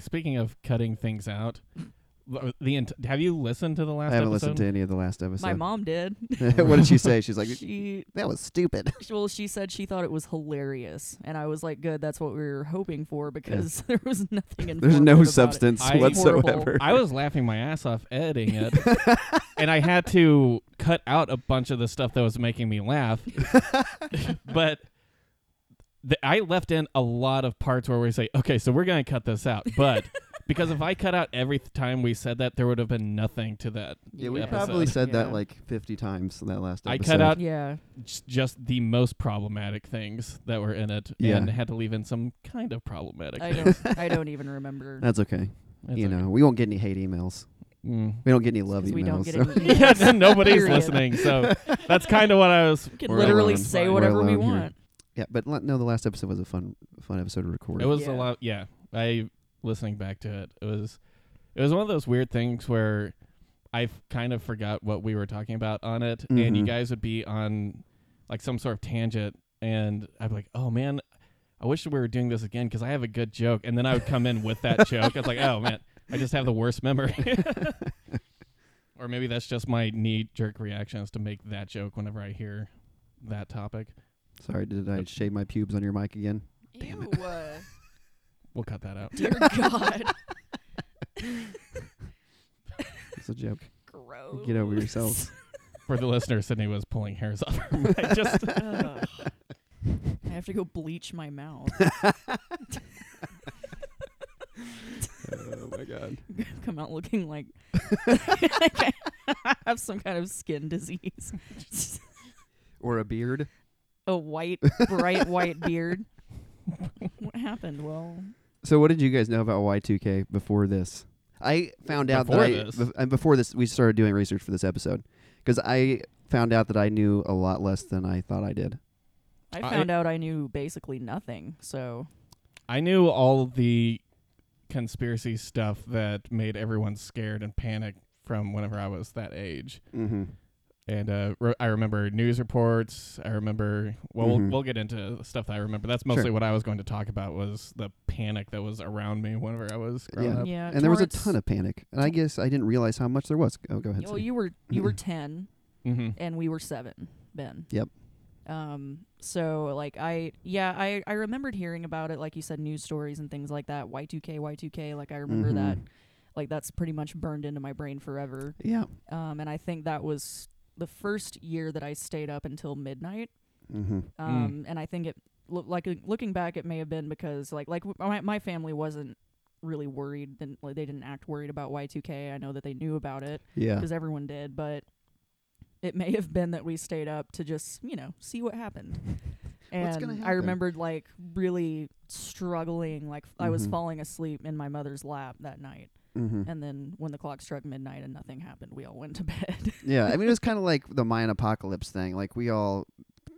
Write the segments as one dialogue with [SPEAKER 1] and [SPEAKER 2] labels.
[SPEAKER 1] speaking of cutting things out, l- the ent- have you listened to the last
[SPEAKER 2] I haven't
[SPEAKER 1] episode?
[SPEAKER 2] listened to any of the last episode.
[SPEAKER 3] My mom did.
[SPEAKER 2] what did she say? She's like,
[SPEAKER 3] she
[SPEAKER 2] that was stupid.
[SPEAKER 3] well, she said she thought it was hilarious, and I was like, "Good, that's what we were hoping for," because there was nothing in.
[SPEAKER 2] There's no substance
[SPEAKER 1] I-
[SPEAKER 2] whatsoever.
[SPEAKER 1] I was laughing my ass off editing it, and I had to cut out a bunch of the stuff that was making me laugh. but th- I left in a lot of parts where we say, "Okay, so we're going to cut this out," but because if I cut out every th- time we said that, there would have been nothing to that.
[SPEAKER 2] Yeah, we
[SPEAKER 1] episode.
[SPEAKER 2] probably said
[SPEAKER 3] Yeah.
[SPEAKER 2] that like 50 times in that last
[SPEAKER 1] I
[SPEAKER 2] episode.
[SPEAKER 1] cut out-
[SPEAKER 3] Yeah,
[SPEAKER 1] J- just the most problematic things that were in it,
[SPEAKER 2] Yeah.
[SPEAKER 1] and had to leave in some kind of problematic.
[SPEAKER 3] I
[SPEAKER 1] things.
[SPEAKER 3] don't. I don't even remember.
[SPEAKER 2] That's okay.
[SPEAKER 1] It's
[SPEAKER 2] you
[SPEAKER 1] okay.
[SPEAKER 2] know, we won't get any hate emails.
[SPEAKER 1] Mm.
[SPEAKER 2] We don't get any love
[SPEAKER 3] 'Cause
[SPEAKER 2] emails.
[SPEAKER 3] we don't get
[SPEAKER 2] so-
[SPEAKER 3] any
[SPEAKER 1] yeah,
[SPEAKER 3] emails.
[SPEAKER 1] n- nobody's
[SPEAKER 3] Period.
[SPEAKER 1] listening, so that's kind of what I was.
[SPEAKER 3] We can
[SPEAKER 2] We're
[SPEAKER 3] literally
[SPEAKER 2] alone.
[SPEAKER 3] say
[SPEAKER 1] We're
[SPEAKER 3] whatever we
[SPEAKER 2] alone here.
[SPEAKER 3] want.
[SPEAKER 2] yeah, but le- no, the last episode was a fun, fun episode to record.
[SPEAKER 1] It was
[SPEAKER 3] Yeah.
[SPEAKER 1] a lot. Yeah, I listening back to it. It was, it was one of those weird things where I kind of forgot what we were talking about on it, and you
[SPEAKER 2] Mhm.
[SPEAKER 1] guys would be on like some sort of tangent, and I'd be like, "Oh man, I wish we were doing this again because I have a good joke," and then I would come in with that joke. I was like, "Oh man, I just have the worst memory." Or maybe that's just my knee jerk reaction is to make that joke whenever I hear that topic.
[SPEAKER 2] Sorry, did I shave my pubes on your mic again? Damn
[SPEAKER 3] Ew. uh,
[SPEAKER 1] We'll cut that out.
[SPEAKER 3] Dear God.
[SPEAKER 2] It's a joke.
[SPEAKER 3] Gross.
[SPEAKER 2] Get over yourselves.
[SPEAKER 1] For the listener, Sydney was pulling hairs off her mic. Just
[SPEAKER 3] Ugh. I have to go bleach my mouth.
[SPEAKER 2] oh my god.
[SPEAKER 3] Come out looking like, like I have some kind of skin disease.
[SPEAKER 2] Or a beard.
[SPEAKER 3] A white, bright white beard. what happened? Well,
[SPEAKER 2] So, what did you guys know about Y2K before this? I found out
[SPEAKER 1] Before
[SPEAKER 2] that I-
[SPEAKER 1] this?
[SPEAKER 2] bef- and before this, we started doing research for this episode because I found out that I knew a lot less than I thought I did.
[SPEAKER 3] I
[SPEAKER 1] I-
[SPEAKER 3] found out I knew basically nothing. So
[SPEAKER 1] I knew all the conspiracy stuff that made everyone scared and panic from whenever I was that age.
[SPEAKER 2] Mm-hmm.
[SPEAKER 1] And uh, re- I remember news reports. I remember. Well,
[SPEAKER 2] Mhm.
[SPEAKER 1] we'll, we'll get into stuff that I remember. That's mostly
[SPEAKER 2] Sure.
[SPEAKER 1] what I was going to talk about was the panic that was around me whenever I was growing
[SPEAKER 2] Yeah.
[SPEAKER 1] up.
[SPEAKER 3] yeah,
[SPEAKER 2] And there was a
[SPEAKER 3] Uh, Torrance-
[SPEAKER 2] ton of panic, and I guess I didn't realize how much there was. Oh, go ahead.
[SPEAKER 3] Well,
[SPEAKER 2] Sydney.
[SPEAKER 3] you were you were ten,
[SPEAKER 1] Mm-hmm.
[SPEAKER 3] and we were seven, Ben.
[SPEAKER 2] Yep.
[SPEAKER 3] Um. So like I yeah I I remembered hearing about it like you said news stories and things like that Y two K Y two K like I remember
[SPEAKER 2] Mhm.
[SPEAKER 3] that like that's pretty much burned into my brain forever.
[SPEAKER 2] Yeah.
[SPEAKER 3] Um. And I think that was the first year that I stayed up until midnight.
[SPEAKER 2] Mm-hmm.
[SPEAKER 1] Mm.
[SPEAKER 3] Um. And I think it lo- like uh, looking back it may have been because like like w- my my family wasn't really worried and like they didn't act worried about Y two K. I know that they knew about it
[SPEAKER 2] Yeah.
[SPEAKER 3] because everyone did, but it may have been that we stayed up to just, you know, see what happened. And
[SPEAKER 2] What's gonna
[SPEAKER 3] I
[SPEAKER 2] happen?
[SPEAKER 3] remembered like really struggling, like I was
[SPEAKER 2] Mhm.
[SPEAKER 3] falling asleep in my mother's lap that night.
[SPEAKER 2] Mm-hmm.
[SPEAKER 3] And then when the clock struck midnight and nothing happened, we all went to bed.
[SPEAKER 2] Yeah, I mean, it was kind of like the Mayan apocalypse thing. Like we all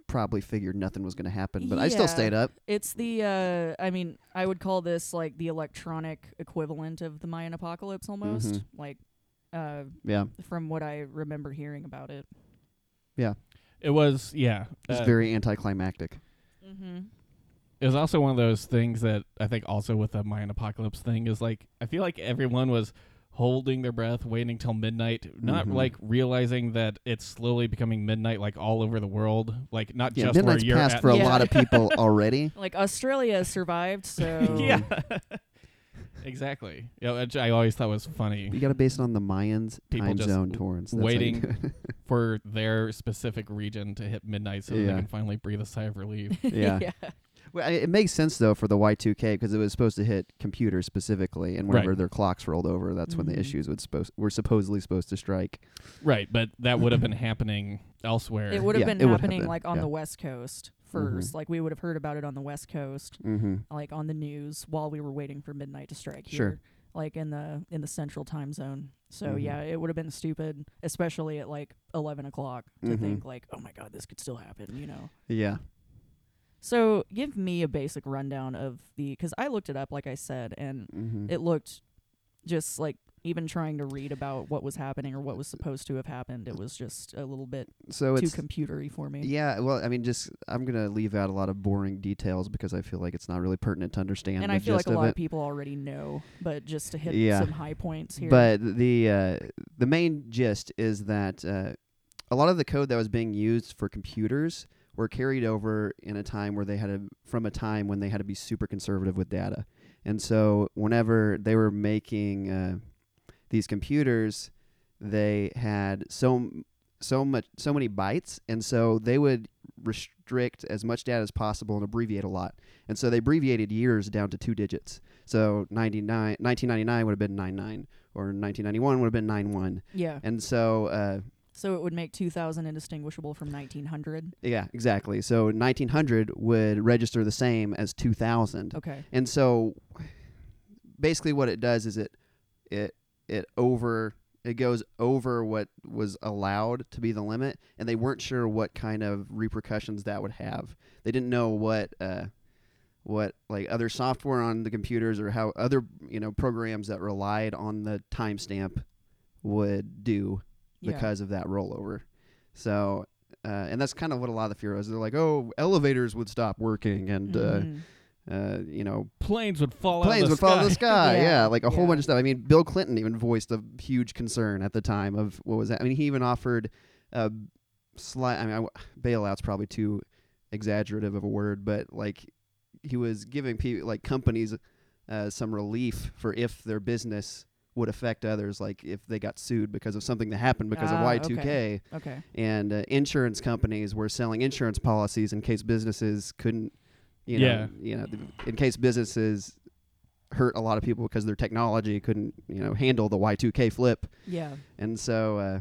[SPEAKER 2] probably figured nothing was going to happen, but I
[SPEAKER 3] Yeah.
[SPEAKER 2] still stayed up.
[SPEAKER 3] it's the, uh, I mean, I would call this like the electronic equivalent of the Mayan apocalypse almost.
[SPEAKER 2] Mhm.
[SPEAKER 3] Like, uh,
[SPEAKER 2] Yeah,
[SPEAKER 3] from what I remember hearing about it.
[SPEAKER 1] It was yeah.
[SPEAKER 2] it's
[SPEAKER 1] uh,
[SPEAKER 2] very anticlimactic.
[SPEAKER 3] Mm-hmm.
[SPEAKER 1] it was also one of those things that I think also with the Mayan apocalypse thing is like I feel like everyone was holding their breath, waiting till midnight, not
[SPEAKER 2] Mhm.
[SPEAKER 1] like realizing that it's slowly becoming midnight like all over the world, like not
[SPEAKER 2] Yeah,
[SPEAKER 1] just
[SPEAKER 2] midnight's
[SPEAKER 1] where you're
[SPEAKER 2] passed
[SPEAKER 1] at.
[SPEAKER 2] for a
[SPEAKER 3] Yeah.
[SPEAKER 2] lot of people already.
[SPEAKER 3] Like, Australia survived, so.
[SPEAKER 1] yeah, exactly. Yeah, which I always thought was funny
[SPEAKER 2] You got to base it on the Mayans'
[SPEAKER 1] People
[SPEAKER 2] time
[SPEAKER 1] just
[SPEAKER 2] zone, Torrance. That's how you
[SPEAKER 1] waiting
[SPEAKER 2] do it.
[SPEAKER 1] for their specific region to hit midnight so that they
[SPEAKER 2] Yeah.
[SPEAKER 1] can finally breathe a sigh of relief.
[SPEAKER 2] yeah.
[SPEAKER 3] yeah.
[SPEAKER 2] Well, I- it makes sense though for the Y2K because it was supposed to hit computers specifically, and whenever
[SPEAKER 1] Right.
[SPEAKER 2] their clocks rolled over, that's when
[SPEAKER 3] Mhm.
[SPEAKER 2] the issues would supposed were supposedly supposed to strike.
[SPEAKER 1] right, but that would have been happening elsewhere.
[SPEAKER 3] It would have
[SPEAKER 2] Yeah,
[SPEAKER 3] been
[SPEAKER 2] it would have
[SPEAKER 3] happening
[SPEAKER 2] been,
[SPEAKER 3] like on
[SPEAKER 2] yeah.
[SPEAKER 3] the West Coast 1st
[SPEAKER 2] Mhm.
[SPEAKER 3] Like we would have heard about it on the West Coast,
[SPEAKER 2] Mm-hmm.
[SPEAKER 3] like on the news while we were waiting for midnight to strike
[SPEAKER 2] Sure.
[SPEAKER 3] here, like in the in the central time zone. So
[SPEAKER 2] Mhm.
[SPEAKER 3] yeah, it would have been stupid, especially at like eleven o'clock, to
[SPEAKER 2] Mhm.
[SPEAKER 3] think like, oh my god, this could still happen, you know.
[SPEAKER 2] Yeah.
[SPEAKER 3] So give me a basic rundown of the because I looked it up, like I said, and
[SPEAKER 2] Mm-hmm.
[SPEAKER 3] it looked just like even trying to read about what was happening or what was supposed to have happened, it was just a little bit
[SPEAKER 2] So
[SPEAKER 3] too
[SPEAKER 2] Oh, it's
[SPEAKER 3] computery for me.
[SPEAKER 2] yeah. Well, I mean, just I'm gonna leave out a lot of boring details because I feel like it's not really pertinent to understand.
[SPEAKER 3] and
[SPEAKER 2] the
[SPEAKER 3] I feel like
[SPEAKER 2] gist
[SPEAKER 3] a
[SPEAKER 2] of
[SPEAKER 3] lot
[SPEAKER 2] it.
[SPEAKER 3] of people already know, but just to hit
[SPEAKER 2] Yeah.
[SPEAKER 3] some high points here.
[SPEAKER 2] But the uh, the main gist is that uh, a lot of the code that was being used for computers were carried over in a time where they had a from a time when they had to be super conservative with data, and so whenever they were making uh, these computers, they had so m- so much so many bytes, and so they would restrict as much data as possible and abbreviate a lot, and so they abbreviated years down to two digits. So 99, 1999 would have been 99, or 1991 would have been 91.
[SPEAKER 3] yeah.
[SPEAKER 2] And so, uh,
[SPEAKER 3] So it would make 2000 indistinguishable from 1900.
[SPEAKER 2] yeah, exactly. So 1900 would register the same as 2000.
[SPEAKER 3] Okay.
[SPEAKER 2] And so, basically, what it does is it it it over it goes over what was allowed to be the limit, and they weren't sure what kind of repercussions that would have. They didn't know what uh, what like other software on the computers or how other you know programs that relied on the timestamp would do
[SPEAKER 3] yeah.
[SPEAKER 2] because of that rollover. So. Uh, and that's kind of what a lot of the fear was. They're like, "Oh, elevators would stop working, and uh,
[SPEAKER 3] Mhm.
[SPEAKER 2] uh, you know,
[SPEAKER 1] Planes would fall out
[SPEAKER 2] planes
[SPEAKER 1] of the
[SPEAKER 2] would
[SPEAKER 1] sky.
[SPEAKER 2] fall out of the sky.
[SPEAKER 3] Yeah.
[SPEAKER 2] yeah. like a whole
[SPEAKER 3] Yeah.
[SPEAKER 2] bunch of stuff. I mean, Bill Clinton even voiced a huge concern at the time of what was that? I mean, he even offered uh, slight. I mean, I w bailout's probably too exaggerative of a word, but like he was giving people like companies uh, some relief for if their business would affect others, like if they got sued because of something that happened because
[SPEAKER 3] Ah,
[SPEAKER 2] of Y2K
[SPEAKER 3] okay.
[SPEAKER 2] and uh, insurance companies were selling insurance policies in case businesses couldn't, you know,
[SPEAKER 1] Yeah.
[SPEAKER 2] you know, th- in case businesses hurt a lot of people because their technology couldn't, you know, handle the Y2K flip,
[SPEAKER 3] Yeah.
[SPEAKER 2] and so uh,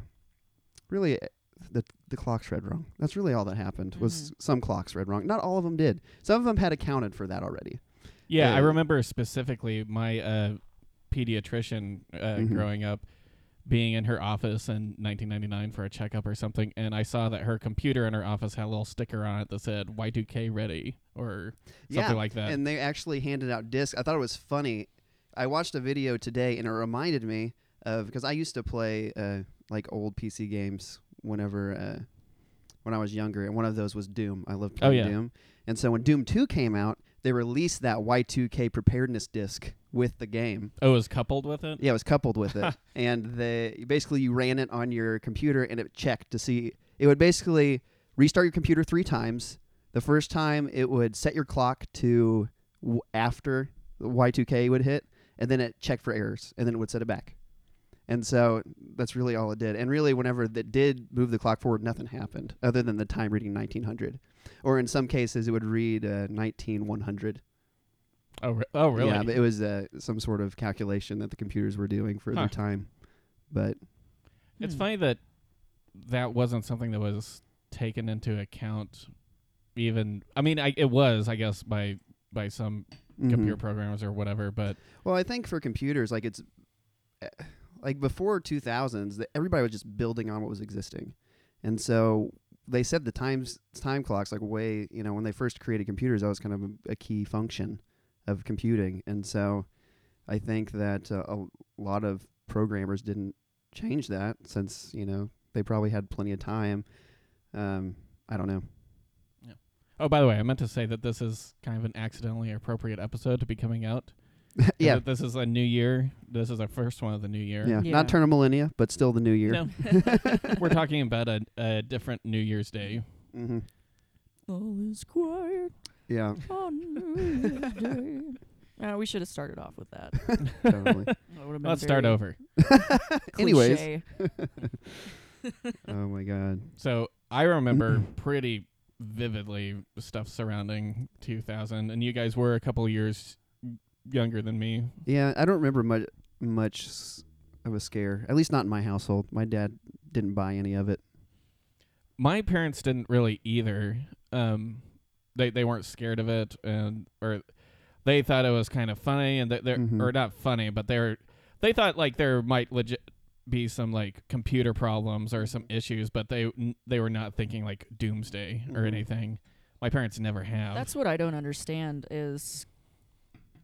[SPEAKER 2] really. uh, The, the clocks read wrong. That's really all that happened. Was some clocks read wrong? Not all of them did. Some of them had accounted for that already.
[SPEAKER 1] Yeah, I
[SPEAKER 2] Uh,
[SPEAKER 1] remember specifically my uh, pediatrician uh,
[SPEAKER 2] Mhm.
[SPEAKER 1] growing up being in her office in 1999 for a checkup or something, and I saw that her computer in her office had a little sticker on it that said Y2K ready or
[SPEAKER 2] Yeah,
[SPEAKER 1] something like that.
[SPEAKER 2] and they actually handed out discs. I thought it was funny. I watched a video today, and it reminded me of because I used to play uh, like old PC games whenever uh, when I was younger, and one of those was Doom. I loved
[SPEAKER 1] Oh,
[SPEAKER 2] playing
[SPEAKER 1] yeah.
[SPEAKER 2] Doom, and so when Doom Two came out, they released that Y2K preparedness disc with the game.
[SPEAKER 1] oh, it was coupled with it?
[SPEAKER 2] Yeah, it was coupled with it, and they basically you ran it on your computer, and it checked to see. It would basically restart your computer three times. The first time, it would set your clock to w- after the Y2K would hit, and then it checked for errors, and then it would set it back. And so that's really all it did. And really, whenever it did move the clock forward, nothing happened other than the time reading 1900, or in some cases, it would read uh, 19100.
[SPEAKER 1] Oh, re- oh really?
[SPEAKER 2] Yeah, but it was uh, some sort of calculation that the computers were doing for
[SPEAKER 1] Huh.
[SPEAKER 2] their time. But
[SPEAKER 1] it's
[SPEAKER 3] Hmm.
[SPEAKER 1] funny that that wasn't something that was taken into account. Even I mean, I, it was, I guess, by by some computer
[SPEAKER 2] mhm.
[SPEAKER 1] programmers or whatever. But
[SPEAKER 2] well, I think for computers, like it's eh, like before 2000s, that everybody was just building on what was existing, and so they said the times time clocks like way you know when they first created computers that was kind of a, a key function of computing, and so I think that uh, a lot of programmers didn't change that since you know they probably had plenty of time. Um, I don't know.
[SPEAKER 1] oh, by the way, I meant to say that this is kind of an accidentally appropriate episode to be coming out. And
[SPEAKER 2] yeah,
[SPEAKER 1] that This is a new year. This is our first one of the new year.
[SPEAKER 2] Yeah,
[SPEAKER 3] Yeah.
[SPEAKER 2] not turn of millennia, but still the new year.
[SPEAKER 1] No. We're talking about a, a different New Year's Day.
[SPEAKER 2] hmm
[SPEAKER 3] All is quiet
[SPEAKER 2] Yeah,
[SPEAKER 3] on New Year's Day. Uh, we should have started off with that.
[SPEAKER 2] totally.
[SPEAKER 3] That would've been
[SPEAKER 1] Let's start
[SPEAKER 3] very
[SPEAKER 1] over.
[SPEAKER 2] Anyways.
[SPEAKER 3] cliche.
[SPEAKER 2] oh my god.
[SPEAKER 1] So I remember pretty vividly stuff surrounding 2000, and you guys were a couple years younger than me.
[SPEAKER 2] Yeah, I don't remember much much s- of a scare. At least not in my household. My dad didn't buy any of it.
[SPEAKER 1] My parents didn't really either. Um, they they weren't scared of it, and or they thought it was kind of funny, and they, they're
[SPEAKER 2] Mhm.
[SPEAKER 1] or not funny, but they're they thought like there might legit be some like computer problems or some issues, but they they were not thinking like doomsday or
[SPEAKER 2] Mhm.
[SPEAKER 1] anything. My parents never have.
[SPEAKER 3] That's what I don't understand is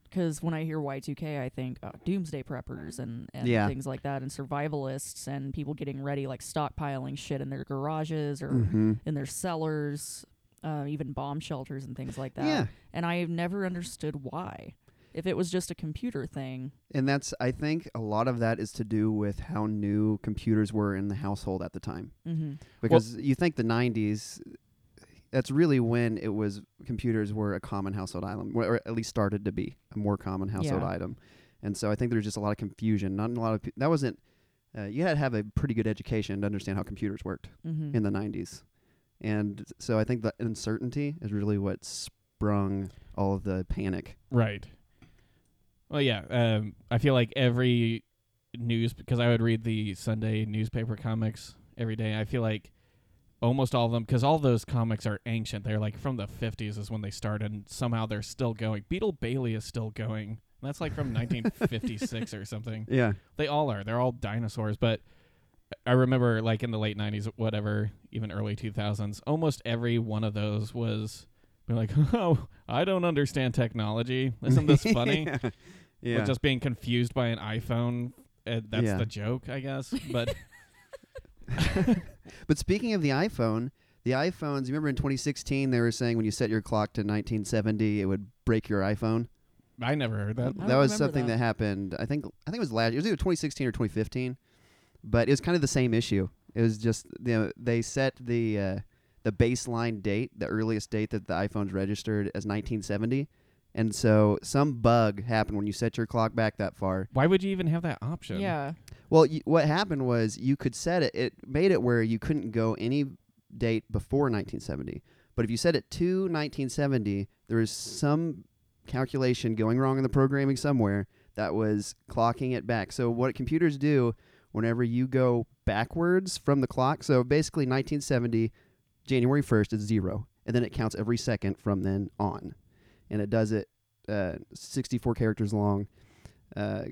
[SPEAKER 3] because when I hear Y2K, I think uh, doomsday preppers and, and
[SPEAKER 2] Yeah.
[SPEAKER 3] things like that, and survivalists and people getting ready, like stockpiling shit in their garages or
[SPEAKER 2] Mm-hmm.
[SPEAKER 3] in their cellars, uh, even bomb shelters and things like that.
[SPEAKER 2] Yeah,
[SPEAKER 3] And I've never understood why. If it was just a computer thing,
[SPEAKER 2] and that's I think a lot of that is to do with how new computers were in the household at the time.
[SPEAKER 3] mm-hmm.
[SPEAKER 2] Because you think the '90s, that's really when it was computers were a common household item, or at least started to be a more common household
[SPEAKER 3] Yeah.
[SPEAKER 2] item. And so I think there's just a lot of confusion. Not a lot of pe- that wasn't. Uh, you had to have a pretty good education to understand how computers worked.
[SPEAKER 3] Mm-hmm.
[SPEAKER 2] in the 90s. And so I think the uncertainty is really what sprung all of the panic.
[SPEAKER 1] Right. Well, yeah. Um, I feel like every news because I would read the Sunday newspaper comics every day. I feel like almost all of them because all those comics are ancient. They're like from the fifties is when they started, and somehow they're still going. Beetle Bailey is still going. And That's like from 1956 or something.
[SPEAKER 2] Yeah.
[SPEAKER 1] They all are. They're all dinosaurs. But I remember, like in the late '90s, whatever, even early 2000s, almost every one of those was be like, "Oh, I don't understand technology. Isn't this funny?"
[SPEAKER 2] yeah.
[SPEAKER 1] With just being confused by an iPhone. Uh, that's
[SPEAKER 2] Yeah.
[SPEAKER 1] the joke, I guess. But
[SPEAKER 2] but speaking of the iPhone, the iPhones, you remember in 2016 they were saying when you set your clock to 1970 it would break your iPhone?
[SPEAKER 1] I never heard that.
[SPEAKER 3] I
[SPEAKER 2] that
[SPEAKER 3] don't
[SPEAKER 2] was
[SPEAKER 3] remember
[SPEAKER 2] something that.
[SPEAKER 3] that.
[SPEAKER 2] happened. I think I think it was last. It was either 2016 or 2015, but it was kind of the same issue. It was just you know, they set the uh, the baseline date, the earliest date that the iPhone's registered as 1970, and so some bug happened when you set your clock back that far.
[SPEAKER 1] Why would you even have that option?
[SPEAKER 3] Yeah.
[SPEAKER 2] Well, you, what happened was you could set it. It made it where you couldn't go any date before 1970. But if you set it to 1970, there was some calculation going wrong in the programming somewhere that was clocking it back. So what computers do whenever you go backwards from the clock, so basically 1970 January 1st is 0 and then it counts every second from then on. And it does it uh, 64 characters long. Uh,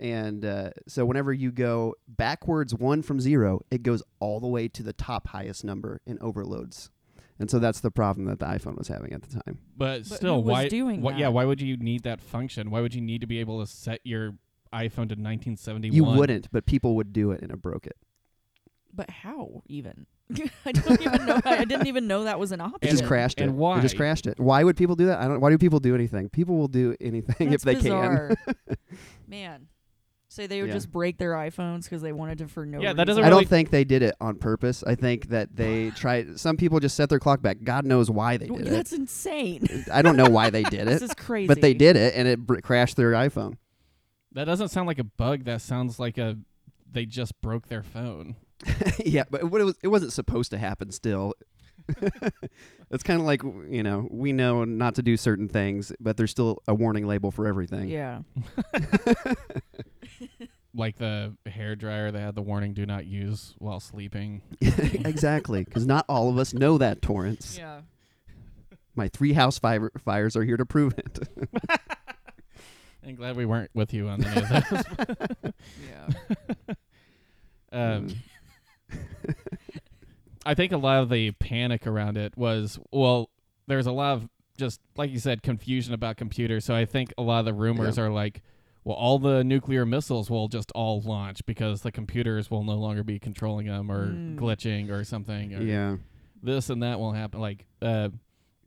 [SPEAKER 2] and uh, so whenever you go backwards one from zero, it goes all the way to the top highest number and overloads. And so that's the problem that the iPhone was having at the time.
[SPEAKER 1] But,
[SPEAKER 3] But
[SPEAKER 1] still,
[SPEAKER 3] who was
[SPEAKER 1] why?
[SPEAKER 3] doing
[SPEAKER 1] why- Yeah.
[SPEAKER 3] that?
[SPEAKER 1] Why would you need that function? Why would you need to be able to set your iPhone to 1971?
[SPEAKER 2] You wouldn't, but people would do it, and it broke it.
[SPEAKER 3] But how even? I don't even know. I didn't even know that was an option.
[SPEAKER 2] It just
[SPEAKER 1] And-
[SPEAKER 2] crashed
[SPEAKER 1] and
[SPEAKER 2] it.
[SPEAKER 1] why?
[SPEAKER 2] It just crashed it. Why would people do that? I don't. Why do people do anything? People will do anything if
[SPEAKER 3] That's
[SPEAKER 2] they can.
[SPEAKER 3] bizarre. Man. So they would
[SPEAKER 2] Yeah.
[SPEAKER 3] just break their iPhones because they wanted to for no
[SPEAKER 1] Yeah, that doesn't
[SPEAKER 3] reason.
[SPEAKER 2] I
[SPEAKER 1] really-
[SPEAKER 2] don't think they did it on purpose. I think that they tried. Some people just set their clock back. God knows why they did it.
[SPEAKER 3] That's insane.
[SPEAKER 2] I don't know why they did
[SPEAKER 3] this
[SPEAKER 2] it,
[SPEAKER 3] is crazy.
[SPEAKER 2] but they did it, and it br- crashed their iPhone.
[SPEAKER 1] That doesn't sound like a bug. That sounds like a they just broke their phone.
[SPEAKER 2] yeah, but what it was it wasn't supposed to happen still. it's kind of like, you know, we know not to do certain things, but there's still a warning label for everything.
[SPEAKER 3] Yeah.
[SPEAKER 1] Like the hair dryer that had the warning "Do not use while sleeping."
[SPEAKER 2] exactly, cuz not all of us know that, Torrance.
[SPEAKER 3] Yeah.
[SPEAKER 2] My three house fire- fires are here to prove it.
[SPEAKER 1] I'm glad we weren't with you on any of those.
[SPEAKER 3] Yeah.
[SPEAKER 1] um, I think a lot of the panic around it was well, there's a lot of just like you said, confusion about computers. So I think a lot of the rumors
[SPEAKER 2] Yeah.
[SPEAKER 1] are like, well, all the nuclear missiles will just all launch because the computers will no longer be controlling them or
[SPEAKER 3] Mm.
[SPEAKER 1] glitching or something. Or
[SPEAKER 2] yeah.
[SPEAKER 1] this and that will happen. Like, uh,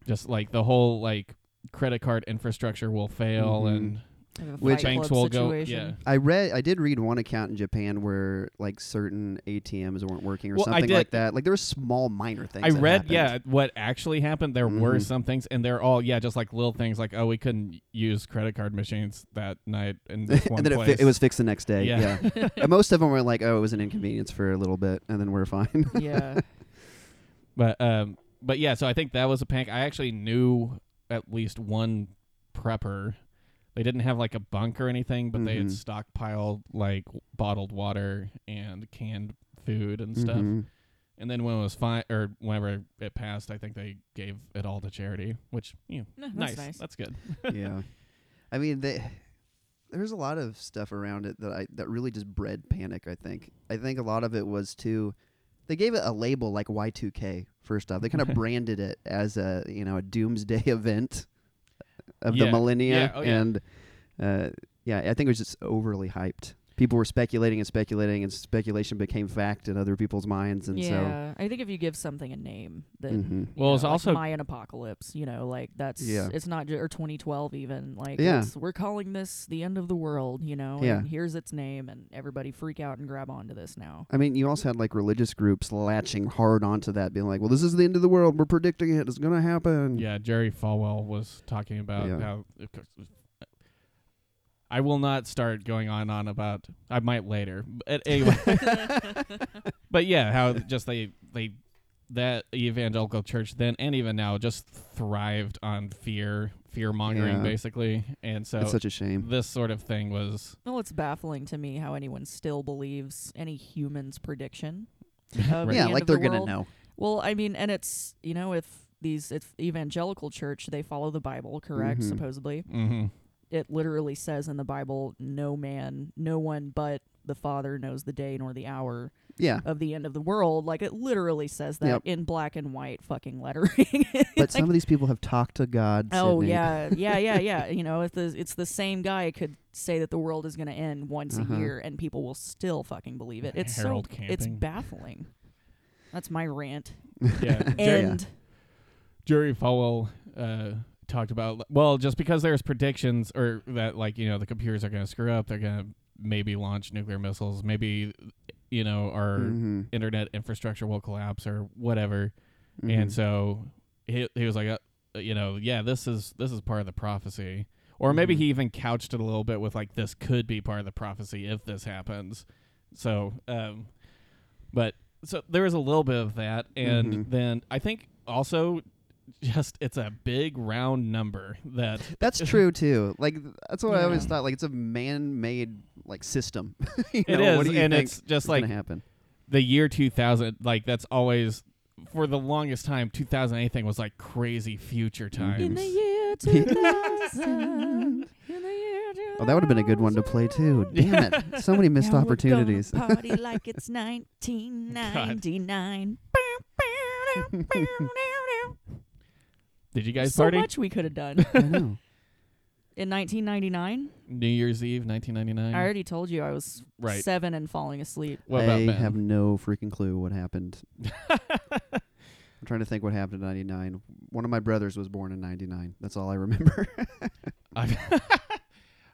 [SPEAKER 1] just like the whole like credit card infrastructure will fail
[SPEAKER 2] Mhm.
[SPEAKER 1] and
[SPEAKER 3] Kind of a
[SPEAKER 2] Which-
[SPEAKER 3] Fight
[SPEAKER 1] banks
[SPEAKER 3] Club
[SPEAKER 1] will go. Yeah.
[SPEAKER 3] situation.
[SPEAKER 2] I read I did read one account in Japan where like certain ATMs weren't working or
[SPEAKER 1] Well, I
[SPEAKER 2] something
[SPEAKER 1] did-
[SPEAKER 2] like that. Like there were small minor things.
[SPEAKER 1] I
[SPEAKER 2] that
[SPEAKER 1] read,
[SPEAKER 2] happened.
[SPEAKER 1] yeah, what actually happened. There were
[SPEAKER 2] Mhm.
[SPEAKER 1] some things, and they're all, yeah, just like little things, like oh, we couldn't use credit card machines that night in this one
[SPEAKER 2] and then it,
[SPEAKER 1] place.
[SPEAKER 2] fi- it was fixed the next day.
[SPEAKER 1] Yeah.
[SPEAKER 2] yeah. And most of them were like, "Oh, it was an inconvenience for a little bit, and then we're fine."
[SPEAKER 3] yeah.
[SPEAKER 1] but um, but yeah, so I think that was a panic. I actually knew at least one prepper. They didn't have like a bunk or anything, but they had
[SPEAKER 2] Mhm.
[SPEAKER 1] stockpiled like bottled water and canned food and stuff.
[SPEAKER 2] Mhm.
[SPEAKER 1] And then when it was fine, or whenever it passed, I think they gave it all to charity, which you know,
[SPEAKER 3] No,
[SPEAKER 1] nice.
[SPEAKER 3] that's nice.
[SPEAKER 1] That's good.
[SPEAKER 2] yeah. I mean, they, there's a lot of stuff around it that I that really just bred panic. I think. I think a lot of it was too. They gave it a label like Y2K. First off, they kind of branded it as a you know a doomsday event of
[SPEAKER 1] Yeah.
[SPEAKER 2] the millennia,
[SPEAKER 1] Yeah. Oh, yeah.
[SPEAKER 2] and uh, yeah, I think it was just overly hyped. People were speculating and speculating, and speculation became fact in other people's minds, and so
[SPEAKER 3] yeah, I think if you give something a name, then
[SPEAKER 2] Mhm.
[SPEAKER 3] you
[SPEAKER 1] Well, it's
[SPEAKER 3] know, like
[SPEAKER 1] also-
[SPEAKER 3] Mayan apocalypse. You know, like that's
[SPEAKER 2] Yeah.
[SPEAKER 3] it's not ju- or 2012 even like
[SPEAKER 2] Yeah.
[SPEAKER 3] it's- we're calling this the end of the world. You know,
[SPEAKER 2] Yeah.
[SPEAKER 3] and here's its name, and everybody freak out and grab onto this now.
[SPEAKER 2] I mean, you also had like religious groups latching hard onto that, being like, "Well, this is the end of the world. We're predicting it. It's gonna happen."
[SPEAKER 1] Yeah, Jerry Falwell was talking about
[SPEAKER 2] Yeah.
[SPEAKER 1] how. uh, I will not start going on and on about. I might later, but anyway. but yeah, how just they they that evangelical church then and even now just thrived on fear, fear mongering
[SPEAKER 2] Yeah.
[SPEAKER 1] basically, and so
[SPEAKER 2] it's such a shame.
[SPEAKER 1] this sort of thing was.
[SPEAKER 3] Well, it's baffling to me how anyone still believes any human's prediction.
[SPEAKER 1] Right.
[SPEAKER 3] Of
[SPEAKER 2] Yeah,
[SPEAKER 3] the end
[SPEAKER 2] like
[SPEAKER 3] of the
[SPEAKER 2] they're gonna
[SPEAKER 3] world.
[SPEAKER 2] know.
[SPEAKER 3] Well, I mean, and it's you know if these it's evangelical church they follow the Bible, correct?
[SPEAKER 2] Mhm.
[SPEAKER 3] Supposedly,
[SPEAKER 1] Mm-hmm.
[SPEAKER 3] it literally says in the Bible, no man, no one but the Father knows the day nor the hour
[SPEAKER 2] Yeah,
[SPEAKER 3] of the end of the world. Like it literally says that
[SPEAKER 2] Yep.
[SPEAKER 3] in black and white fucking lettering.
[SPEAKER 2] but some of these people have talked to God.
[SPEAKER 3] Oh
[SPEAKER 2] Sydney.
[SPEAKER 3] yeah, yeah, yeah, yeah. You know, if the it's the same guy could say that the world is going to end once
[SPEAKER 2] Uh-huh.
[SPEAKER 3] a year, and people will still fucking believe it. It's
[SPEAKER 1] Harold
[SPEAKER 3] so it's
[SPEAKER 1] Camping.
[SPEAKER 3] baffling. That's my rant.
[SPEAKER 1] Yeah, Jerry,
[SPEAKER 3] End.
[SPEAKER 1] Jerry Falwell uh, talked about well, just because there's predictions or that like you know the computers are going to screw up, they're going to maybe launch nuclear missiles, maybe you know our
[SPEAKER 2] Mhm.
[SPEAKER 1] internet infrastructure will collapse or whatever, and
[SPEAKER 2] Mhm.
[SPEAKER 1] so he he was like, uh, you know, yeah, this is this is part of the prophecy. Or maybe
[SPEAKER 2] Mhm.
[SPEAKER 1] he even couched it a little bit with like this could be part of the prophecy if this happens. So, um, but so there was a little bit of that, and
[SPEAKER 2] Mhm.
[SPEAKER 1] then I think also just it's a big round number that
[SPEAKER 2] That's true too. Like that's what I always
[SPEAKER 3] Yeah.
[SPEAKER 2] thought. Like it's a man-made like system. you
[SPEAKER 1] it is,
[SPEAKER 2] know, What do you
[SPEAKER 1] and
[SPEAKER 2] think
[SPEAKER 1] it's just
[SPEAKER 2] is
[SPEAKER 1] like
[SPEAKER 2] gonna happen?
[SPEAKER 1] the year 2000 like that's always for the longest time 2000 anything was like crazy future times
[SPEAKER 3] In the year 2000. in the year
[SPEAKER 2] Oh, that would have been a good one to play too. Damn it! So many missed
[SPEAKER 3] Now we're gonna
[SPEAKER 2] opportunities.
[SPEAKER 3] Party like it's 1999.
[SPEAKER 1] did you guys
[SPEAKER 3] so
[SPEAKER 1] party
[SPEAKER 3] much we could have done
[SPEAKER 2] I know.
[SPEAKER 3] in 1999.
[SPEAKER 1] new year's eve 1999
[SPEAKER 3] I already told you I was
[SPEAKER 1] Right.
[SPEAKER 3] seven and falling asleep.
[SPEAKER 1] what
[SPEAKER 2] I
[SPEAKER 1] about Ben?
[SPEAKER 2] have no freaking clue what happened. I'm trying to think what happened in '99. One of my brothers was born in '99. That's all I remember.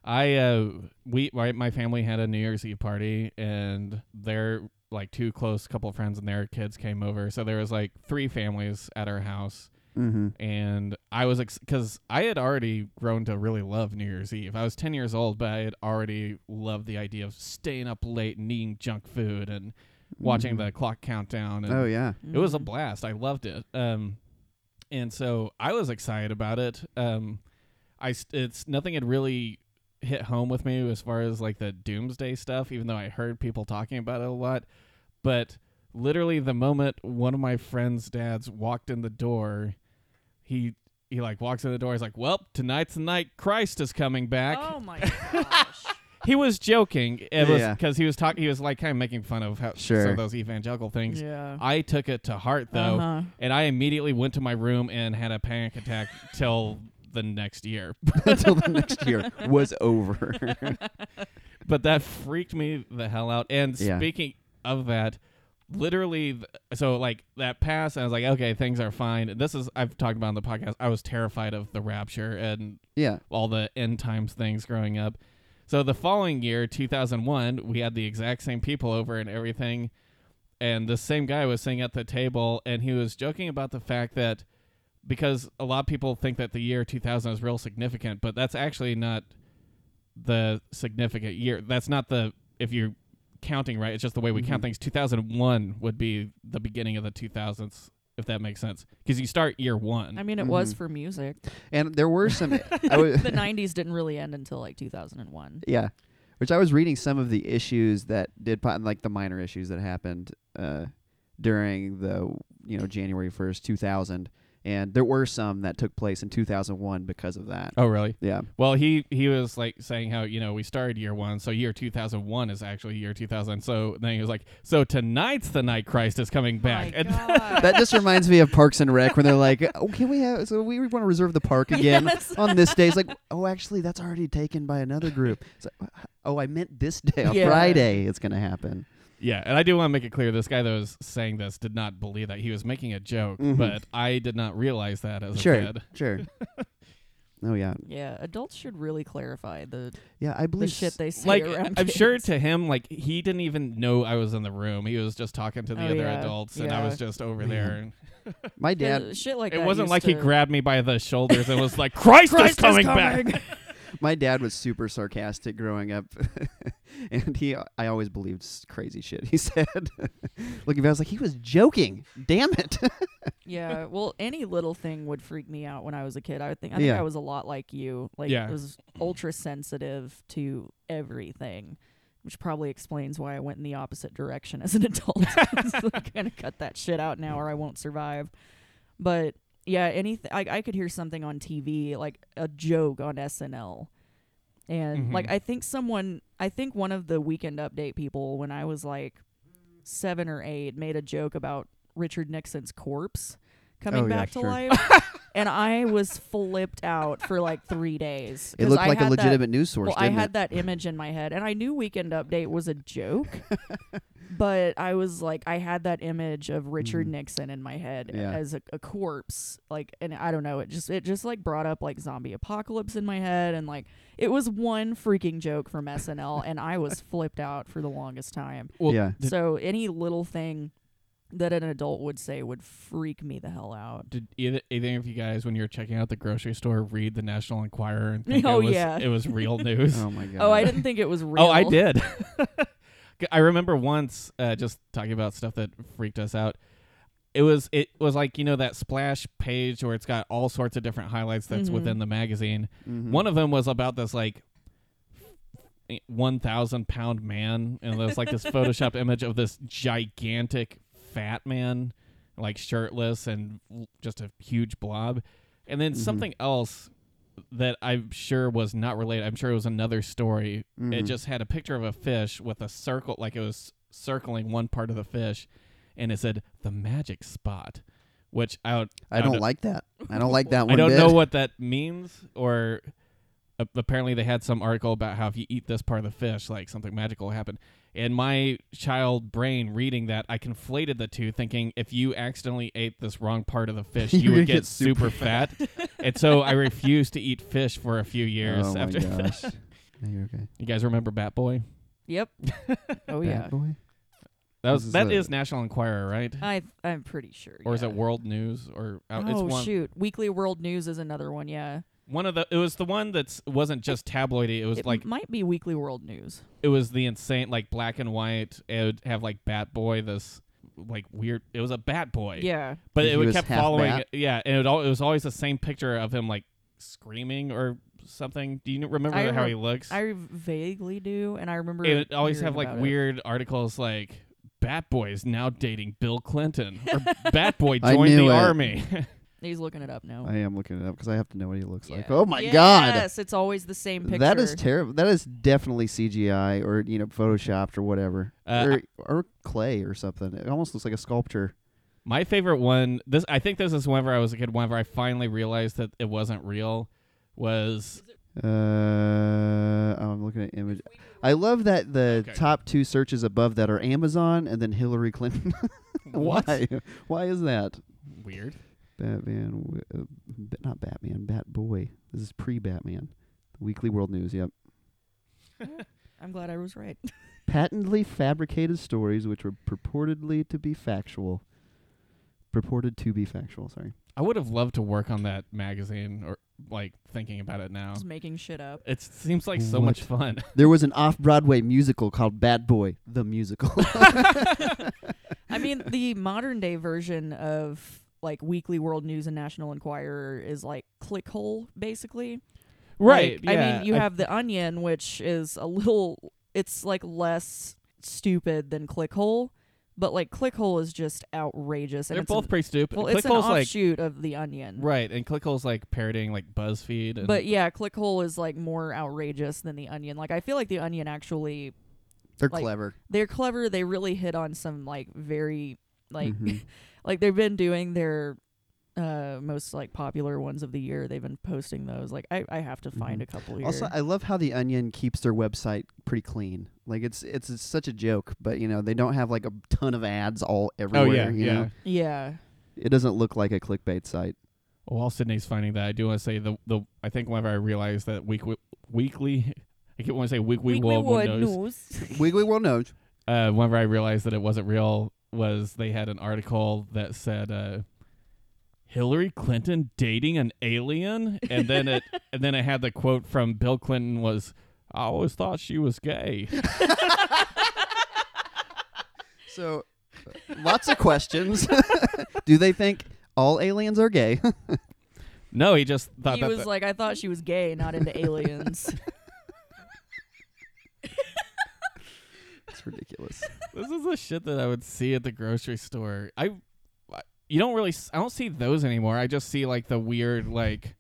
[SPEAKER 1] I uh we my, my family had a New Year's Eve party and their like two close couple of friends and their kids came over. So there was like three families at our house
[SPEAKER 2] mm-hmm.
[SPEAKER 1] and I was ex- cuz I had already grown to really love New Year's Eve. I was 10 years old, but I had already loved the idea of staying up late and eating junk food and watching the clock countdown and
[SPEAKER 2] Mm-hmm. Oh yeah.
[SPEAKER 1] it was a
[SPEAKER 3] Mm.
[SPEAKER 1] blast. I loved it. Um, and so I was excited about it. Um, I s- it's nothing had really hit home with me as far as like the doomsday stuff, even though I heard people talking about it a lot. But literally, the moment one of my friend's dads walked in the door, he he like walks in the door. He's like, "Well, tonight's the night Christ is coming back."
[SPEAKER 3] Oh my gosh.
[SPEAKER 1] He was joking. It was
[SPEAKER 2] Yeah.
[SPEAKER 1] because he was talking. He was like kind of making fun of how
[SPEAKER 2] Sure.
[SPEAKER 1] some of those evangelical things.
[SPEAKER 3] yeah.
[SPEAKER 1] I took it to heart though
[SPEAKER 3] Uh-huh.
[SPEAKER 1] and I immediately went to my room and had a panic attack till the next year.
[SPEAKER 2] Until the next year was over.
[SPEAKER 1] But that freaked me the hell out. And
[SPEAKER 2] Yeah.
[SPEAKER 1] speaking of that, literally, th- so like that pass, I was like, okay, things are fine. And this is I've talked about on the podcast. I was terrified of the rapture and
[SPEAKER 2] yeah.
[SPEAKER 1] all the end times things growing up. So the following year, 2001, we had the exact same people over and everything. And the same guy was sitting at the table and he was joking about the fact that because a lot of people think that the year 2000 is real significant, but that's actually not the significant year. That's not the, if you're counting right, it's just the way we count
[SPEAKER 2] Mhm.
[SPEAKER 1] things. 2001 would be the beginning of the 2000s, if that makes sense. Because you start year one.
[SPEAKER 3] I mean, it was
[SPEAKER 2] Mhm.
[SPEAKER 1] Mm-hmm.
[SPEAKER 3] for music.
[SPEAKER 2] And there were some. I was,
[SPEAKER 3] the 90s didn't really end until like 2001.
[SPEAKER 2] Yeah, which I was reading some of the issues that did pop, like the minor issues that happened uh, during the you know January first, two thousand, and there were some that took place in 2001 because of that.
[SPEAKER 1] Oh, really?
[SPEAKER 2] Yeah,
[SPEAKER 1] Well, he he was like saying how you know we started year one, so year two thousand one is actually year two thousand. So then he was like, so tonight's the night Christ is coming back.
[SPEAKER 3] My
[SPEAKER 1] And-
[SPEAKER 3] God.
[SPEAKER 2] that just reminds me of Parks and Rec when they're like, "Oh, can we have? So we want to reserve the park again
[SPEAKER 3] Yes.
[SPEAKER 2] on this day." It's like, "Oh, actually, that's already taken by another group." It's like, "Oh, I meant this day on
[SPEAKER 3] Yeah.
[SPEAKER 2] Friday. It's gonna happen."
[SPEAKER 1] yeah, and I do want to make it clear this guy that was saying this did not believe that he was making a joke,
[SPEAKER 2] Mhm.
[SPEAKER 1] but I did not realize that as
[SPEAKER 2] sure,
[SPEAKER 1] a kid.
[SPEAKER 2] sure. oh yeah,
[SPEAKER 3] yeah, adults should really clarify the
[SPEAKER 2] yeah. I
[SPEAKER 3] the
[SPEAKER 2] believe
[SPEAKER 3] shit they say
[SPEAKER 1] Like
[SPEAKER 3] around.
[SPEAKER 1] I'm sure
[SPEAKER 3] kids.
[SPEAKER 1] to him, like he didn't even know I was in the room. He was just talking to the
[SPEAKER 3] Oh,
[SPEAKER 1] other
[SPEAKER 3] yeah.
[SPEAKER 1] adults, and I
[SPEAKER 3] Yeah.
[SPEAKER 1] was just over
[SPEAKER 2] Man.
[SPEAKER 1] there. And
[SPEAKER 2] my
[SPEAKER 3] 'Cause
[SPEAKER 2] dad.
[SPEAKER 3] shit like
[SPEAKER 1] it
[SPEAKER 3] that
[SPEAKER 1] wasn't
[SPEAKER 3] used
[SPEAKER 1] like he
[SPEAKER 3] to-
[SPEAKER 1] grabbed me by the shoulders and was like, "Christ,
[SPEAKER 3] Christ
[SPEAKER 1] is,
[SPEAKER 3] is
[SPEAKER 1] coming back."
[SPEAKER 2] My dad was super sarcastic growing up, and he I always believed s- crazy shit he said. Looking back, I was like, he was joking. Damn it!
[SPEAKER 3] Yeah, well, any little thing would freak me out when I was a kid. I would think I think
[SPEAKER 2] Yeah.
[SPEAKER 3] I was a lot like you. Like
[SPEAKER 1] Yeah.
[SPEAKER 3] I was ultra sensitive to everything, which probably explains why I went in the opposite direction as an adult. kind of cut that shit out now, or I won't survive. But yeah, anything I, I could hear something on TV like a joke on SNL. And like
[SPEAKER 1] Mhm.
[SPEAKER 3] I think someone I think one of the weekend update people when I was like 7 or 8 made a joke about Richard Nixon's corpse coming
[SPEAKER 2] Oh, yeah,
[SPEAKER 3] back to
[SPEAKER 2] sure.
[SPEAKER 3] life and I was flipped out for like 3 days.
[SPEAKER 2] It
[SPEAKER 3] 'Cause
[SPEAKER 2] looked
[SPEAKER 3] I
[SPEAKER 2] like a
[SPEAKER 3] had that-
[SPEAKER 2] legitimate news source.
[SPEAKER 3] well, I
[SPEAKER 2] didn't
[SPEAKER 3] had
[SPEAKER 2] it?
[SPEAKER 3] that image in my head, and I knew Weekend Update was a joke, but I was like, I had that image of Richard
[SPEAKER 2] Mhm.
[SPEAKER 3] Nixon in my head
[SPEAKER 2] Yeah.
[SPEAKER 3] as a, a corpse, like, and I don't know, it just it just like brought up like zombie apocalypse in my head, and like it was one freaking joke from SNL, and I was flipped out for the longest time.
[SPEAKER 1] Well,
[SPEAKER 2] yeah.
[SPEAKER 1] Did-
[SPEAKER 3] so any little thing that an adult would say would freak me the hell out.
[SPEAKER 1] Did either, either of you guys, when you were checking out the grocery store, read the National Enquirer and think
[SPEAKER 3] Oh,
[SPEAKER 1] it was,
[SPEAKER 3] yeah.
[SPEAKER 1] it was real news?
[SPEAKER 2] Oh my god.
[SPEAKER 3] Oh, I didn't think it was real.
[SPEAKER 1] oh, I did. I remember once uh, just talking about stuff that freaked us out. It was it was like you know that splash page where it's got all sorts of different highlights that's
[SPEAKER 3] Mhm.
[SPEAKER 1] within the magazine.
[SPEAKER 2] Mhm.
[SPEAKER 1] One of them was about this like one thousand pound man, and there's like this photoshopped image of this gigantic fat man, like shirtless and l- just a huge blob. And then
[SPEAKER 2] Mhm.
[SPEAKER 1] something else that I'm sure was not related. I'm sure it was another story. It
[SPEAKER 2] Mhm.
[SPEAKER 1] just had a picture of a fish with a circle, like it was circling one part of the fish, and it said the magic spot, which I would,
[SPEAKER 2] I don't like that. I don't like that one
[SPEAKER 1] I don't
[SPEAKER 2] bit.
[SPEAKER 1] know what that means, or uh, apparently they had some article about how if you eat this part of the fish, like something magical will happen. And my child brain reading that, I conflated the two, thinking if you accidentally ate this wrong part of the fish,
[SPEAKER 2] You're
[SPEAKER 1] you
[SPEAKER 2] gonna
[SPEAKER 1] would get,
[SPEAKER 2] get
[SPEAKER 1] super fat. and so I refused to eat fish for a few years
[SPEAKER 2] oh
[SPEAKER 1] after
[SPEAKER 2] my
[SPEAKER 1] that.
[SPEAKER 2] gosh. No, you're okay.
[SPEAKER 1] You guys remember Bat Boy?
[SPEAKER 3] Yep. Oh
[SPEAKER 2] Bad
[SPEAKER 3] yeah.
[SPEAKER 2] boy. This
[SPEAKER 1] That was
[SPEAKER 2] is
[SPEAKER 1] that
[SPEAKER 2] a-
[SPEAKER 1] is National Enquirer, right?
[SPEAKER 3] I I'm pretty sure.
[SPEAKER 1] or is
[SPEAKER 3] yeah.
[SPEAKER 1] it World News? Or uh, it's
[SPEAKER 3] Uh, oh
[SPEAKER 1] one
[SPEAKER 3] shoot, Weekly World News is another one. Yeah,
[SPEAKER 1] one of the. It was the one that's wasn't just tabloidy. It was
[SPEAKER 3] it
[SPEAKER 1] like
[SPEAKER 3] might be Weekly World News.
[SPEAKER 1] it was the insane like black and white. It would have like Bat Boy, this like weird. It was a Bat Boy.
[SPEAKER 3] Yeah,
[SPEAKER 1] but
[SPEAKER 2] He
[SPEAKER 1] it would
[SPEAKER 2] was
[SPEAKER 1] kept
[SPEAKER 2] half
[SPEAKER 1] following.
[SPEAKER 2] bat?
[SPEAKER 1] Yeah, and it, would al- it was always the same picture of him like screaming or something. Do you kn- remember
[SPEAKER 3] I
[SPEAKER 1] how
[SPEAKER 3] re-
[SPEAKER 1] he looks?
[SPEAKER 3] I vaguely do, and I remember
[SPEAKER 1] it would always have
[SPEAKER 3] hearing
[SPEAKER 1] like
[SPEAKER 3] about it.
[SPEAKER 1] weird articles like. Bat Boy is now dating Bill Clinton, or Bat Boy
[SPEAKER 2] I
[SPEAKER 1] joined the
[SPEAKER 2] knew it.
[SPEAKER 1] army.
[SPEAKER 3] He's looking it up now.
[SPEAKER 1] Oh.
[SPEAKER 2] I am looking it up because I have to know what he looks like.
[SPEAKER 3] Yeah.
[SPEAKER 2] Oh my
[SPEAKER 3] yes,
[SPEAKER 2] god.
[SPEAKER 3] Yes, it's always the same picture.
[SPEAKER 2] That is terrible. That is definitely CGI or you know photoshopped or whatever
[SPEAKER 1] Uh,
[SPEAKER 2] or or clay or something. It almost looks like a sculpture.
[SPEAKER 1] My favorite one, this I think this is whenever I was a kid, whenever I finally realized that it wasn't real, was
[SPEAKER 2] Uh, oh, I'm looking at image. I love that the
[SPEAKER 1] Okay.
[SPEAKER 2] top two searches above that are Amazon and then Hillary Clinton. Why? Why is that?
[SPEAKER 1] Weird.
[SPEAKER 2] Batman, wi- uh, b- not Batman, Bat Boy. This is pre-Batman. Weekly World News. Yep.
[SPEAKER 3] I'm glad I was right.
[SPEAKER 1] Oh.
[SPEAKER 2] Patently fabricated stories which were purportedly to be factual. Purported to be factual. Sorry.
[SPEAKER 1] I would have loved to work on that magazine or like thinking about it now.
[SPEAKER 3] Just making shit up.
[SPEAKER 1] It seems like so
[SPEAKER 2] What?
[SPEAKER 1] much fun.
[SPEAKER 2] There was an off-Broadway musical called Bad Boy the Musical.
[SPEAKER 3] I mean, the modern day version of like Weekly World News and National Enquirer is like clickhole, basically. Like, I mean, you have the Onion, which is a little. It's like less stupid than Clickhole, But like Clickhole is just outrageous. And
[SPEAKER 1] They're
[SPEAKER 3] it's an-
[SPEAKER 1] both pretty stupid.
[SPEAKER 3] well,
[SPEAKER 1] Clickhole's
[SPEAKER 3] it's an
[SPEAKER 1] like
[SPEAKER 3] offshoot of the Onion.
[SPEAKER 1] right, and Clickhole's like parodying like BuzzFeed. And,
[SPEAKER 3] But yeah, Clickhole is like more outrageous than the Onion. Like I feel like the Onion actually
[SPEAKER 2] They're
[SPEAKER 3] Like-
[SPEAKER 2] clever.
[SPEAKER 3] they're clever. They really hit on some like very like
[SPEAKER 2] Mhm.
[SPEAKER 3] like they've been doing their uh most like popular ones of the year. They've been posting those. Like I I have to find
[SPEAKER 2] Mhm.
[SPEAKER 3] a couple here.
[SPEAKER 2] Also, I love how the Onion keeps their website pretty clean. Like it's it's, such a joke, but you know they don't have like a ton of ads all
[SPEAKER 1] oh
[SPEAKER 2] everywhere.
[SPEAKER 1] yeah,
[SPEAKER 2] you
[SPEAKER 1] yeah.
[SPEAKER 2] Know?
[SPEAKER 3] yeah.
[SPEAKER 2] It doesn't look like a clickbait site.
[SPEAKER 1] Oh, While Sydney's finding that, I do want to say the the I think whenever I realized that week weekly, I keep want to say week week
[SPEAKER 3] Weekly
[SPEAKER 1] world
[SPEAKER 3] Word
[SPEAKER 1] windows.
[SPEAKER 3] News.
[SPEAKER 2] Wiggly World knows.
[SPEAKER 1] uh, whenever I realized that it wasn't real, was they had an article that said uh, Hillary Clinton dating an alien, and then it and then it had the quote from Bill Clinton was, "I always thought she was gay."
[SPEAKER 2] So, uh, lots of questions. Do they think all aliens are gay?
[SPEAKER 1] No, he just thought
[SPEAKER 3] he
[SPEAKER 1] that.
[SPEAKER 3] was
[SPEAKER 1] the-
[SPEAKER 3] like, I thought she was gay, not into aliens.
[SPEAKER 2] it's ridiculous.
[SPEAKER 1] this is the shit that I would see at the grocery store. I, I- you don't really, s- I don't see those anymore. I just see like the weird like,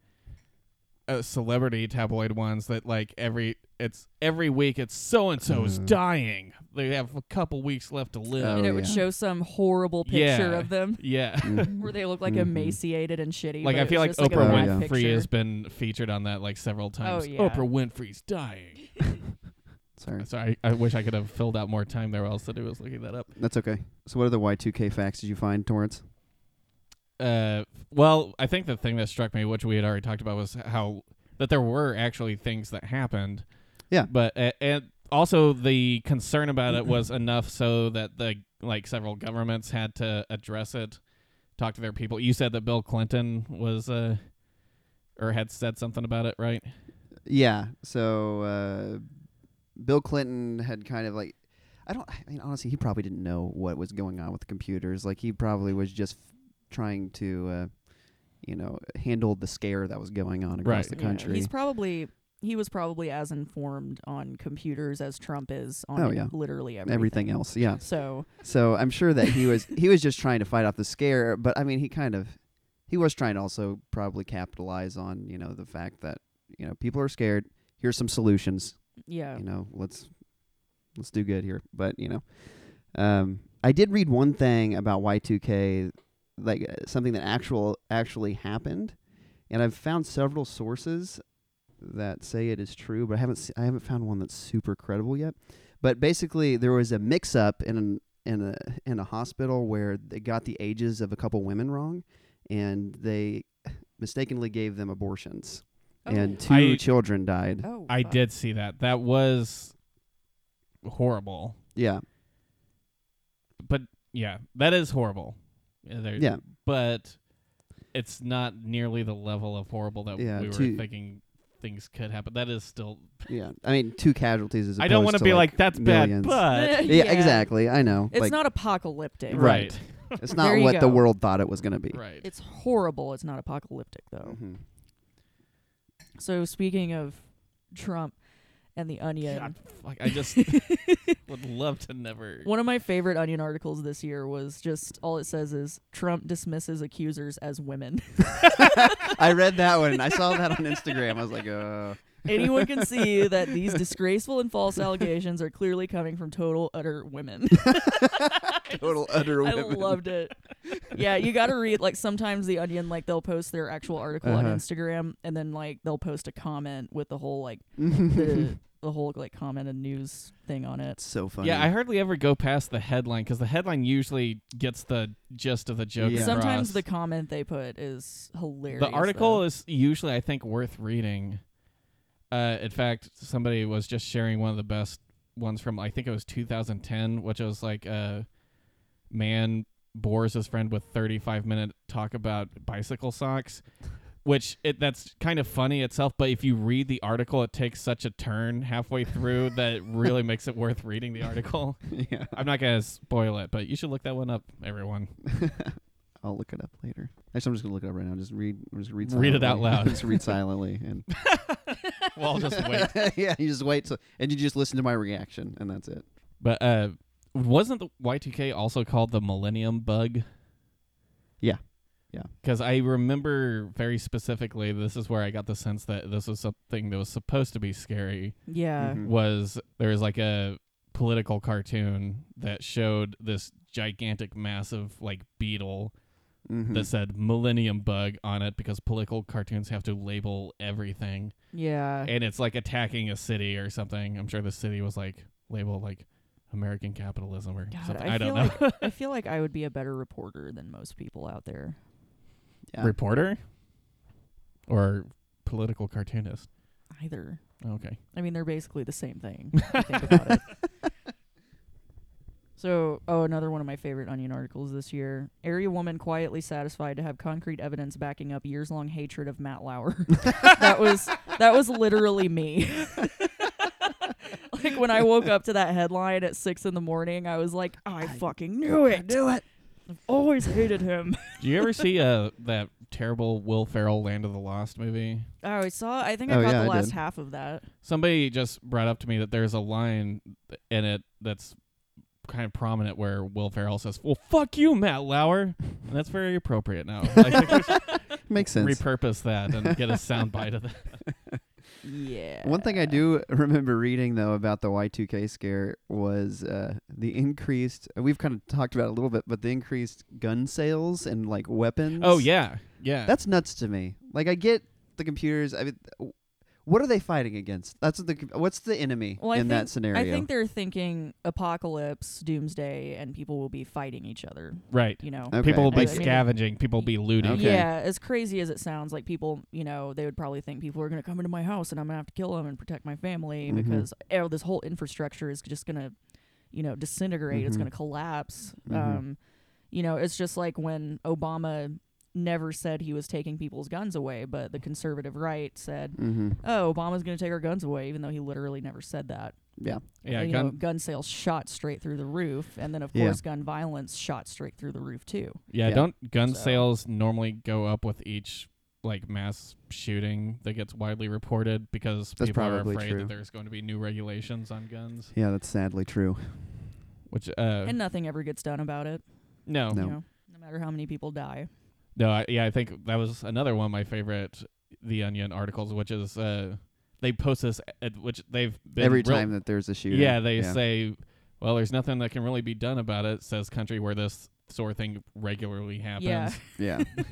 [SPEAKER 1] uh, celebrity tabloid ones that like every it's every week it's so and so is
[SPEAKER 2] Mhm.
[SPEAKER 1] dying. They have a couple weeks left to live.
[SPEAKER 2] Oh,
[SPEAKER 3] and it would
[SPEAKER 2] yeah.
[SPEAKER 3] show some horrible picture
[SPEAKER 1] Yeah.
[SPEAKER 3] of them
[SPEAKER 1] Yeah.
[SPEAKER 2] Mm.
[SPEAKER 3] where they look like
[SPEAKER 2] Mhm.
[SPEAKER 3] emaciated and shitty.
[SPEAKER 1] Like
[SPEAKER 3] but
[SPEAKER 1] I
[SPEAKER 3] it's
[SPEAKER 1] feel like
[SPEAKER 3] just,
[SPEAKER 1] Oprah
[SPEAKER 3] a
[SPEAKER 2] Oh,
[SPEAKER 3] bad
[SPEAKER 2] yeah.
[SPEAKER 1] Winfrey
[SPEAKER 3] picture. Oh,
[SPEAKER 1] has been featured on that like several times.
[SPEAKER 3] yeah.
[SPEAKER 1] Oprah Winfrey's dying.
[SPEAKER 2] Sorry,
[SPEAKER 1] Sorry, I wish I could have filled out more time there. Else to do was looking that up.
[SPEAKER 2] that's okay. So, what other Y2K facts did you find, Torrance?
[SPEAKER 1] Uh, well, I think the thing that struck me, which we had already talked about, was how that there were actually things that happened.
[SPEAKER 2] Yeah.
[SPEAKER 1] But uh, and also the concern about it was enough so that the like several governments had to address it, talk to their people. You said that Bill Clinton was uh, or had said something about it, right?
[SPEAKER 2] Yeah. So uh, Bill Clinton had kind of like I don't I mean honestly he probably didn't know what was going on with computers. Like he probably was just trying to uh, you know handle the scare that was going on across
[SPEAKER 1] Right.
[SPEAKER 2] the
[SPEAKER 3] Yeah,
[SPEAKER 2] country.
[SPEAKER 3] He's probably he was probably as informed on computers as Trump is on
[SPEAKER 2] Oh, yeah.
[SPEAKER 3] literally everything.
[SPEAKER 2] Everything else, yeah.
[SPEAKER 3] So
[SPEAKER 2] So I'm sure that he was he was just trying to fight off the scare, but I mean he kind of he was trying to also probably capitalize on you know the fact that you know people are scared. Here's some solutions.
[SPEAKER 3] yeah,
[SPEAKER 2] you know, let's let's do good here. But you know, um, I did read one thing about Y2K, like uh, something that actual actually happened, and I've found several sources that say it is true, but I haven't se- I haven't found one that's super credible yet. But basically, there was a mix-up in an in a in a hospital where they got the ages of a couple women wrong, and they mistakenly gave them abortions, and two
[SPEAKER 1] I-
[SPEAKER 2] children died.
[SPEAKER 3] oh,
[SPEAKER 1] I
[SPEAKER 3] fuck.
[SPEAKER 1] did see that. That was horrible.
[SPEAKER 2] Yeah,
[SPEAKER 1] But yeah, that is horrible. Yeah. there-
[SPEAKER 2] yeah.
[SPEAKER 1] But it's not nearly the level of horrible that
[SPEAKER 2] Yeah,
[SPEAKER 1] we were
[SPEAKER 2] to-
[SPEAKER 1] thinking things could happen. That is still.
[SPEAKER 2] Yeah, I mean, two casualties. As
[SPEAKER 1] I don't
[SPEAKER 2] want to
[SPEAKER 1] be
[SPEAKER 2] like,
[SPEAKER 1] like, that's
[SPEAKER 2] millions."
[SPEAKER 1] bad,
[SPEAKER 2] yeah, exactly. I know.
[SPEAKER 3] It's
[SPEAKER 2] like,
[SPEAKER 3] not apocalyptic.
[SPEAKER 1] but
[SPEAKER 2] Right. it's not
[SPEAKER 3] There you
[SPEAKER 2] what the
[SPEAKER 3] go.
[SPEAKER 2] world thought it was going to be.
[SPEAKER 1] right.
[SPEAKER 3] It's horrible. It's not apocalyptic though.
[SPEAKER 2] Mhm.
[SPEAKER 3] So speaking of Trump and the Onion,
[SPEAKER 1] God, fuck, I just would love to never.
[SPEAKER 3] One of my favorite Onion articles this year was just all it says is Trump dismisses accusers as women.
[SPEAKER 2] I read that one. I saw that on Instagram. I was like, uh,
[SPEAKER 3] Anyone can see that these disgraceful and false allegations are clearly coming from total utter women.
[SPEAKER 2] total utter
[SPEAKER 3] I
[SPEAKER 2] women.
[SPEAKER 3] loved it. Yeah, you got to read like sometimes the Onion like they'll post their actual article
[SPEAKER 2] Uh-huh.
[SPEAKER 3] on Instagram and then like they'll post a comment with the whole like
[SPEAKER 2] it's
[SPEAKER 3] the the whole like comment and news thing on it.
[SPEAKER 2] so funny.
[SPEAKER 1] Yeah, I hardly ever go past the headline because the headline usually gets the gist of the joke.
[SPEAKER 2] Yeah.
[SPEAKER 3] Sometimes the
[SPEAKER 1] across.
[SPEAKER 3] comment they put is hilarious.
[SPEAKER 1] the article
[SPEAKER 3] though.
[SPEAKER 1] is usually I think worth reading. Uh, in fact, somebody was just sharing one of the best ones from I think it was 2010, which was like a man bores his friend with 35 minute talk about bicycle socks, which it that's kind of funny itself. But if you read the article, it takes such a turn halfway through that it really makes it worth reading the article.
[SPEAKER 2] yeah.
[SPEAKER 1] I'm not gonna spoil it, but you should look that one up, everyone.
[SPEAKER 2] I'll look it up later. Actually, I'm just gonna look it up right now. Just read. I'm just read.
[SPEAKER 1] Read it out
[SPEAKER 2] silently.
[SPEAKER 1] loud.
[SPEAKER 2] just read silently, and
[SPEAKER 1] Well, I'll just wait.
[SPEAKER 2] yeah, you just wait. So, and you just listen to my reaction, and that's it.
[SPEAKER 1] But uh, wasn't the Y2K also called the Millennium Bug?
[SPEAKER 2] Yeah. Yeah.
[SPEAKER 1] Because I remember very specifically, this is where I got the sense that this was something that was supposed to be scary.
[SPEAKER 3] Yeah.
[SPEAKER 2] Mhm.
[SPEAKER 1] Was there was like a political cartoon that showed this gigantic, massive like beetle
[SPEAKER 2] Mhm.
[SPEAKER 1] that said Millennium Bug on it because political cartoons have to label everything,
[SPEAKER 3] Yeah.
[SPEAKER 1] and it's like attacking a city or something. I'm sure the city was like labeled like American capitalism or
[SPEAKER 3] God,
[SPEAKER 1] something.
[SPEAKER 3] I
[SPEAKER 1] I, don't
[SPEAKER 3] feel
[SPEAKER 1] know.
[SPEAKER 3] I feel like I would be a better reporter than most people out there.
[SPEAKER 2] Yeah.
[SPEAKER 1] reporter or political cartoonist. Oh,
[SPEAKER 3] Either.
[SPEAKER 1] Okay.
[SPEAKER 3] I mean, they're basically the same thing. if you think about it. So, oh, another one of my favorite Onion articles this year. Area woman quietly satisfied to have concrete evidence backing up years-long hatred of Matt Lauer. that was that was literally me. like when I woke up to that headline at six in the morning, I was like, I, fucking knew it.
[SPEAKER 2] Do it.
[SPEAKER 3] I've always hated him.
[SPEAKER 1] Do you ever see uh that terrible Will Ferrell Land of the Lost movie?
[SPEAKER 3] Oh, I saw. I think
[SPEAKER 2] Oh,
[SPEAKER 3] I caught
[SPEAKER 2] yeah, I
[SPEAKER 3] the last
[SPEAKER 2] did.
[SPEAKER 3] half of that.
[SPEAKER 1] Somebody just brought up to me that there's a line in it that's kind of prominent where Will Ferrell says, "Well, fuck you, Matt Lauer," and that's very appropriate now. I think we should
[SPEAKER 2] Makes sense.
[SPEAKER 1] repurpose that and get a soundbite of that.
[SPEAKER 3] Yeah.
[SPEAKER 2] One thing I do remember reading though about the Y2K scare was uh, the increased. We've kind of talked about it a little bit, but the increased gun sales and like weapons.
[SPEAKER 1] Oh yeah, yeah.
[SPEAKER 2] that's nuts to me. Like I get the computers. I mean, w- what are they fighting against? That's what the com- what's the enemy
[SPEAKER 3] Well, I
[SPEAKER 2] in that
[SPEAKER 3] think-
[SPEAKER 2] scenario?
[SPEAKER 3] I think they're thinking apocalypse, doomsday, and people will be fighting each other.
[SPEAKER 1] right.
[SPEAKER 3] You know.
[SPEAKER 2] Okay.
[SPEAKER 1] People will be
[SPEAKER 2] I
[SPEAKER 3] see.
[SPEAKER 1] scavenging. People will be looting.
[SPEAKER 2] Uh, Okay.
[SPEAKER 3] Yeah, as crazy as it sounds, like people, you know, they would probably think people are going to come into my house and I'm going to have to kill them and protect my family
[SPEAKER 2] Mhm.
[SPEAKER 3] because oh, this whole infrastructure is just going to, you know, disintegrate. It's
[SPEAKER 2] Mhm.
[SPEAKER 3] going to collapse.
[SPEAKER 2] Mhm.
[SPEAKER 3] Um, you know, it's just like when Obama never said he was taking people's guns away, but the conservative right said,
[SPEAKER 2] Mm-hmm.
[SPEAKER 3] oh, Obama's going to take our guns away, even though he literally never said that.
[SPEAKER 2] Yeah.
[SPEAKER 1] Yeah,
[SPEAKER 3] you
[SPEAKER 1] gun-
[SPEAKER 3] know, gun sales shot straight through the roof, and then of
[SPEAKER 2] Yeah.
[SPEAKER 3] course, gun violence shot straight through the roof too.
[SPEAKER 1] Yeah,
[SPEAKER 2] Yeah.
[SPEAKER 1] don't gun
[SPEAKER 3] So-
[SPEAKER 1] sales normally go up with each like mass shooting that gets widely reported because
[SPEAKER 2] That's
[SPEAKER 1] people are
[SPEAKER 2] probably
[SPEAKER 1] afraid
[SPEAKER 2] true.
[SPEAKER 1] that there's going to be new regulations on guns,
[SPEAKER 2] Yeah, that's sadly true.
[SPEAKER 1] which uh
[SPEAKER 3] And nothing ever gets done about it.
[SPEAKER 1] no.
[SPEAKER 2] No.
[SPEAKER 1] No,
[SPEAKER 3] You know, no matter how many people die.
[SPEAKER 1] I, yeah, I think that was another one of my favorite the Onion articles which is uh they post this at which they've been
[SPEAKER 2] Every
[SPEAKER 1] real-
[SPEAKER 2] time that there's a shooting.
[SPEAKER 1] Yeah, they say well there's nothing that can really be done about it says country where this sort of thing regularly happens.
[SPEAKER 3] Yeah,
[SPEAKER 2] Yeah.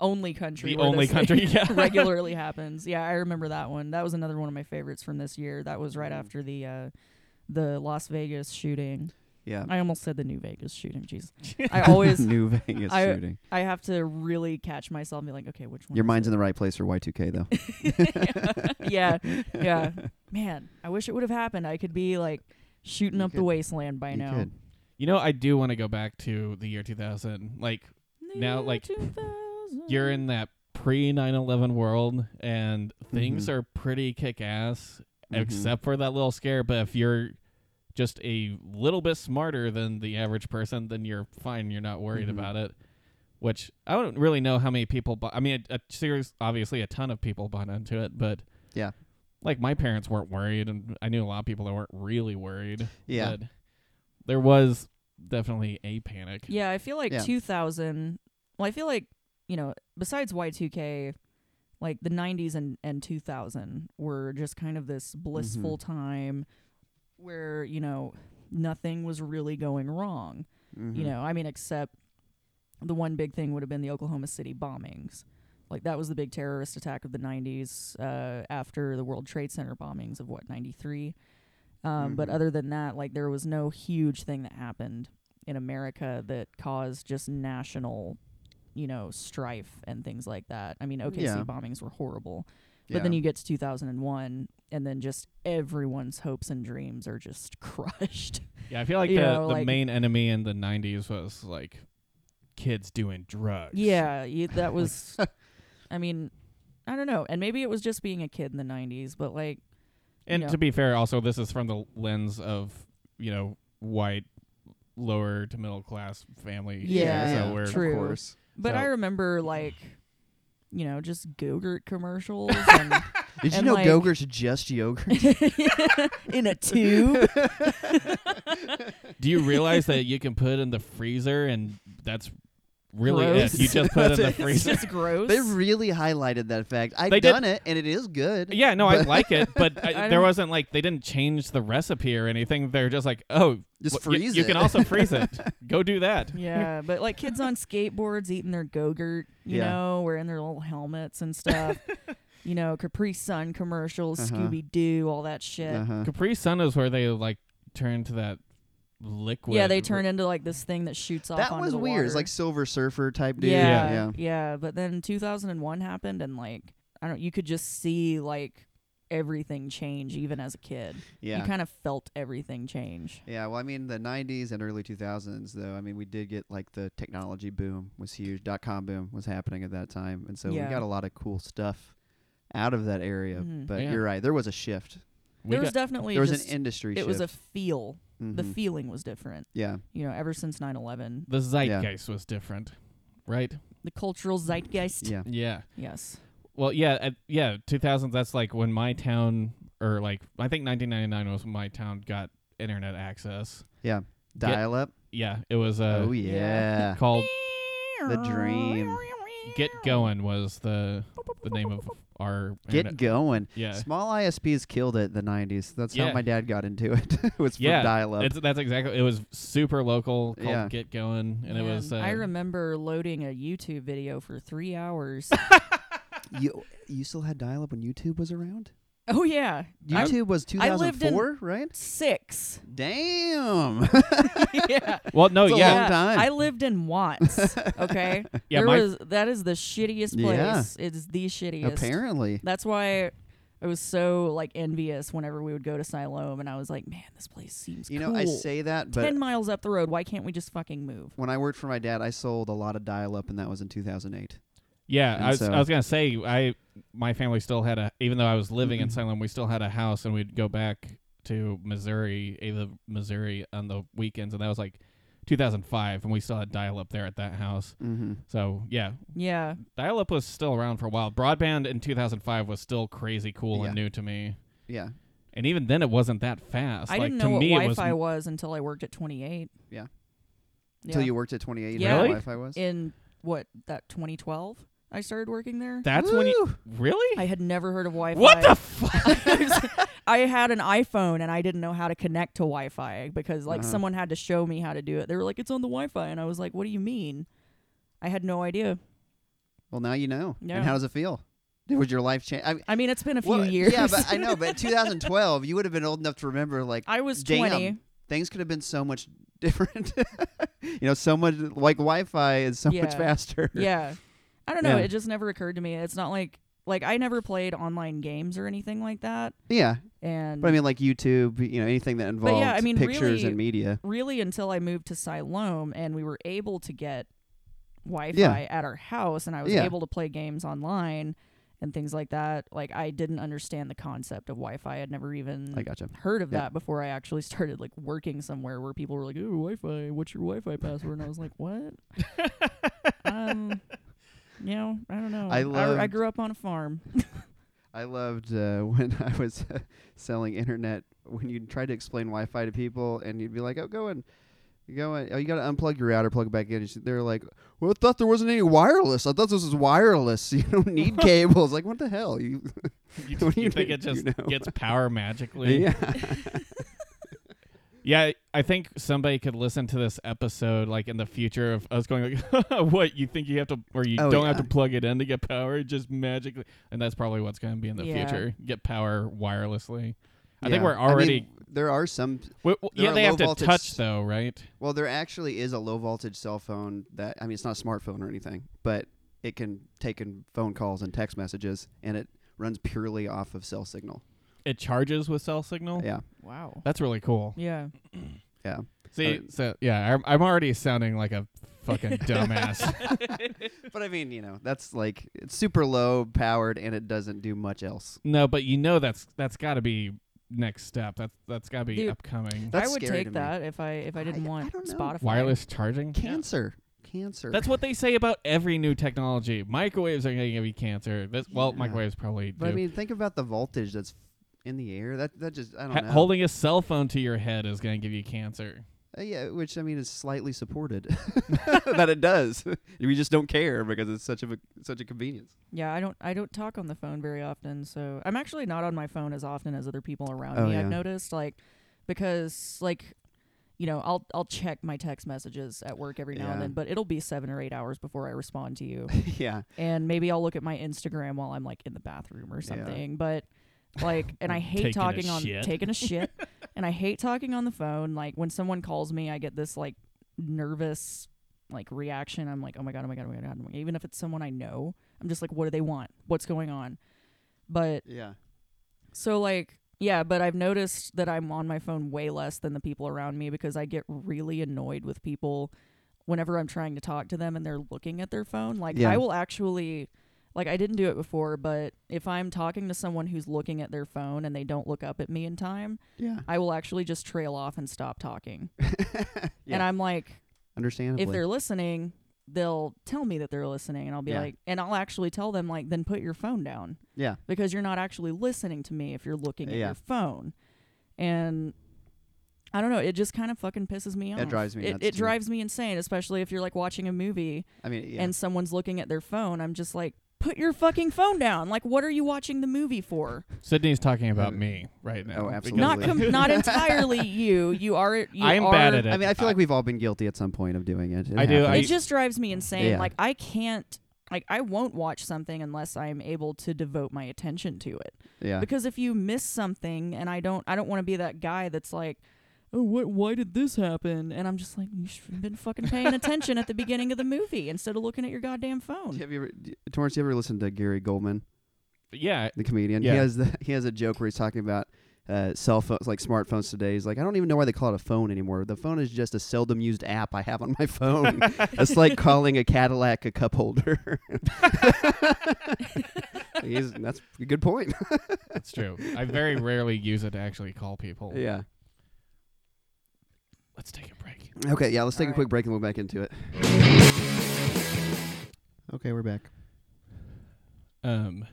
[SPEAKER 3] only country.
[SPEAKER 1] The
[SPEAKER 3] where
[SPEAKER 1] only
[SPEAKER 3] this thing
[SPEAKER 1] country, yeah.
[SPEAKER 3] regularly happens. Yeah, I remember that one. That was another one of my favorites from this year. That was right
[SPEAKER 2] Mm.
[SPEAKER 3] after the uh, the Las Vegas shooting.
[SPEAKER 2] Yeah.
[SPEAKER 3] I almost said the New Vegas shooting. Jeez, I always
[SPEAKER 2] New Vegas
[SPEAKER 3] I-
[SPEAKER 2] shooting.
[SPEAKER 3] I have to really catch myself and be like, okay, which one?
[SPEAKER 2] Your
[SPEAKER 3] is
[SPEAKER 2] mind's
[SPEAKER 3] it?
[SPEAKER 2] in the right place for Y2K though.
[SPEAKER 3] yeah, yeah. Man, I wish it would have happened. I could be like shooting
[SPEAKER 2] You
[SPEAKER 3] up the
[SPEAKER 2] could.
[SPEAKER 3] wasteland by
[SPEAKER 2] You
[SPEAKER 3] now.
[SPEAKER 2] could.
[SPEAKER 1] You know, I do want to go back to the year 2000 like Now, like,
[SPEAKER 3] 2000.
[SPEAKER 2] Mm.
[SPEAKER 1] you're in that pre 9/11 world and things
[SPEAKER 2] Mhm.
[SPEAKER 1] are pretty kick ass
[SPEAKER 2] Mhm.
[SPEAKER 1] except for that little scare but if you're just a little bit smarter than the average person then you're fine you're not worried
[SPEAKER 2] Mhm.
[SPEAKER 1] about it which I don't really know how many people bu- I mean a, a serious obviously a ton of people bought into it but
[SPEAKER 2] Yeah.
[SPEAKER 1] like my parents weren't worried and I knew a lot of people that weren't really worried
[SPEAKER 2] Yeah.
[SPEAKER 1] but there was definitely a panic
[SPEAKER 3] Yeah, I feel like
[SPEAKER 2] Yeah.
[SPEAKER 3] 2000. Well, I feel like, you know, besides Y2K, like the 90s and, and 2000 were just kind of this blissful
[SPEAKER 2] Mm-hmm.
[SPEAKER 3] time where, you know, nothing was really going wrong. You
[SPEAKER 2] Mhm.
[SPEAKER 3] know, I mean, except the one big thing would have been the Oklahoma City bombings. Like that was the big terrorist attack of the 90s uh, after the World Trade Center bombings of what 93. Um, But
[SPEAKER 2] Mhm.
[SPEAKER 3] other than that, like there was no huge thing that happened in America that caused just national, you know, strife and things like that. I mean, OKC
[SPEAKER 2] Yeah.
[SPEAKER 3] bombings were horrible,
[SPEAKER 2] Yeah.
[SPEAKER 3] but then you get to 2001, and then just everyone's hopes and dreams are just crushed.
[SPEAKER 1] Yeah, I feel like
[SPEAKER 3] You
[SPEAKER 1] the,
[SPEAKER 3] know,
[SPEAKER 1] the
[SPEAKER 3] like-
[SPEAKER 1] main enemy in the '90s was like kids doing drugs.
[SPEAKER 3] Yeah, you, that was. I mean, I don't know, and maybe it was just being a kid in the '90s, but like,
[SPEAKER 1] and
[SPEAKER 3] Yeah.
[SPEAKER 1] to be fair, also this is from the lens of you know white, lower to middle class family.
[SPEAKER 3] Yeah,
[SPEAKER 1] so
[SPEAKER 3] yeah,
[SPEAKER 1] we're
[SPEAKER 3] true.
[SPEAKER 2] Of course.
[SPEAKER 3] but I
[SPEAKER 1] So-
[SPEAKER 3] remember like, you know, just Gogurt commercials and
[SPEAKER 2] Did you
[SPEAKER 3] And,
[SPEAKER 2] know
[SPEAKER 3] like-
[SPEAKER 2] Gogurt's just yogurt?
[SPEAKER 3] in a tube.
[SPEAKER 1] Do you realize that you can put it in the freezer and that's really
[SPEAKER 3] Gross.
[SPEAKER 1] it? You just put it in the
[SPEAKER 2] That's it.
[SPEAKER 3] it's
[SPEAKER 1] freezer.
[SPEAKER 3] just gross.
[SPEAKER 2] they really highlighted that fact. I've
[SPEAKER 1] They did-
[SPEAKER 2] done it, and it is good.
[SPEAKER 1] Yeah, no, I like it, but I,
[SPEAKER 3] I
[SPEAKER 1] there
[SPEAKER 3] don't-
[SPEAKER 1] wasn't like they didn't change the recipe or anything. They're just like, oh,
[SPEAKER 2] Just
[SPEAKER 1] w- you-
[SPEAKER 2] freeze
[SPEAKER 1] You
[SPEAKER 2] it.
[SPEAKER 1] can also freeze it. Go do that.
[SPEAKER 3] yeah, but like kids on skateboards eating their go-gurt, you
[SPEAKER 2] Yeah.
[SPEAKER 3] know, wearing their little helmets and stuff. you know, Capri Sun commercials,
[SPEAKER 2] Uh-huh.
[SPEAKER 3] Scooby Doo, all that shit.
[SPEAKER 2] Uh-huh.
[SPEAKER 1] Capri Sun is where they like turn to that liquid.
[SPEAKER 3] Yeah, they turn into like this thing that shoots off.
[SPEAKER 2] That
[SPEAKER 3] onto
[SPEAKER 2] was
[SPEAKER 3] the
[SPEAKER 2] weird. It's
[SPEAKER 3] water.
[SPEAKER 2] like Silver Surfer type dude.
[SPEAKER 3] yeah,
[SPEAKER 2] yeah.
[SPEAKER 3] yeah, But then 2001 happened, and like I don't, you could just see like everything change, even as a kid.
[SPEAKER 2] Yeah.
[SPEAKER 3] You kind of felt everything change.
[SPEAKER 2] Yeah, well, I mean, the '90s and early 2000s, though. I mean, we did get like the technology boom was huge. Dot com boom was happening at that time, and so
[SPEAKER 3] Yeah.
[SPEAKER 2] we got a lot of cool stuff out of that area.
[SPEAKER 3] Mhm.
[SPEAKER 2] But
[SPEAKER 1] Yeah.
[SPEAKER 2] you're right, there was a shift.
[SPEAKER 1] We
[SPEAKER 3] there was
[SPEAKER 1] got-
[SPEAKER 3] definitely
[SPEAKER 2] there was
[SPEAKER 3] just,
[SPEAKER 2] an industry.
[SPEAKER 3] it
[SPEAKER 2] shift.
[SPEAKER 3] was a feel. The
[SPEAKER 2] Mhm.
[SPEAKER 3] feeling was different.
[SPEAKER 2] yeah,
[SPEAKER 3] You know, ever since 9/11,
[SPEAKER 1] the zeitgeist was different, right?
[SPEAKER 3] the cultural zeitgeist.
[SPEAKER 2] yeah.
[SPEAKER 1] Yeah.
[SPEAKER 3] Yes.
[SPEAKER 1] Well, yeah, uh, yeah. 2000s. That's like when my town, or like I think 1999 was when my town got internet access.
[SPEAKER 2] Dial up.
[SPEAKER 1] Yeah, it was uh,
[SPEAKER 2] oh yeah.
[SPEAKER 1] called
[SPEAKER 2] The dream.
[SPEAKER 1] Get Going was the the name of our
[SPEAKER 2] Get
[SPEAKER 1] internet-
[SPEAKER 2] going.
[SPEAKER 1] yeah.
[SPEAKER 2] Small ISPs killed it in the '90s. That's
[SPEAKER 1] Yeah.
[SPEAKER 2] how my dad got into it. it was from
[SPEAKER 1] Yeah,
[SPEAKER 2] dial up.
[SPEAKER 1] It's, that's exactly. It was super local called
[SPEAKER 2] Yeah.
[SPEAKER 1] Get Going, and it
[SPEAKER 3] Man,
[SPEAKER 1] was. Uh,
[SPEAKER 3] I remember loading a YouTube video for three hours.
[SPEAKER 2] You you still had dial up when YouTube was around.
[SPEAKER 3] oh yeah, I-
[SPEAKER 2] YouTube was
[SPEAKER 3] I lived in-
[SPEAKER 2] 2004, right?
[SPEAKER 3] six.
[SPEAKER 2] Damn.
[SPEAKER 3] yeah.
[SPEAKER 1] Well, no,
[SPEAKER 2] It's a
[SPEAKER 1] Oh, yeah,
[SPEAKER 2] long time.
[SPEAKER 3] I lived in Watts. Okay.
[SPEAKER 1] yeah.
[SPEAKER 3] there
[SPEAKER 1] My
[SPEAKER 3] was that is the shittiest
[SPEAKER 2] Yeah.
[SPEAKER 3] place. It's the shittiest.
[SPEAKER 2] Apparently.
[SPEAKER 3] That's why I was so like envious whenever we would go to Siloam, and I was like, man, this place seems
[SPEAKER 2] You know,
[SPEAKER 3] cool.
[SPEAKER 2] I say that, but
[SPEAKER 3] ten miles up the road. Why can't we just fucking move?
[SPEAKER 2] when I worked for my dad, I sold a lot of dial up, and that was in 2008.
[SPEAKER 1] yeah.
[SPEAKER 2] and
[SPEAKER 1] I was,
[SPEAKER 2] so-
[SPEAKER 1] I was gonna say I my family still had a even though I was living in Salem, we still had a house, and we'd go back to Missouri, Ava, Missouri, on the weekends, and that was like 2005, and we still had dial up there at that house.
[SPEAKER 2] Mm-hmm.
[SPEAKER 1] So yeah,
[SPEAKER 3] Yeah.
[SPEAKER 1] dial up was still around for a while. Broadband in 2005 was still crazy cool and
[SPEAKER 2] Yeah.
[SPEAKER 1] new to me.
[SPEAKER 2] Yeah.
[SPEAKER 1] And even then, it wasn't that fast.
[SPEAKER 3] I
[SPEAKER 1] like
[SPEAKER 3] didn't
[SPEAKER 1] to
[SPEAKER 3] know what
[SPEAKER 1] me, it
[SPEAKER 3] Wi
[SPEAKER 1] was
[SPEAKER 3] Fi was until I worked at twenty eight.
[SPEAKER 2] Yeah.
[SPEAKER 3] Yeah.
[SPEAKER 2] Until you worked at 28, you
[SPEAKER 3] Yeah.
[SPEAKER 2] know what
[SPEAKER 1] Really?
[SPEAKER 2] Wi-Fi was.
[SPEAKER 3] in what, that twenty twelve I started working there?
[SPEAKER 1] That's when you
[SPEAKER 2] Woo!
[SPEAKER 1] really.
[SPEAKER 3] I had never heard of Wi Fi.
[SPEAKER 1] what the fuck?
[SPEAKER 3] I had an iPhone and I didn't know how to connect to Wi Fi because like
[SPEAKER 2] Uh-huh.
[SPEAKER 3] someone had to show me how to do it. They were like, It's on the Wi Fi and I was like, What do you mean? I had no idea.
[SPEAKER 2] Well, now you know.
[SPEAKER 3] Yeah.
[SPEAKER 2] And how does it feel? Was your life change? I mean,
[SPEAKER 3] I mean it's been a few
[SPEAKER 2] well,
[SPEAKER 3] years.
[SPEAKER 2] Yeah, but I know. But 2012, you would have been old enough to remember. Like,
[SPEAKER 3] I was
[SPEAKER 2] damn,
[SPEAKER 3] twenty.
[SPEAKER 2] things could have been so much different. you know, so much like Wi-Fi is so much
[SPEAKER 3] Yeah.
[SPEAKER 2] faster.
[SPEAKER 3] Yeah. I don't know,
[SPEAKER 2] Yeah.
[SPEAKER 3] it just never occurred to me. It's not like like I never played online games or anything like that.
[SPEAKER 2] Yeah.
[SPEAKER 3] And
[SPEAKER 2] But I mean, like YouTube, you know, anything that
[SPEAKER 3] yeah,
[SPEAKER 2] involves
[SPEAKER 3] I mean,
[SPEAKER 2] pictures
[SPEAKER 3] really-
[SPEAKER 2] and media.
[SPEAKER 3] really until I moved to Siloam and we were able to get Wi Fi
[SPEAKER 2] Yeah.
[SPEAKER 3] at our house and I was
[SPEAKER 2] Yeah.
[SPEAKER 3] able to play games online and things like that. Like I didn't understand the concept of Wi Fi. I'd never even
[SPEAKER 2] I gotcha.
[SPEAKER 3] heard of
[SPEAKER 2] Yeah.
[SPEAKER 3] that before I actually started like working somewhere where people were like, Oh Wi Fi, what's your Wi Fi password? And I was like, What? um you know, I don't know.
[SPEAKER 2] I
[SPEAKER 3] I
[SPEAKER 2] loved-
[SPEAKER 3] grew up on a farm.
[SPEAKER 2] I loved uh, when I was selling internet when you try to explain Wi-Fi to people and you'd be like, "Oh, go and go and oh, you got to unplug your router, plug it back in." And she- they're like, "Well, I thought there wasn't any wireless. I thought this was wireless. You don't need cables. Like, what the hell? You
[SPEAKER 1] You,
[SPEAKER 2] What do
[SPEAKER 1] you
[SPEAKER 2] you
[SPEAKER 1] think
[SPEAKER 2] mean,
[SPEAKER 1] it just
[SPEAKER 2] you know?
[SPEAKER 1] gets power magically?
[SPEAKER 2] yeah,
[SPEAKER 1] Yeah, I think somebody could listen to this episode like in the future of us going like, "What you think you have to, or you
[SPEAKER 2] Oh,
[SPEAKER 1] don't have
[SPEAKER 2] yeah.
[SPEAKER 1] to plug it in to get power? It just magically." And that's probably what's going to be in the
[SPEAKER 3] Yeah.
[SPEAKER 1] future: get power wirelessly. I think
[SPEAKER 2] Yeah.
[SPEAKER 1] we're
[SPEAKER 2] mean,
[SPEAKER 1] already.
[SPEAKER 2] there are some.
[SPEAKER 1] we- we-
[SPEAKER 2] there
[SPEAKER 1] yeah,
[SPEAKER 2] are
[SPEAKER 1] they have
[SPEAKER 2] low
[SPEAKER 1] to
[SPEAKER 2] voltage-
[SPEAKER 1] touch though, right?
[SPEAKER 2] Well, there actually is a low voltage cell phone that I mean, it's not a smartphone or anything, but it can take in phone calls and text messages, and it runs purely off of cell signal.
[SPEAKER 1] It charges with cell signal.
[SPEAKER 2] Yeah.
[SPEAKER 3] Wow.
[SPEAKER 1] That's really cool.
[SPEAKER 3] Yeah.
[SPEAKER 1] See,
[SPEAKER 2] Uh,
[SPEAKER 1] so yeah, I'm, I'm already sounding like a fucking dumbass.
[SPEAKER 2] But I mean, you know, that's like it's super low powered and it doesn't do much else.
[SPEAKER 1] no, but you know that's that's got to be next step. That's that's got to be
[SPEAKER 3] Dude,
[SPEAKER 1] upcoming.
[SPEAKER 2] That's
[SPEAKER 3] I would
[SPEAKER 2] scary
[SPEAKER 3] take
[SPEAKER 2] to me.
[SPEAKER 3] that if I if I didn't
[SPEAKER 2] I- I
[SPEAKER 3] want
[SPEAKER 2] don't know.
[SPEAKER 3] Spotify.
[SPEAKER 1] Wireless charging. Yeah.
[SPEAKER 2] Cancer. cancer.
[SPEAKER 1] That's what they say about every new technology. Microwaves are going to give you cancer. That's, Well,
[SPEAKER 2] Yeah.
[SPEAKER 1] microwaves probably do.
[SPEAKER 2] but I mean, think about the voltage that's in the air. That that just I don't
[SPEAKER 1] Ha-
[SPEAKER 2] know.
[SPEAKER 1] holding a cell phone to your head is going to give you cancer.
[SPEAKER 2] Uh, yeah, which I mean is slightly supported that it does. we just don't care because it's such a such a convenience.
[SPEAKER 3] Yeah, I don't I don't talk on the phone very often, so I'm actually not on my phone as often as other people around
[SPEAKER 2] Oh,
[SPEAKER 3] me.
[SPEAKER 2] yeah.
[SPEAKER 3] I've noticed like because like you know, I'll I'll check my text messages at work every now
[SPEAKER 2] Yeah.
[SPEAKER 3] and then, but it'll be 7 or 8 hours before I respond to you.
[SPEAKER 2] yeah,
[SPEAKER 3] and maybe I'll look at my Instagram while I'm like in the bathroom or something, but like and I hate
[SPEAKER 1] Taking a
[SPEAKER 3] talking on
[SPEAKER 1] shit.
[SPEAKER 3] taking a shit and I hate talking on the phone. Like when someone calls me, I get this like nervous like reaction. I'm like, "Oh my god, oh my god, oh my god." oh my God." Even if it's someone I know, I'm just like, "What do they want? What's going on?" But
[SPEAKER 2] yeah.
[SPEAKER 3] so like yeah, but I've noticed that I'm on my phone way less than the people around me because I get really annoyed with people whenever I'm trying to talk to them and they're looking at their phone. Like
[SPEAKER 2] Yeah.
[SPEAKER 3] I will actually like I didn't do it before, but if I'm talking to someone who's looking at their phone and they don't look up at me in time,
[SPEAKER 2] Yeah.
[SPEAKER 3] I will actually just trail off and stop talking. And I'm like
[SPEAKER 2] Understandably.
[SPEAKER 3] if they're listening, they'll tell me that they're listening and I'll be
[SPEAKER 2] Yeah.
[SPEAKER 3] like and I'll actually tell them like then put your phone down
[SPEAKER 2] yeah.
[SPEAKER 3] because you're not actually listening to me if you're looking at
[SPEAKER 2] Yeah.
[SPEAKER 3] your phone. And I don't know, it just kind of fucking pisses me off.
[SPEAKER 2] That drives me
[SPEAKER 3] It,
[SPEAKER 2] nuts
[SPEAKER 3] it
[SPEAKER 2] too.
[SPEAKER 3] drives me insane, especially if you're like watching a movie
[SPEAKER 2] I mean, yeah.
[SPEAKER 3] and someone's looking at their phone. I'm just like, put your fucking phone down. Like, what are you watching the movie for?
[SPEAKER 1] Sydney's talking about
[SPEAKER 2] Uh,
[SPEAKER 1] me right now.
[SPEAKER 2] oh,
[SPEAKER 1] because-
[SPEAKER 3] Not
[SPEAKER 2] Absolutely.
[SPEAKER 3] com- not entirely you. You are. You
[SPEAKER 1] I'm
[SPEAKER 3] are-
[SPEAKER 1] bad at it.
[SPEAKER 2] I mean, I feel like we've all been guilty at some point of doing it. It
[SPEAKER 1] I do,
[SPEAKER 2] happens.
[SPEAKER 1] I-
[SPEAKER 3] It just drives me insane.
[SPEAKER 2] Yeah.
[SPEAKER 3] Like I can't. Like I won't watch something unless I'm able to devote my attention to it.
[SPEAKER 2] yeah.
[SPEAKER 3] because if you miss something and i don't i don't want to be that guy that's like oh what why did this happen and i'm just like you should have been fucking paying attention at the beginning of the movie instead of looking at your goddamn phone
[SPEAKER 2] Have you ever, d- Torrance? You ever listened to Gary Goldman,
[SPEAKER 1] Yeah.
[SPEAKER 2] the comedian?
[SPEAKER 1] Yeah.
[SPEAKER 2] He has the, he has a joke where he's talking about uh, cell phones, like smartphones today. He's like, I don't even know why they call it a phone anymore. The phone is just a seldom used app I have on my phone. it's like calling a Cadillac a cup holder. He's, that's a good point.
[SPEAKER 1] That's true. I very rarely use it to actually call people.
[SPEAKER 2] yeah.
[SPEAKER 1] Let's take a break.
[SPEAKER 2] Okay. Yeah. Let's take a
[SPEAKER 3] All
[SPEAKER 2] quick
[SPEAKER 3] right.
[SPEAKER 2] break and we'll back into it. Okay, we're back.
[SPEAKER 1] Um,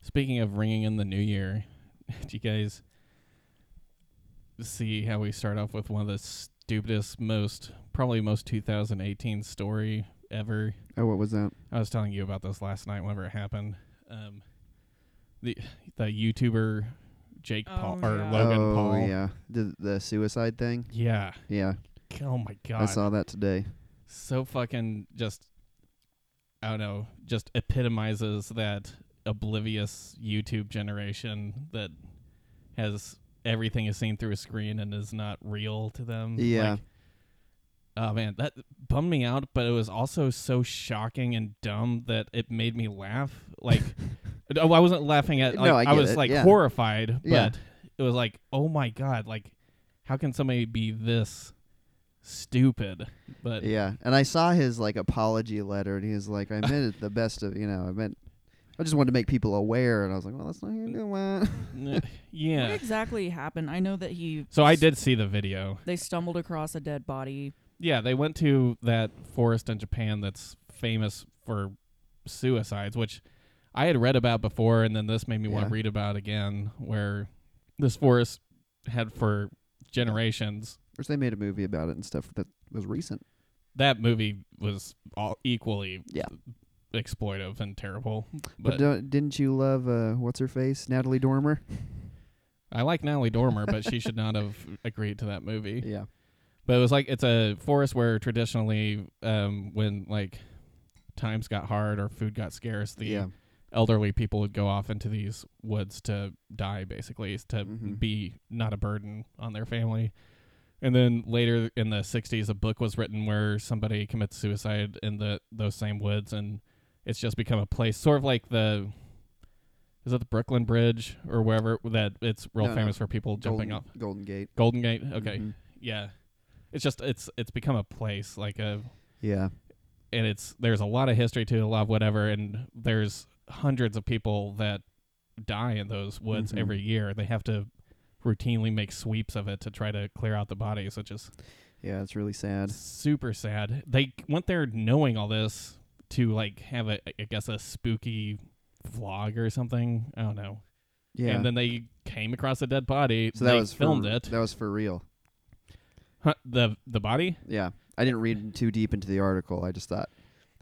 [SPEAKER 1] speaking of ringing in the new year, did you guys see how we start off with one of the stupidest, most probably most 2018 story ever?
[SPEAKER 2] Oh, what was that?
[SPEAKER 1] I was telling you about this last night whenever it happened. Um, the the YouTuber Jake
[SPEAKER 3] Oh,
[SPEAKER 1] Paul or
[SPEAKER 3] yeah.
[SPEAKER 1] Logan
[SPEAKER 2] oh,
[SPEAKER 1] Paul.
[SPEAKER 2] yeah. The, the suicide thing?
[SPEAKER 1] Yeah.
[SPEAKER 2] Yeah.
[SPEAKER 1] Oh my god.
[SPEAKER 2] I saw that today.
[SPEAKER 1] so fucking just I don't know, just epitomizes that oblivious YouTube generation that has everything is seen through a screen and is not real to them.
[SPEAKER 2] Yeah.
[SPEAKER 1] Like, oh man, that bummed me out, but it was also so shocking and dumb that it made me laugh. Like oh, I wasn't laughing at
[SPEAKER 2] No,
[SPEAKER 1] like
[SPEAKER 2] I get
[SPEAKER 1] was
[SPEAKER 2] it,
[SPEAKER 1] like
[SPEAKER 2] yeah.
[SPEAKER 1] horrified,
[SPEAKER 2] Yeah.
[SPEAKER 1] but it was like, "Oh my god, like how can somebody be this stupid?" But
[SPEAKER 2] Yeah. And I saw his like apology letter and he was like, I meant it the best of you know, I meant I just wanted to make people aware and I was like, Well that's not gonna do
[SPEAKER 1] Mm.
[SPEAKER 2] that.
[SPEAKER 1] N-
[SPEAKER 3] what
[SPEAKER 1] yeah.
[SPEAKER 3] exactly happened i know that he
[SPEAKER 1] So I did see the video.
[SPEAKER 3] they stumbled across a dead body
[SPEAKER 1] Yeah, they went to that forest in Japan that's famous for suicides, which I had read about before, and then this made me want
[SPEAKER 2] Yeah.
[SPEAKER 1] to read about again, where this forest had for generations.
[SPEAKER 2] Which they made a movie about it and stuff that was recent.
[SPEAKER 1] That movie was all equally
[SPEAKER 2] Yeah.
[SPEAKER 1] exploitive and terrible.
[SPEAKER 2] But,
[SPEAKER 1] But,
[SPEAKER 2] don't, didn't you love uh what's her face? Natalie Dormer?
[SPEAKER 1] I like Natalie Dormer, but she should not have agreed to that movie.
[SPEAKER 2] Yeah.
[SPEAKER 1] But it was like it's a forest where traditionally, um, when like times got hard or food got scarce, the
[SPEAKER 2] yeah.
[SPEAKER 1] elderly people would go off into these woods to die, basically to
[SPEAKER 2] Mhm.
[SPEAKER 1] be not a burden on their family. And then later in the '60s, a book was written where somebody commits suicide in the those same woods, and it's just become a place, sort of like the is it the Brooklyn Bridge or wherever that it's real
[SPEAKER 2] No, no.
[SPEAKER 1] famous for people jumping
[SPEAKER 2] Golden,
[SPEAKER 1] off
[SPEAKER 2] Golden Gate.
[SPEAKER 1] Golden Gate. Okay,
[SPEAKER 2] Mhm.
[SPEAKER 1] yeah, it's just it's it's become a place like a
[SPEAKER 2] Yeah.
[SPEAKER 1] and it's there's a lot of history to it, a lot of whatever, and there's hundreds of people that die in those woods
[SPEAKER 2] Mhm.
[SPEAKER 1] every year. They have to routinely make sweeps of it to try to clear out the bodies, which is
[SPEAKER 2] Yeah, it's really sad.
[SPEAKER 1] super sad. They went there knowing all this to like have a, I guess, a spooky vlog or something. I don't know.
[SPEAKER 2] Yeah.
[SPEAKER 1] And then they came across a dead body.
[SPEAKER 2] so that
[SPEAKER 1] They
[SPEAKER 2] was
[SPEAKER 1] filmed
[SPEAKER 2] for,
[SPEAKER 1] it.
[SPEAKER 2] That was for real.
[SPEAKER 1] Huh, the the body.
[SPEAKER 2] Yeah. I didn't read too deep into the article. I just thought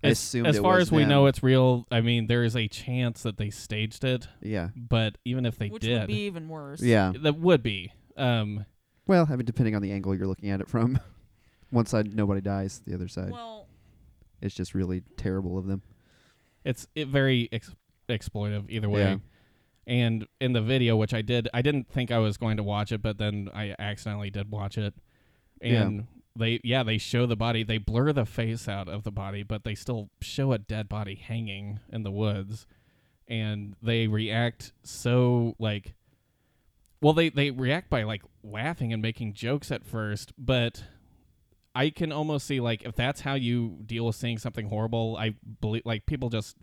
[SPEAKER 2] I
[SPEAKER 1] As,
[SPEAKER 2] assumed
[SPEAKER 1] as
[SPEAKER 2] it
[SPEAKER 1] far
[SPEAKER 2] was
[SPEAKER 1] as we
[SPEAKER 2] them.
[SPEAKER 1] know, it's real. I mean, there is a chance that they staged it,
[SPEAKER 2] Yeah.
[SPEAKER 1] but even if they
[SPEAKER 3] which
[SPEAKER 1] did,
[SPEAKER 3] would be even worse.
[SPEAKER 2] Yeah.
[SPEAKER 1] that would be. Um,
[SPEAKER 2] Well, I mean depending on the angle you're looking at it from. One side nobody dies, the other side
[SPEAKER 3] Well,
[SPEAKER 2] it's just really terrible of them.
[SPEAKER 1] it's it very ex- exploitive either way.
[SPEAKER 2] Yeah.
[SPEAKER 1] And in the video, which I did, I didn't think I was going to watch it, but then I accidentally did watch it.
[SPEAKER 2] Yeah.
[SPEAKER 1] And they, yeah, they show the body. They blur the face out of the body, but they still show a dead body hanging in the woods. And they react so like, well, they they react by like laughing and making jokes at first, but I can almost see like if that's how you deal with seeing something horrible, I believe like people just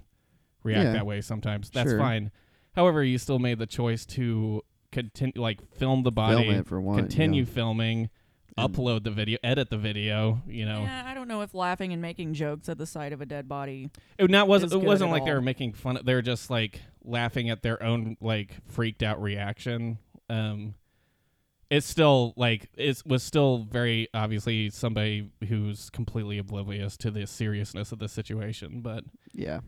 [SPEAKER 1] react
[SPEAKER 2] Yeah.
[SPEAKER 1] that way sometimes. That's
[SPEAKER 2] Sure.
[SPEAKER 1] fine. However, you still made the choice to continue like film the body,
[SPEAKER 2] Film it for one. yeah.
[SPEAKER 1] continue filming,
[SPEAKER 2] And-
[SPEAKER 1] upload the video, edit the video, you know.
[SPEAKER 3] yeah, I don't know if laughing and making jokes at the sight of a dead body.
[SPEAKER 1] It not wasn't
[SPEAKER 3] Is
[SPEAKER 1] it
[SPEAKER 3] good
[SPEAKER 1] wasn't
[SPEAKER 3] at
[SPEAKER 1] like they
[SPEAKER 3] all.
[SPEAKER 1] were making fun of they were just like laughing at their own like freaked out reaction. Um it's still like it was still very obviously somebody who's completely oblivious to the seriousness of the situation, but
[SPEAKER 2] Yeah.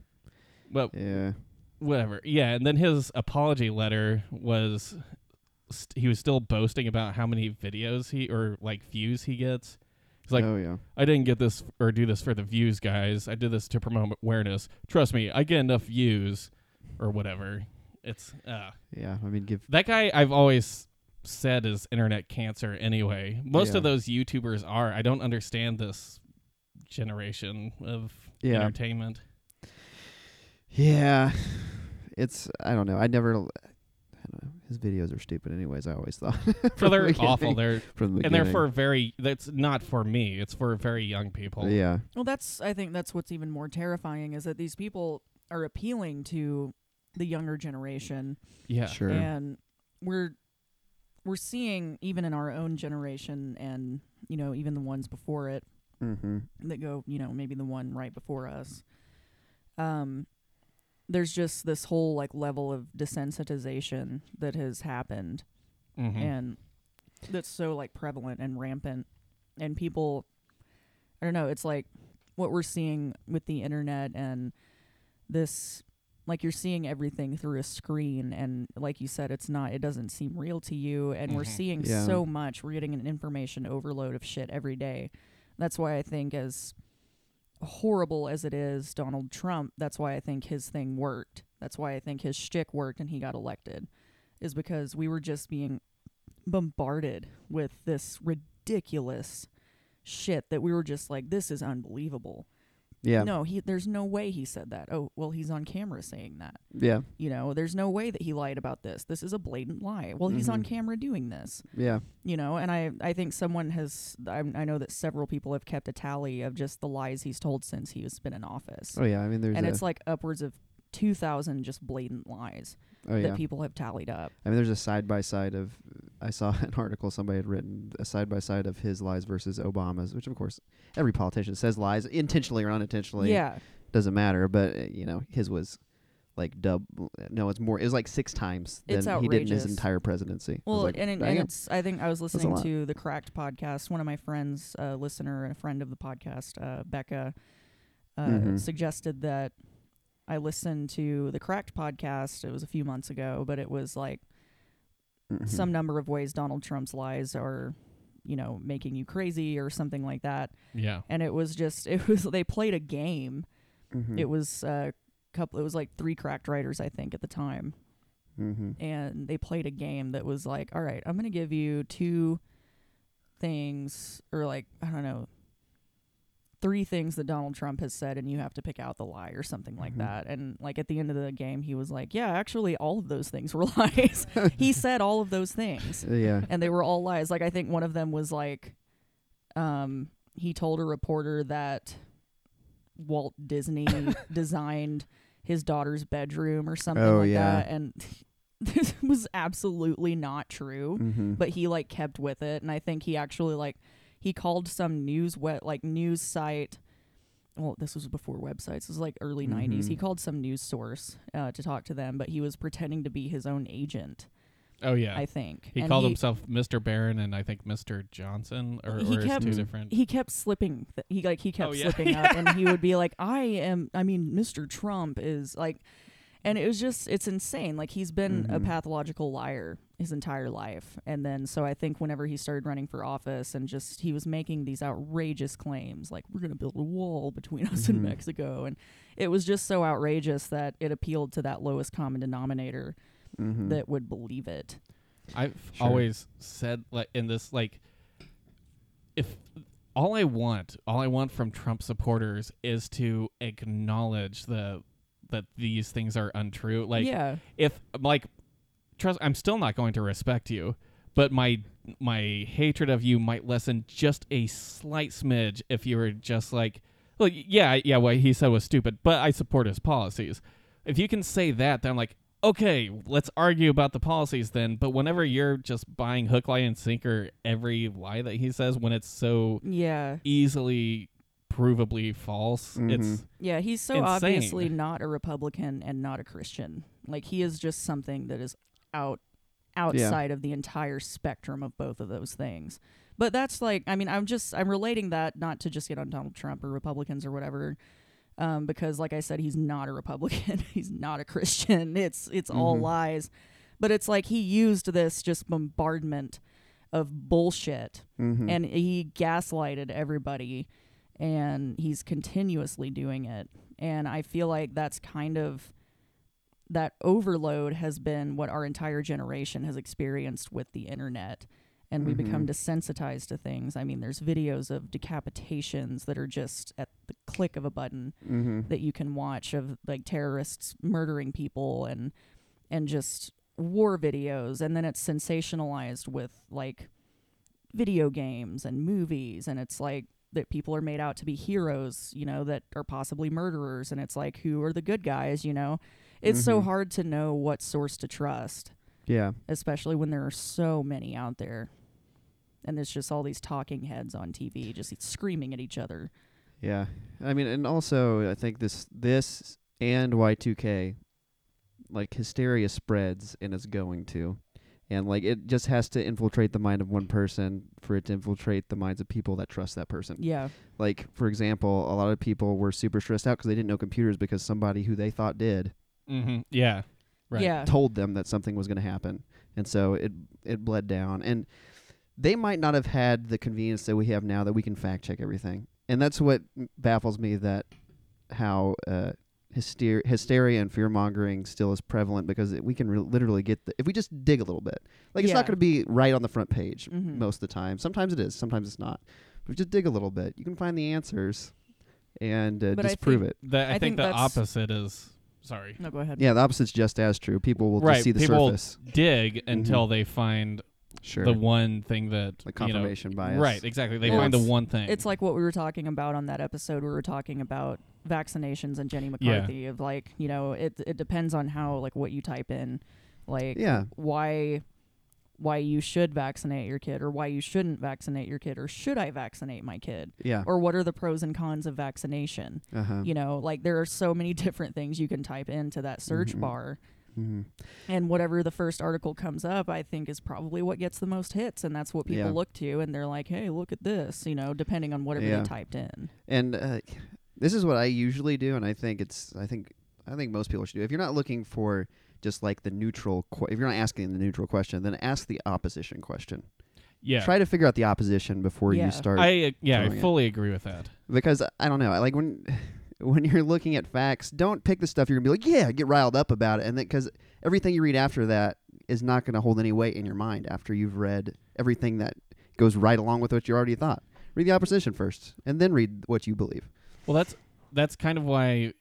[SPEAKER 1] but
[SPEAKER 2] Yeah.
[SPEAKER 1] whatever. Yeah, and then his apology letter was st- he was still boasting about how many videos he or like views he gets. He's like,
[SPEAKER 2] oh yeah.
[SPEAKER 1] I didn't get this or do this for the views, guys. I did this to promote awareness. Trust me, I get enough views or whatever. It's uh
[SPEAKER 2] Yeah. I mean give
[SPEAKER 1] that guy I've always said is internet cancer anyway. Most
[SPEAKER 2] Yeah.
[SPEAKER 1] of those YouTubers are. I don't understand this generation of
[SPEAKER 2] Yeah.
[SPEAKER 1] entertainment.
[SPEAKER 2] Yeah, it's I don't know. I never. I don't know. His videos are stupid, anyways. I always thought.
[SPEAKER 1] So
[SPEAKER 2] From the
[SPEAKER 1] they're awful.
[SPEAKER 2] beginning.
[SPEAKER 1] They're
[SPEAKER 2] From the
[SPEAKER 1] and they're
[SPEAKER 2] beginning.
[SPEAKER 1] for very that's not for me. It's for very young people.
[SPEAKER 2] Yeah,
[SPEAKER 3] Well, that's I think that's what's even more terrifying is that these people are appealing to the younger generation,
[SPEAKER 1] Yeah.
[SPEAKER 2] sure.
[SPEAKER 3] and we're we're seeing even in our own generation, and you know even the ones before it
[SPEAKER 2] Mm-hmm.
[SPEAKER 3] that go, you know, maybe the one right before us. Um, there's just this whole like level of desensitization that has happened,
[SPEAKER 1] Mhm.
[SPEAKER 3] and that's so like prevalent and rampant and people i don't know it's like what we're seeing with the internet and this like you're seeing everything through a screen and like you said it's not it doesn't seem real to you and we're
[SPEAKER 1] Mhm.
[SPEAKER 3] seeing
[SPEAKER 2] Yeah.
[SPEAKER 3] so much we're getting an information overload of shit every day that's why i think as horrible as it is donald trump that's why i think his thing worked that's why i think his shtick worked and he got elected is because we were just being bombarded with this ridiculous shit that we were just like, this is unbelievable.
[SPEAKER 2] Yeah,
[SPEAKER 3] No, he there's no way he said that. Oh, well, he's on camera saying that.
[SPEAKER 2] yeah,
[SPEAKER 3] You know, there's no way that he lied about this. This is a blatant lie. Well, he's on
[SPEAKER 2] Mhm.
[SPEAKER 3] camera doing this.
[SPEAKER 2] yeah,
[SPEAKER 3] You know, and I I think someone has I, I know that several people have kept a tally of just the lies he's told since he's been in office.
[SPEAKER 2] oh yeah. I mean, there's
[SPEAKER 3] and
[SPEAKER 2] a,
[SPEAKER 3] it's like upwards of 2000 just blatant lies
[SPEAKER 2] oh yeah.
[SPEAKER 3] that people have tallied up.
[SPEAKER 2] I mean, there's a side by side of. I saw an article somebody had written a side by side of his lies versus Obama's, which of course every politician says lies intentionally or unintentionally.
[SPEAKER 3] yeah.
[SPEAKER 2] doesn't matter. But uh, you know, his was like dub. No, it's more. It was like six times than
[SPEAKER 3] It's
[SPEAKER 2] he did in his
[SPEAKER 3] outrageous.
[SPEAKER 2] entire presidency. I was
[SPEAKER 3] Well,
[SPEAKER 2] like,
[SPEAKER 3] and, and,
[SPEAKER 2] "Damn."
[SPEAKER 3] and it's I think I was listening
[SPEAKER 2] lot.
[SPEAKER 3] to the Cracked podcast. One of my friends, a listener and a friend of the podcast, uh, Becca, uh,
[SPEAKER 2] Mhm.
[SPEAKER 3] suggested that I listen to the Cracked podcast. It was a few months ago, but it was like
[SPEAKER 2] Mhm.
[SPEAKER 3] some number of ways Donald Trump's lies are, you know, making you crazy or something like that.
[SPEAKER 1] Yeah.
[SPEAKER 3] And it was just it was they played a game.
[SPEAKER 2] Mhm.
[SPEAKER 3] It was a couple. It was like three Cracked writers, I think, at the time,
[SPEAKER 2] Mhm.
[SPEAKER 3] and they played a game that was like, all right, I'm going to give you two things, or like, I don't know, three things that Donald Trump has said, and you have to pick out the lie or something like
[SPEAKER 2] Mhm.
[SPEAKER 3] that. And like at the end of the game, he was like, yeah, actually, all of those things were lies. he said all of those things,
[SPEAKER 2] Yeah.
[SPEAKER 3] and they were all lies. Like, I think one of them was like, um, he told a reporter that Walt Disney designed his daughter's bedroom or something
[SPEAKER 2] Oh,
[SPEAKER 3] like
[SPEAKER 2] yeah.
[SPEAKER 3] that. And this was absolutely not true.
[SPEAKER 2] Mm-hmm.
[SPEAKER 3] But he like kept with it. And I think he actually like he called some news web like news site. Well, this was before websites. This was like early '90s.
[SPEAKER 2] Mhm.
[SPEAKER 3] He called some news source uh, to talk to them, but he was pretending to be his own agent.
[SPEAKER 1] Oh yeah.
[SPEAKER 3] I think
[SPEAKER 1] he
[SPEAKER 3] And
[SPEAKER 1] called himself Mr. Barron and I think Mr. Johnson or,
[SPEAKER 3] He
[SPEAKER 1] or it's
[SPEAKER 3] kept-
[SPEAKER 1] two different.
[SPEAKER 3] He kept slipping. Th- he like he kept
[SPEAKER 1] Oh, yeah.
[SPEAKER 3] slipping up, and he would be like, "I am. I mean, Mr. Trump is like," and it was just it's insane. Like he's been a
[SPEAKER 2] Mhm.
[SPEAKER 3] pathological liar his entire life, and then so I think whenever he started running for office, and just he was making these outrageous claims, like we're gonna build a wall between us
[SPEAKER 2] Mhm.
[SPEAKER 3] and Mexico, and it was just so outrageous that it appealed to that lowest common denominator
[SPEAKER 2] Mhm.
[SPEAKER 3] that would believe it.
[SPEAKER 1] I've
[SPEAKER 2] Sure.
[SPEAKER 1] always said like in this like if all I want, all I want from Trump supporters is to acknowledge the that these things are untrue. Like
[SPEAKER 3] yeah,
[SPEAKER 1] if like trust I'm still not going to respect you, but my my hatred of you might lessen just a slight smidge if you were just like well yeah, yeah, what he said was stupid, but I support his policies. If you can say that, then I'm like, okay, let's argue about the policies then, but whenever you're just buying hook, line, and sinker every lie that he says when it's so
[SPEAKER 3] yeah.
[SPEAKER 1] easily provably false, it's
[SPEAKER 3] Yeah, he's so
[SPEAKER 1] Insane.
[SPEAKER 3] obviously not a Republican and not a Christian. Like he is just something that is out outside of the entire spectrum of both of those things. But that's like I mean, I'm just I'm relating that not to just get on Donald Trump or Republicans or whatever. Um, because like I said, he's not a Republican. he's not a Christian. It's it's all
[SPEAKER 2] Mhm.
[SPEAKER 3] lies. But it's like he used this just bombardment of bullshit
[SPEAKER 2] Mhm.
[SPEAKER 3] and he gaslighted everybody and he's continuously doing it and i feel like that's kind of that overload has been what our entire generation has experienced with the internet and we become
[SPEAKER 2] Mhm.
[SPEAKER 3] desensitized to things i mean there's videos of decapitations that are just at the click of a button
[SPEAKER 2] Mhm.
[SPEAKER 3] that you can watch of like terrorists murdering people and and just war videos and then it's sensationalized with like video games and movies and it's like that people are made out to be heroes, you know, that are possibly murderers and it's like who are the good guys, you know. It's so
[SPEAKER 2] Mhm.
[SPEAKER 3] hard to know what source to trust,
[SPEAKER 2] yeah.
[SPEAKER 3] especially when there are so many out there. And there's just all these talking heads on TV just screaming at each other.
[SPEAKER 2] Yeah. I mean, and also I think this this and Y2K like hysteria spreads and is going to. And like it just has to infiltrate the mind of one person for it to infiltrate the minds of people that trust that person.
[SPEAKER 3] Yeah.
[SPEAKER 2] Like for example, a lot of people were super stressed out because they didn't know computers because somebody who they thought did
[SPEAKER 1] mhm, yeah. Right.
[SPEAKER 3] Yeah.
[SPEAKER 2] told them that something was going to happen, and so it it bled down. And they might not have had the convenience that we have now that we can fact check everything, and that's what baffles me that how uh, hysteria, hysteria and fear mongering still is prevalent because it, we can re- literally get the, if we just dig a little bit. Like it's not
[SPEAKER 3] Yeah.
[SPEAKER 2] going to be right on the front page
[SPEAKER 3] Mhm.
[SPEAKER 2] most of the time. Sometimes it is, sometimes it's not. But if you just dig a little bit, you can find the answers and uh,
[SPEAKER 3] But I
[SPEAKER 2] disprove
[SPEAKER 3] think-
[SPEAKER 2] it.
[SPEAKER 1] The, I,
[SPEAKER 3] I
[SPEAKER 1] think,
[SPEAKER 3] think
[SPEAKER 1] the
[SPEAKER 3] that's-
[SPEAKER 1] opposite is sorry.
[SPEAKER 3] No, go ahead.
[SPEAKER 2] Yeah, the opposite's just as true. People will
[SPEAKER 1] Right,
[SPEAKER 2] just see the
[SPEAKER 1] people-
[SPEAKER 2] surface.
[SPEAKER 1] Dig until they find
[SPEAKER 2] Sure.
[SPEAKER 1] the one thing that
[SPEAKER 2] like
[SPEAKER 1] you know-
[SPEAKER 2] confirmation bias.
[SPEAKER 1] Right, exactly. They
[SPEAKER 3] Well,
[SPEAKER 1] find the
[SPEAKER 3] it's-
[SPEAKER 1] one thing.
[SPEAKER 3] It's like what we were talking about on that episode. We were talking about vaccinations and Jenny McCarthy of like, you know, it it depends on how like what you type in, like
[SPEAKER 2] Yeah.
[SPEAKER 3] why why you should vaccinate your kid or why you shouldn't vaccinate your kid or should I vaccinate my kid
[SPEAKER 2] Yeah.
[SPEAKER 3] or what are the pros and cons of vaccination?
[SPEAKER 2] Uh-huh.
[SPEAKER 3] You know, like there are so many different things you can type into that search
[SPEAKER 2] Mhm.
[SPEAKER 3] bar
[SPEAKER 2] hmm
[SPEAKER 3] and whatever the first article comes up i think is probably what gets the most hits and that's what people
[SPEAKER 2] Yeah.
[SPEAKER 3] look to and they're like hey look at this you know depending on whatever
[SPEAKER 2] Yeah.
[SPEAKER 3] they typed in
[SPEAKER 2] And uh, this is what I usually do, and I think it's I think I think most people should do. If you're not looking for just like the neutral, qu- if you're not asking the neutral question, then ask the opposition question.
[SPEAKER 1] yeah.
[SPEAKER 2] Try to figure out the opposition before
[SPEAKER 3] Yeah.
[SPEAKER 2] you start,
[SPEAKER 1] I uh, yeah, I
[SPEAKER 2] throwing it.
[SPEAKER 1] fully agree with that.
[SPEAKER 2] because I don't know. I like when when you're looking at facts, don't pick the stuff you're gonna be like, yeah, get riled up about it, and then because everything you read after that is not gonna hold any weight in your mind after you've read everything that goes right along with what you already thought. Read the opposition first, and then read what you believe.
[SPEAKER 1] Well, that's that's kind of why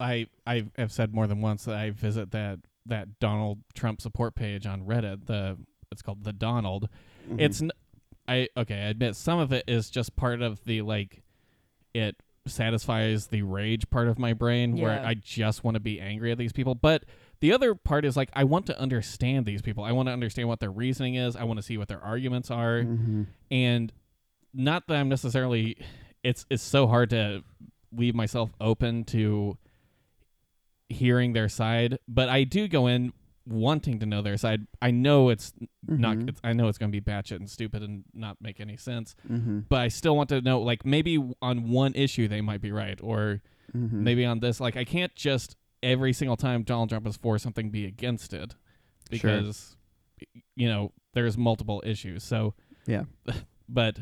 [SPEAKER 1] I I have said more than once that I visit that that Donald Trump support page on Reddit. The it's called the Donald. Mm-hmm.
[SPEAKER 2] Mm-hmm.
[SPEAKER 1] It's n- I okay. I admit some of it is just part of the like it satisfies the rage part of my brain where
[SPEAKER 3] Yeah.
[SPEAKER 1] I just want to be angry at these people, but. The other part is like I want to understand these people. I want to understand what their reasoning is. I want to see what their arguments are.
[SPEAKER 2] Mm-hmm.
[SPEAKER 1] and not that I'm necessarily it's it's so hard to leave myself open to hearing their side, but I do go in wanting to know their side. I know it's not
[SPEAKER 2] Mhm.
[SPEAKER 1] it's, I know it's going to be batshit and stupid and not make any sense,
[SPEAKER 2] Mm-hmm.
[SPEAKER 1] but I still want to know like maybe on one issue they might be right or
[SPEAKER 2] Mm-hmm.
[SPEAKER 1] maybe on this like I can't just every single time Donald Trump is for something be against it
[SPEAKER 2] Sure.
[SPEAKER 1] because you know there's multiple issues. So
[SPEAKER 2] Yeah.
[SPEAKER 1] but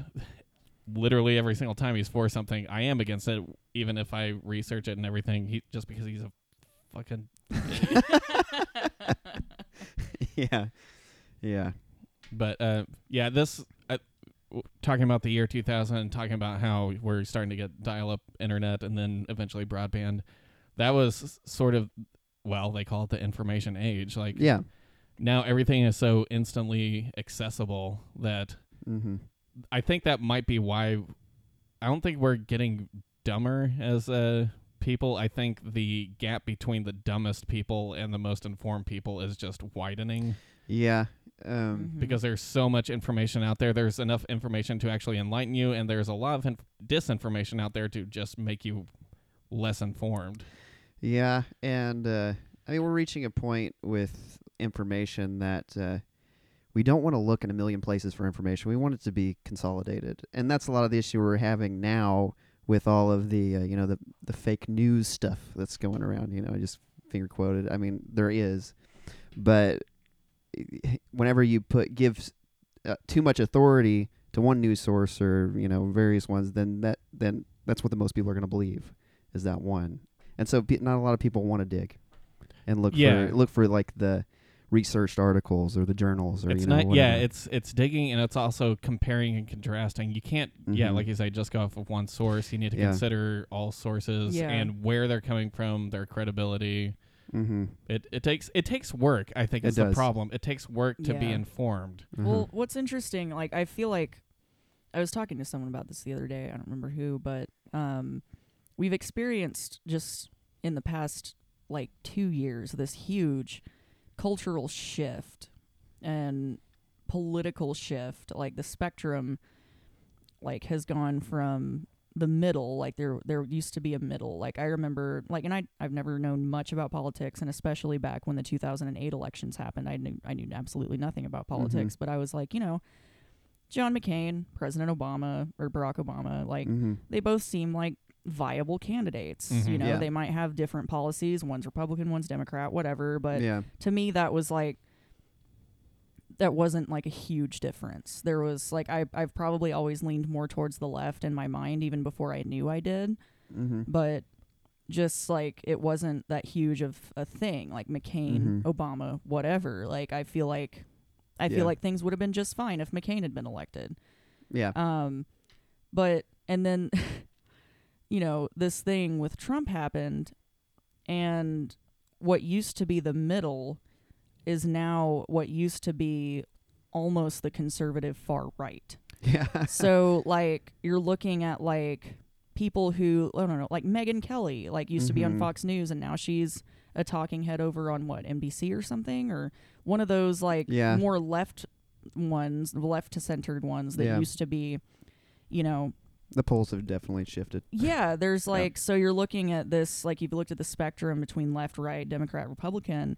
[SPEAKER 1] literally every single time he's for something, I am against it. Even if I research it and everything, he just because he's a fucking
[SPEAKER 2] yeah, yeah.
[SPEAKER 1] But uh, yeah, this uh, w- talking about the year 2000 and talking about how we're starting to get dial-up internet and then eventually broadband. That was s- sort of well, they call it the information age. Like uh,
[SPEAKER 2] Yeah.
[SPEAKER 1] now everything is so instantly accessible that
[SPEAKER 2] Mm-hmm.
[SPEAKER 1] I think that might be why I don't think we're getting dumber as uh, people. I think the gap between the dumbest people and the most informed people is just widening
[SPEAKER 2] Yeah.
[SPEAKER 3] Mm-hmm.
[SPEAKER 2] Um,
[SPEAKER 1] because there's so much information out there. There's enough information to actually enlighten you, and there's a lot of inf- disinformation out there to just make you less informed.
[SPEAKER 2] yeah, and uh, I mean we're reaching a point with information that uh, we don't want to look in a million places for information. We want it to be consolidated, and that's a lot of the issue we're having now with all of the uh, you know the the fake news stuff that's going around. You know, I just finger quoted. I mean, there is, but eh, whenever you put gives uh, too much authority to one news source or you know various ones, then that then that's what the most people are going to believe is that one, and so pe- not a lot of people want to dig and look
[SPEAKER 1] Yeah.
[SPEAKER 2] for look for like the researched articles or the journals or
[SPEAKER 1] it's
[SPEAKER 2] you know
[SPEAKER 1] not, yeah,
[SPEAKER 2] whatever.
[SPEAKER 1] it's it's digging and it's also comparing and contrasting. You can't, yeah,
[SPEAKER 2] Mhm.
[SPEAKER 1] like you say, just go off of one source. You need to
[SPEAKER 2] Yeah.
[SPEAKER 1] consider all sources
[SPEAKER 3] Yeah.
[SPEAKER 1] and where they're coming from, their credibility.
[SPEAKER 2] mm-hmm.
[SPEAKER 1] It it takes it takes work. I think
[SPEAKER 2] It
[SPEAKER 1] is the
[SPEAKER 2] does.
[SPEAKER 1] problem. It takes work to be
[SPEAKER 3] Yeah.
[SPEAKER 1] informed.
[SPEAKER 3] Well,
[SPEAKER 2] Mm-hmm.
[SPEAKER 3] what's interesting, like I feel like I was talking to someone about this the other day. I don't remember who, but um, we've experienced just in the past like two years this huge cultural shift and political shift. Like the spectrum, like has gone from the middle. Like there, there used to be a middle. Like I remember, like, and I, I've never known much about politics, and especially back when the 2008 elections happened, I knew, I knew absolutely nothing about politics. But I was like, you know, John McCain, President Obama, or Barack Obama, like
[SPEAKER 2] mm-hmm.
[SPEAKER 3] they both seem like viable candidates.
[SPEAKER 1] Mhm.
[SPEAKER 3] You know,
[SPEAKER 2] Yeah.
[SPEAKER 3] they might have different policies. One's Republican, one's Democrat, whatever. But
[SPEAKER 2] yeah
[SPEAKER 3] to me, that was like that wasn't like a huge difference. There was like I I've probably always leaned more towards the left in my mind even before I knew I did,
[SPEAKER 2] mm-hmm.
[SPEAKER 3] but just like it wasn't that huge of a thing like
[SPEAKER 2] Mhm.
[SPEAKER 3] McCain, Obama, whatever. Like I feel like I
[SPEAKER 2] Yeah.
[SPEAKER 3] feel like things would have been just fine if McCain had been elected.
[SPEAKER 2] yeah
[SPEAKER 3] Um, but and then, you know, this thing with Trump happened, and what used to be the middle is now what used to be almost the conservative far right.
[SPEAKER 2] yeah
[SPEAKER 3] so like you're looking at like people who I don't know, like Megan Kelly, like used to be on
[SPEAKER 2] Mhm.
[SPEAKER 3] Fox News, and now she's a talking head over on what NBC or something or one of those like
[SPEAKER 2] Yeah.
[SPEAKER 3] more left ones, left to centered ones that
[SPEAKER 2] Yeah.
[SPEAKER 3] used to be, you know,
[SPEAKER 2] the polls have definitely shifted
[SPEAKER 3] yeah, there's
[SPEAKER 2] Yeah.
[SPEAKER 3] like so you're looking at this like you've looked at the spectrum between left, right, Democrat, Republican,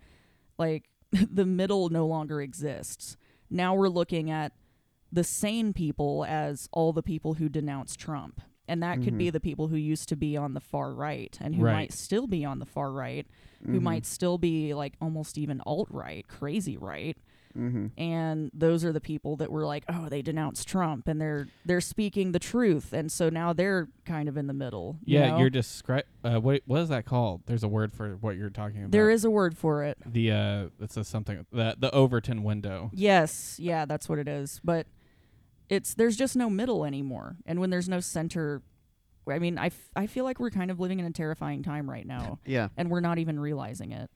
[SPEAKER 3] like the middle no longer exists. Now we're looking at the sane people as all the people who denounce Trump. And that could
[SPEAKER 2] Mhm.
[SPEAKER 3] be the people who used to be on the far right and who
[SPEAKER 1] Right.
[SPEAKER 3] might still be on the far right, who
[SPEAKER 2] Mm-hmm.
[SPEAKER 3] might still be like almost even alt right, crazy right
[SPEAKER 2] mm-hmm.
[SPEAKER 3] and those are the people that were like oh they denounced trump and they're they're speaking the truth and so now they're kind of in the middle you
[SPEAKER 1] yeah,
[SPEAKER 3] know?
[SPEAKER 1] you're describe. Uh, what what is that called? There's a word for what you're talking about.
[SPEAKER 3] there is a word for it
[SPEAKER 1] the uh it's a something the the Overton window.
[SPEAKER 3] yes yeah that's what it is but it's there's just no middle anymore and when there's no center i mean I f- I feel like we're kind of living in a terrifying time right now
[SPEAKER 2] yeah
[SPEAKER 3] and we're not even realizing it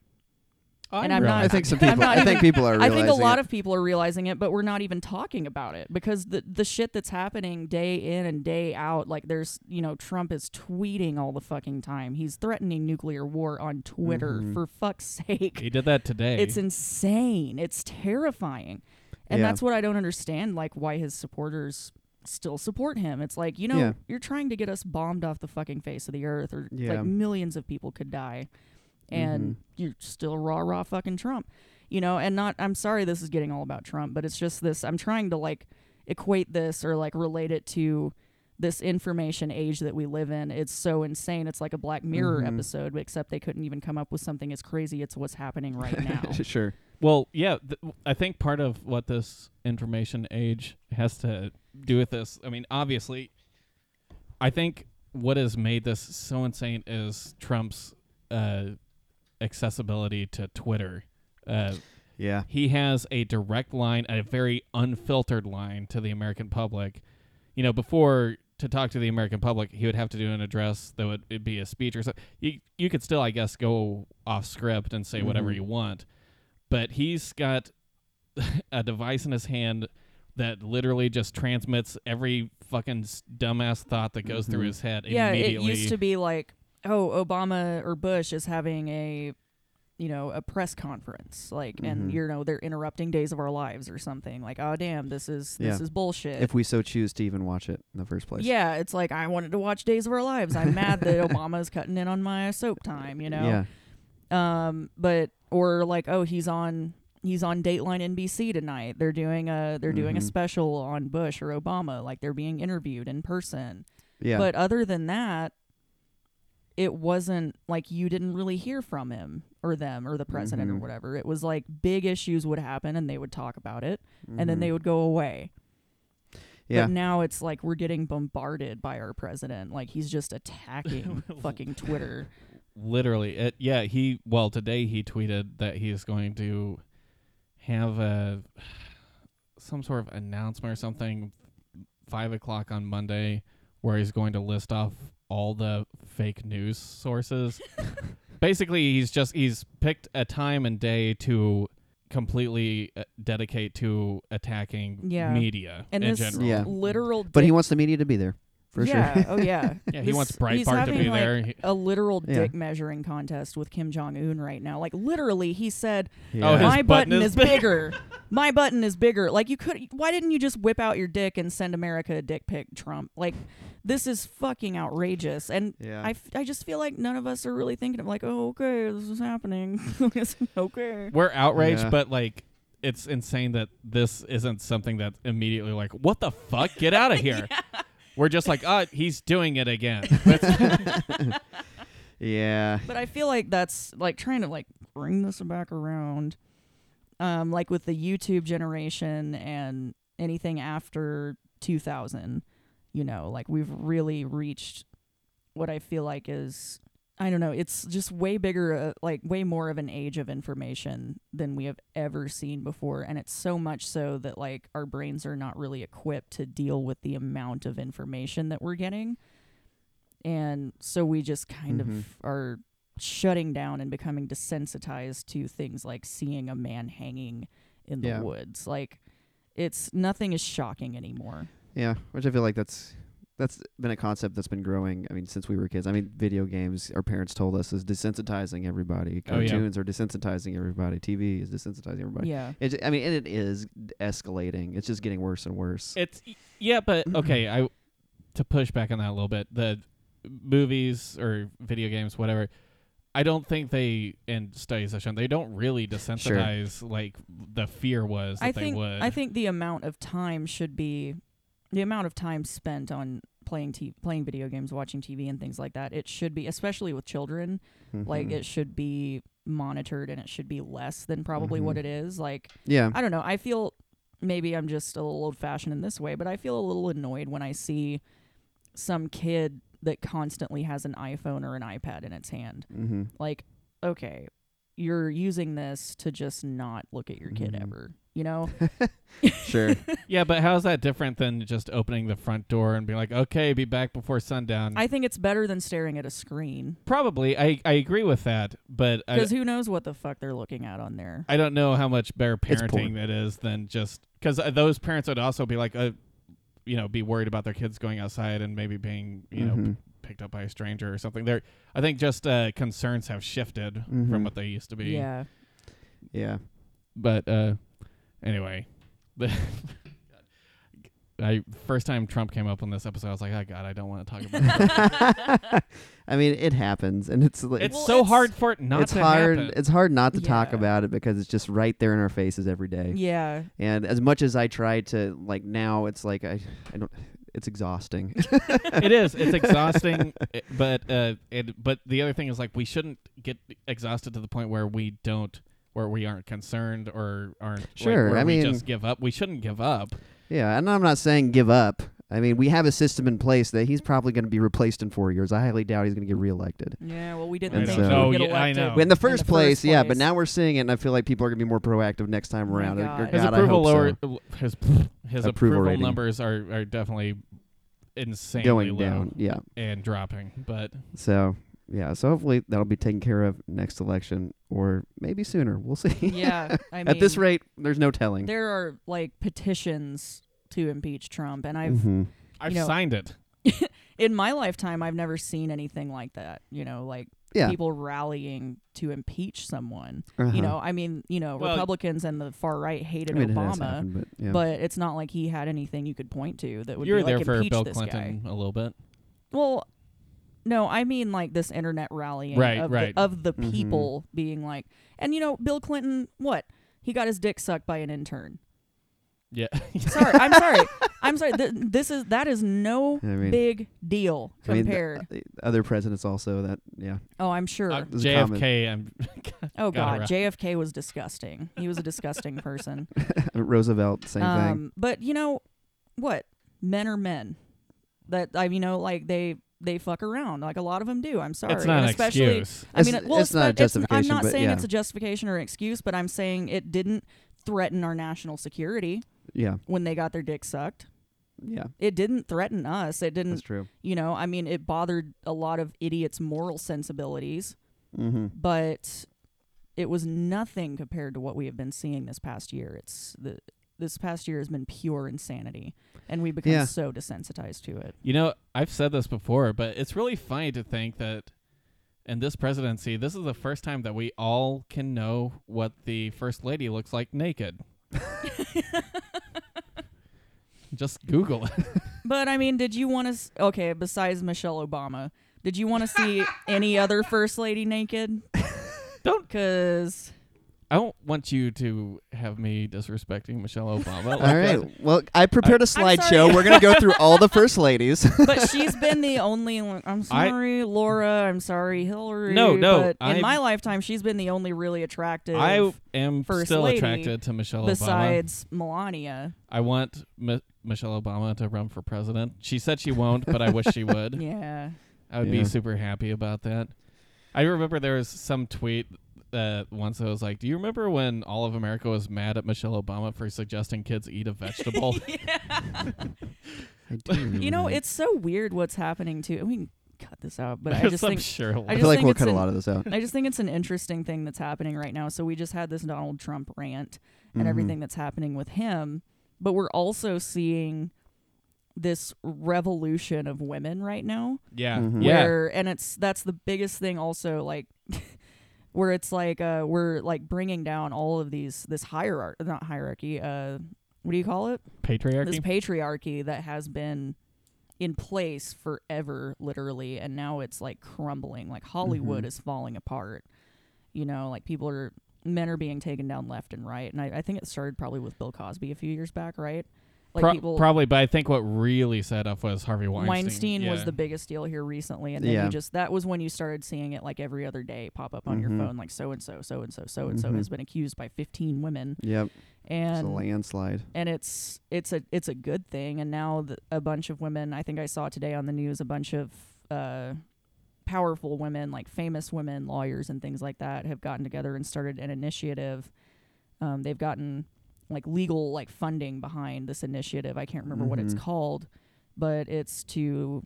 [SPEAKER 1] I'm
[SPEAKER 3] And I'm not-
[SPEAKER 2] I think some
[SPEAKER 3] I'm
[SPEAKER 2] people.
[SPEAKER 3] not
[SPEAKER 2] I think
[SPEAKER 3] even-
[SPEAKER 2] people are.
[SPEAKER 3] I
[SPEAKER 2] Realizing
[SPEAKER 3] think a lot
[SPEAKER 2] it.
[SPEAKER 3] of people are realizing it, but we're not even talking about it because the the shit that's happening day in and day out, like there's you know Trump is tweeting all the fucking time. He's threatening nuclear war on Twitter
[SPEAKER 2] Mhm.
[SPEAKER 3] for fuck's sake.
[SPEAKER 1] He did that today.
[SPEAKER 3] It's insane. It's terrifying, and
[SPEAKER 2] Yeah.
[SPEAKER 3] that's what I don't understand. Like why his supporters still support him. It's like, you know,
[SPEAKER 2] Yeah.
[SPEAKER 3] you're trying to get us bombed off the fucking face of the earth or
[SPEAKER 2] Yeah.
[SPEAKER 3] like millions of people could die and
[SPEAKER 2] Mhm.
[SPEAKER 3] you're still raw raw fucking Trump. You know, and not I'm sorry this is getting all about Trump, but it's just this I'm trying to like equate this or like relate it to this information age that we live in. It's so insane. It's like a Black Mirror
[SPEAKER 2] Mhm.
[SPEAKER 3] episode, except they couldn't even come up with something as crazy. It's what's happening right now.
[SPEAKER 2] sure.
[SPEAKER 1] Well, yeah, th- I think part of what this information age has to do with this, I mean, obviously, I think what has made this so insane is Trump's uh, accessibility to Twitter. Uh,
[SPEAKER 2] Yeah.
[SPEAKER 1] he has a direct line, a very unfiltered line to the American public. You know, before to talk to the American public, he would have to do an address that would it'd be a speech or something. You you could still, I guess, go off script and say whatever
[SPEAKER 2] Mhm.
[SPEAKER 1] you want, but he's got a device in his hand that literally just transmits every fucking s- dumbass thought that goes
[SPEAKER 2] Mhm.
[SPEAKER 1] through his head
[SPEAKER 3] yeah it
[SPEAKER 1] immediately.
[SPEAKER 3] used to be like oh obama or bush is having a you know a press conference like and
[SPEAKER 2] Mhm.
[SPEAKER 3] you know they're interrupting days of our lives or something like oh damn this is this
[SPEAKER 2] Yeah.
[SPEAKER 3] is bullshit
[SPEAKER 2] If we so choose to even watch it in the first place.
[SPEAKER 3] yeah it's like i wanted to watch days of our lives i'm mad that obama's cutting in on my soap time you know
[SPEAKER 2] Yeah.
[SPEAKER 3] um but or like oh he's on he's on Dateline NBC tonight. They're doing a they're doing a
[SPEAKER 2] Mhm.
[SPEAKER 3] special on Bush or Obama like they're being interviewed in person.
[SPEAKER 2] Yeah.
[SPEAKER 3] But other than that, it wasn't like you didn't really hear from him or them or the president
[SPEAKER 2] Mhm.
[SPEAKER 3] or whatever. It was like big issues would happen and they would talk about it and then
[SPEAKER 2] Mhm.
[SPEAKER 3] they would go away.
[SPEAKER 2] Yeah.
[SPEAKER 3] But now it's like we're getting bombarded by our president. Like he's just attacking fucking Twitter.
[SPEAKER 1] Literally, it, yeah. He well today he tweeted that he is going to have a some sort of announcement or something five o'clock on Monday where he's going to list off all the fake news sources. Basically, he's just he's picked a time and day to completely uh, dedicate to attacking
[SPEAKER 3] Yeah.
[SPEAKER 1] media
[SPEAKER 3] And
[SPEAKER 1] in
[SPEAKER 3] this
[SPEAKER 1] general.
[SPEAKER 2] Yeah.
[SPEAKER 3] literal
[SPEAKER 2] But he
[SPEAKER 3] dick-
[SPEAKER 2] wants the media to be there. For
[SPEAKER 3] yeah,
[SPEAKER 2] sure.
[SPEAKER 3] oh yeah.
[SPEAKER 1] Yeah, he
[SPEAKER 3] This-
[SPEAKER 1] wants
[SPEAKER 3] he's
[SPEAKER 1] Breitbart to
[SPEAKER 3] having,
[SPEAKER 1] be
[SPEAKER 3] like,
[SPEAKER 1] there. He-
[SPEAKER 3] A literal
[SPEAKER 2] Yeah.
[SPEAKER 3] dick measuring contest with Kim Jong Un right now. Like literally he said
[SPEAKER 1] Oh, his
[SPEAKER 3] my button,
[SPEAKER 1] button
[SPEAKER 3] is,
[SPEAKER 1] is
[SPEAKER 3] bigger. my button is bigger. Like you could why didn't you just whip out your dick and send America a dick pic, Trump? Like this is fucking outrageous. And
[SPEAKER 2] yeah.
[SPEAKER 3] I, f- I just feel like none of us are really thinking of like, oh, okay, this is happening. It's okay.
[SPEAKER 1] we're outraged,
[SPEAKER 2] Yeah.
[SPEAKER 1] but like it's insane that this isn't something that's immediately like, what the fuck? Get out of here. We're just like, oh, he's doing it again.
[SPEAKER 2] yeah.
[SPEAKER 3] But I feel like that's like trying to like bring this back around. Um, like with the YouTube generation and anything after 2000, you know, like we've really reached what I feel like is I don't know, it's just way bigger uh, like way more of an age of information than we have ever seen before and it's so much so that like our brains are not really equipped to deal with the amount of information that we're getting. And so we just kind
[SPEAKER 2] Mhm.
[SPEAKER 3] of are shutting down and becoming desensitized to things like seeing a man hanging in the
[SPEAKER 2] Yeah.
[SPEAKER 3] woods. Like it's nothing is shocking anymore.
[SPEAKER 2] Yeah. Which I feel like that's that's been a concept that's been growing. I mean, since we were kids. I mean, video games. Our parents told us is desensitizing everybody.
[SPEAKER 1] Oh, yeah.
[SPEAKER 2] Cartoons are desensitizing everybody. TV is desensitizing everybody.
[SPEAKER 3] Yeah.
[SPEAKER 2] It, I mean, and it is d- escalating. It's just getting worse and worse.
[SPEAKER 1] it's yeah, but okay, I to push back on that a little bit, the movies or video games, whatever. I don't think they in studies have shown they don't really desensitize like the fear was that
[SPEAKER 3] I
[SPEAKER 1] they
[SPEAKER 3] think
[SPEAKER 1] would.
[SPEAKER 3] I think the amount of time should be the amount of time spent on playing t- playing video games, watching TV and things like that. It should be especially with children like
[SPEAKER 2] Mhm.
[SPEAKER 3] it should be monitored and it should be less than probably what
[SPEAKER 2] Mhm.
[SPEAKER 3] it is. Like
[SPEAKER 2] Yeah.
[SPEAKER 3] I don't know. I feel maybe I'm just a little old fashioned in this way, but I feel a little annoyed when I see some kid that constantly has an iPhone or an iPad in its hand.
[SPEAKER 2] mm-hmm.
[SPEAKER 3] Like, okay, you're using this to just not look at your kid
[SPEAKER 1] Mm-hmm.
[SPEAKER 2] Mhm.
[SPEAKER 3] ever. You know?
[SPEAKER 2] Sure.
[SPEAKER 1] yeah, but how's that different than just opening the front door and being like, okay, be back before sundown?
[SPEAKER 3] I think it's better than staring at a screen
[SPEAKER 1] Probably, I I agree with that, but I,
[SPEAKER 3] because who knows what the fuck they're looking at on there.
[SPEAKER 1] I don't know how much better
[SPEAKER 2] It's porn.
[SPEAKER 1] parenting that is than just because those parents would also be like, uh, you know, be worried about their kids going outside and maybe being, you know,
[SPEAKER 2] Mhm.
[SPEAKER 1] p- picked up by a stranger or something. There, I think just uh, concerns have shifted
[SPEAKER 2] Mhm.
[SPEAKER 1] from what they used to be.
[SPEAKER 3] Yeah.
[SPEAKER 2] yeah.
[SPEAKER 1] But uh, anyway, the- I first time Trump came up on this episode, I was like, oh god, I don't want to talk about. that.
[SPEAKER 2] I mean, it happens, and it's like
[SPEAKER 1] it's
[SPEAKER 3] Well,
[SPEAKER 1] so
[SPEAKER 3] it's-
[SPEAKER 1] hard for it not
[SPEAKER 2] it's
[SPEAKER 1] to
[SPEAKER 2] hard.
[SPEAKER 1] happen.
[SPEAKER 2] It's hard not to talk
[SPEAKER 3] Yeah.
[SPEAKER 2] about it because it's just right there in our faces every day.
[SPEAKER 3] Yeah.
[SPEAKER 2] And as much as I try to like now, it's like I, I don't. It's exhausting.
[SPEAKER 1] it is. It's exhausting, i- but uh, it, but the other thing is like we shouldn't get exhausted to the point where we don't, where we aren't concerned or aren't like,
[SPEAKER 2] Sure,
[SPEAKER 1] where
[SPEAKER 2] I
[SPEAKER 1] we
[SPEAKER 2] mean-
[SPEAKER 1] just give up. We shouldn't give up.
[SPEAKER 2] yeah, and I'm not saying give up. I mean, we have a system in place that he's probably going to be replaced in four years. I highly doubt he's going to get reelected.
[SPEAKER 3] Yeah. Well, we
[SPEAKER 2] And
[SPEAKER 3] didn't think
[SPEAKER 2] so-
[SPEAKER 3] so,
[SPEAKER 2] Oh,
[SPEAKER 3] get
[SPEAKER 1] yeah, I
[SPEAKER 3] elected.
[SPEAKER 1] know.
[SPEAKER 2] But in the
[SPEAKER 3] in the
[SPEAKER 2] first
[SPEAKER 3] first
[SPEAKER 2] place, yeah, but
[SPEAKER 3] place.
[SPEAKER 2] now we're seeing it, and I feel like people are going to be more proactive next time
[SPEAKER 3] Oh my
[SPEAKER 2] around.
[SPEAKER 3] God.
[SPEAKER 2] Or,
[SPEAKER 1] His
[SPEAKER 2] God, I
[SPEAKER 1] approval
[SPEAKER 2] hope so.
[SPEAKER 1] lower his his
[SPEAKER 2] Approval
[SPEAKER 1] approval,
[SPEAKER 2] rating.
[SPEAKER 1] numbers are, are definitely insanely
[SPEAKER 2] going
[SPEAKER 1] low
[SPEAKER 2] down. Yeah.
[SPEAKER 1] and dropping. But
[SPEAKER 2] So yeah, so hopefully that'll be taken care of next election or maybe sooner. We'll see.
[SPEAKER 3] yeah. I mean,
[SPEAKER 2] At this rate, there's no telling.
[SPEAKER 3] there are like petitions to impeach Trump, and I've
[SPEAKER 2] Mhm.
[SPEAKER 1] I've
[SPEAKER 3] know,
[SPEAKER 1] signed it.
[SPEAKER 3] in my lifetime I've never seen anything like that. You know, like
[SPEAKER 2] Yeah.
[SPEAKER 3] people rallying to impeach someone.
[SPEAKER 2] Uh-huh.
[SPEAKER 3] You know, I mean, you know,
[SPEAKER 1] Well-
[SPEAKER 3] Republicans and the far right hated
[SPEAKER 2] I mean, it has
[SPEAKER 3] Obama.
[SPEAKER 2] happened, but yeah.
[SPEAKER 3] But it's not like he had anything you could point to that would
[SPEAKER 1] You were
[SPEAKER 3] be like
[SPEAKER 1] there for
[SPEAKER 3] impeach
[SPEAKER 1] Bill
[SPEAKER 3] this
[SPEAKER 1] Clinton a little bit.
[SPEAKER 3] guy. Well, no, I mean like this internet rallying
[SPEAKER 1] Right,
[SPEAKER 3] of
[SPEAKER 1] right.
[SPEAKER 3] the, of the
[SPEAKER 2] Mhm.
[SPEAKER 3] people being like, and you know, Bill Clinton, what he got his dick sucked by an intern.
[SPEAKER 1] Yeah.
[SPEAKER 3] Sorry, I'm sorry, I'm sorry. Th- this is that is no
[SPEAKER 2] I mean,
[SPEAKER 3] big deal
[SPEAKER 2] I mean, the- uh,
[SPEAKER 3] compared.
[SPEAKER 2] the other presidents also that yeah.
[SPEAKER 3] oh, I'm sure.
[SPEAKER 1] Uh,
[SPEAKER 2] This is common.
[SPEAKER 1] JFK, I'm
[SPEAKER 3] Oh
[SPEAKER 1] Got
[SPEAKER 3] God,
[SPEAKER 1] it
[SPEAKER 3] JFK was disgusting. He was a disgusting person.
[SPEAKER 2] Roosevelt, same thing.
[SPEAKER 3] um, but you know what? Men are men. That I, you know, like they they fuck around. Like a lot of them do. I'm sorry.
[SPEAKER 1] it's not
[SPEAKER 3] And
[SPEAKER 1] an
[SPEAKER 3] especially,
[SPEAKER 1] excuse.
[SPEAKER 3] I mean,
[SPEAKER 2] It's-
[SPEAKER 3] well,
[SPEAKER 2] it's not a
[SPEAKER 3] but it's-
[SPEAKER 2] justification,
[SPEAKER 3] I'm not
[SPEAKER 2] but
[SPEAKER 3] saying
[SPEAKER 2] yeah.
[SPEAKER 3] it's a justification or an excuse, but I'm saying it didn't threaten our national security
[SPEAKER 2] Yeah,
[SPEAKER 3] when they got their dick sucked.
[SPEAKER 2] yeah,
[SPEAKER 3] It didn't threaten us. It
[SPEAKER 2] that's
[SPEAKER 3] didn't,
[SPEAKER 2] true.
[SPEAKER 3] you know, I mean, it bothered a lot of idiots' moral sensibilities,
[SPEAKER 2] Mm-hmm.
[SPEAKER 3] but it was nothing compared to what we have been seeing this past year. It's the this past year has been pure insanity, and we become
[SPEAKER 2] Yeah.
[SPEAKER 3] so desensitized to it.
[SPEAKER 1] You know, I've said this before, but it's really funny to think that in this presidency, this is the first time that we all can know what the first lady looks like naked. Just Google it.
[SPEAKER 3] But I mean, did you want to? S- okay, besides Michelle Obama, did you want to see any other first lady naked?
[SPEAKER 1] Don't-
[SPEAKER 3] because
[SPEAKER 1] I don't want you to have me disrespecting Michelle Obama.
[SPEAKER 2] All right. Well, I prepared a
[SPEAKER 3] sorry.
[SPEAKER 2] slideshow. We're gonna go through all the first ladies.
[SPEAKER 3] but she's been the only. I'm sorry, Laura. I'm sorry, Hillary.
[SPEAKER 1] No, no,
[SPEAKER 3] But in
[SPEAKER 1] I'm-
[SPEAKER 3] my lifetime, she's been the only really attractive.
[SPEAKER 1] I am
[SPEAKER 3] First
[SPEAKER 1] still
[SPEAKER 3] lady
[SPEAKER 1] attracted to Michelle Obama.
[SPEAKER 3] besides Melania.
[SPEAKER 1] I want Mi- Michelle Obama to run for president. She said she won't, but I wish she would.
[SPEAKER 3] Yeah.
[SPEAKER 1] I would
[SPEAKER 2] Yeah.
[SPEAKER 1] be super happy about that. I remember there was some tweet uh, once that was like, "Do you remember when all of America was mad at Michelle Obama for suggesting kids eat a vegetable?"
[SPEAKER 2] I do remember
[SPEAKER 3] You know,
[SPEAKER 2] that.
[SPEAKER 3] it's so weird what's happening to. We can cut this out, but I
[SPEAKER 1] There's
[SPEAKER 3] just
[SPEAKER 1] some
[SPEAKER 3] think
[SPEAKER 1] sure
[SPEAKER 2] I
[SPEAKER 3] I
[SPEAKER 1] one.
[SPEAKER 3] just
[SPEAKER 2] feel like
[SPEAKER 3] think
[SPEAKER 2] we'll
[SPEAKER 3] it's
[SPEAKER 2] cut a
[SPEAKER 3] an-
[SPEAKER 2] lot of this out.
[SPEAKER 3] I just think it's an interesting thing that's happening right now. So we just had this Donald Trump rant
[SPEAKER 1] Mm-hmm.
[SPEAKER 3] and
[SPEAKER 2] Mhm.
[SPEAKER 3] everything that's happening with him, but we're also seeing this revolution of women right now.
[SPEAKER 1] yeah,
[SPEAKER 3] Mm-hmm.
[SPEAKER 2] Mhm.
[SPEAKER 1] yeah.
[SPEAKER 3] Where and it's that's the biggest thing also like where it's like uh we're like bringing down all of these this hierarchy not hierarchy uh what do you call it?
[SPEAKER 1] Patriarchy.
[SPEAKER 3] This patriarchy that has been in place forever, literally, and now it's like crumbling. Like
[SPEAKER 1] Mm-hmm.
[SPEAKER 3] Hollywood
[SPEAKER 2] Mhm.
[SPEAKER 3] is falling apart. You know, like people are men are being taken down left and right, and I, I think it started probably with Bill Cosby a few years back, right? Like
[SPEAKER 1] Pro-
[SPEAKER 3] people.
[SPEAKER 1] probably, but I think what really set off was Harvey Weinstein.
[SPEAKER 3] Weinstein was
[SPEAKER 1] Yeah.
[SPEAKER 3] the biggest deal here recently, and then
[SPEAKER 2] Yeah.
[SPEAKER 3] you just that was when you started seeing it like every other day pop up on
[SPEAKER 2] Mhm.
[SPEAKER 3] your phone, like so and so, so and so, so and so
[SPEAKER 2] Mhm.
[SPEAKER 3] has been accused by fifteen women,
[SPEAKER 2] Yep, it's a
[SPEAKER 3] and
[SPEAKER 2] landslide.
[SPEAKER 3] and it's it's a it's a good thing and now th a bunch of women i think i saw today on the news a bunch of uh powerful women like famous women lawyers and things like that have gotten together and started an initiative um, they've gotten like legal like funding behind this initiative i can't remember what it's
[SPEAKER 2] Mhm.
[SPEAKER 3] called but it's to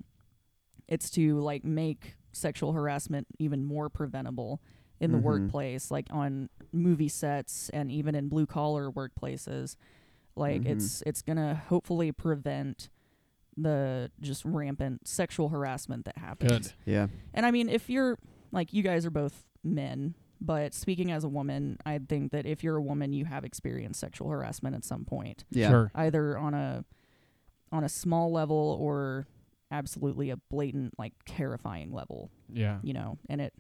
[SPEAKER 3] it's to like make sexual harassment even more preventable in the
[SPEAKER 2] Mhm.
[SPEAKER 3] workplace like on movie sets and even in blue collar workplaces like
[SPEAKER 2] Mhm.
[SPEAKER 3] it's it's gonna hopefully prevent the just rampant sexual harassment that happens
[SPEAKER 1] good.
[SPEAKER 2] Yeah.
[SPEAKER 3] and i mean if you're like you guys are both men but speaking as a woman i think that if you're a woman you have experienced sexual harassment at some point
[SPEAKER 2] Yeah.
[SPEAKER 1] Sure.
[SPEAKER 3] either on a on a small level or absolutely a blatant like terrifying level
[SPEAKER 1] Yeah.
[SPEAKER 3] you know and it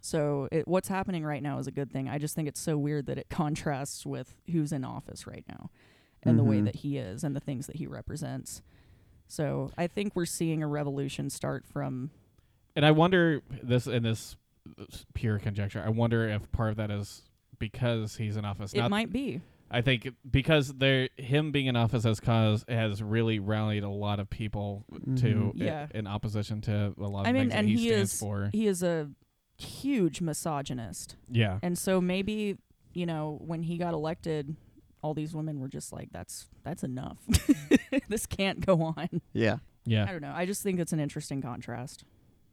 [SPEAKER 3] so it, what's happening right now is a good thing i just think it's so weird that it contrasts with who's in office right now and the way
[SPEAKER 2] Mhm.
[SPEAKER 3] that he is and the things that he represents so i think we're seeing a revolution start from
[SPEAKER 1] And I wonder this in this this pure conjecture. I wonder if part of that is because he's in office.
[SPEAKER 3] it
[SPEAKER 1] Not
[SPEAKER 3] might be
[SPEAKER 1] I think because there him being in office has caused has really rallied a lot of people to
[SPEAKER 2] Mhm.
[SPEAKER 1] i-
[SPEAKER 3] Yeah.
[SPEAKER 1] in opposition to a lot of
[SPEAKER 3] I mean,
[SPEAKER 1] things that
[SPEAKER 3] and
[SPEAKER 1] he,
[SPEAKER 3] he
[SPEAKER 1] stands
[SPEAKER 3] is-
[SPEAKER 1] for.
[SPEAKER 3] he is a huge misogynist
[SPEAKER 1] Yeah.
[SPEAKER 3] And so maybe, you know, when he got elected, all these women were just like, that's that's enough. this can't go on.
[SPEAKER 2] yeah.
[SPEAKER 3] I
[SPEAKER 1] Yeah.
[SPEAKER 3] don't know. I just think it's an interesting contrast.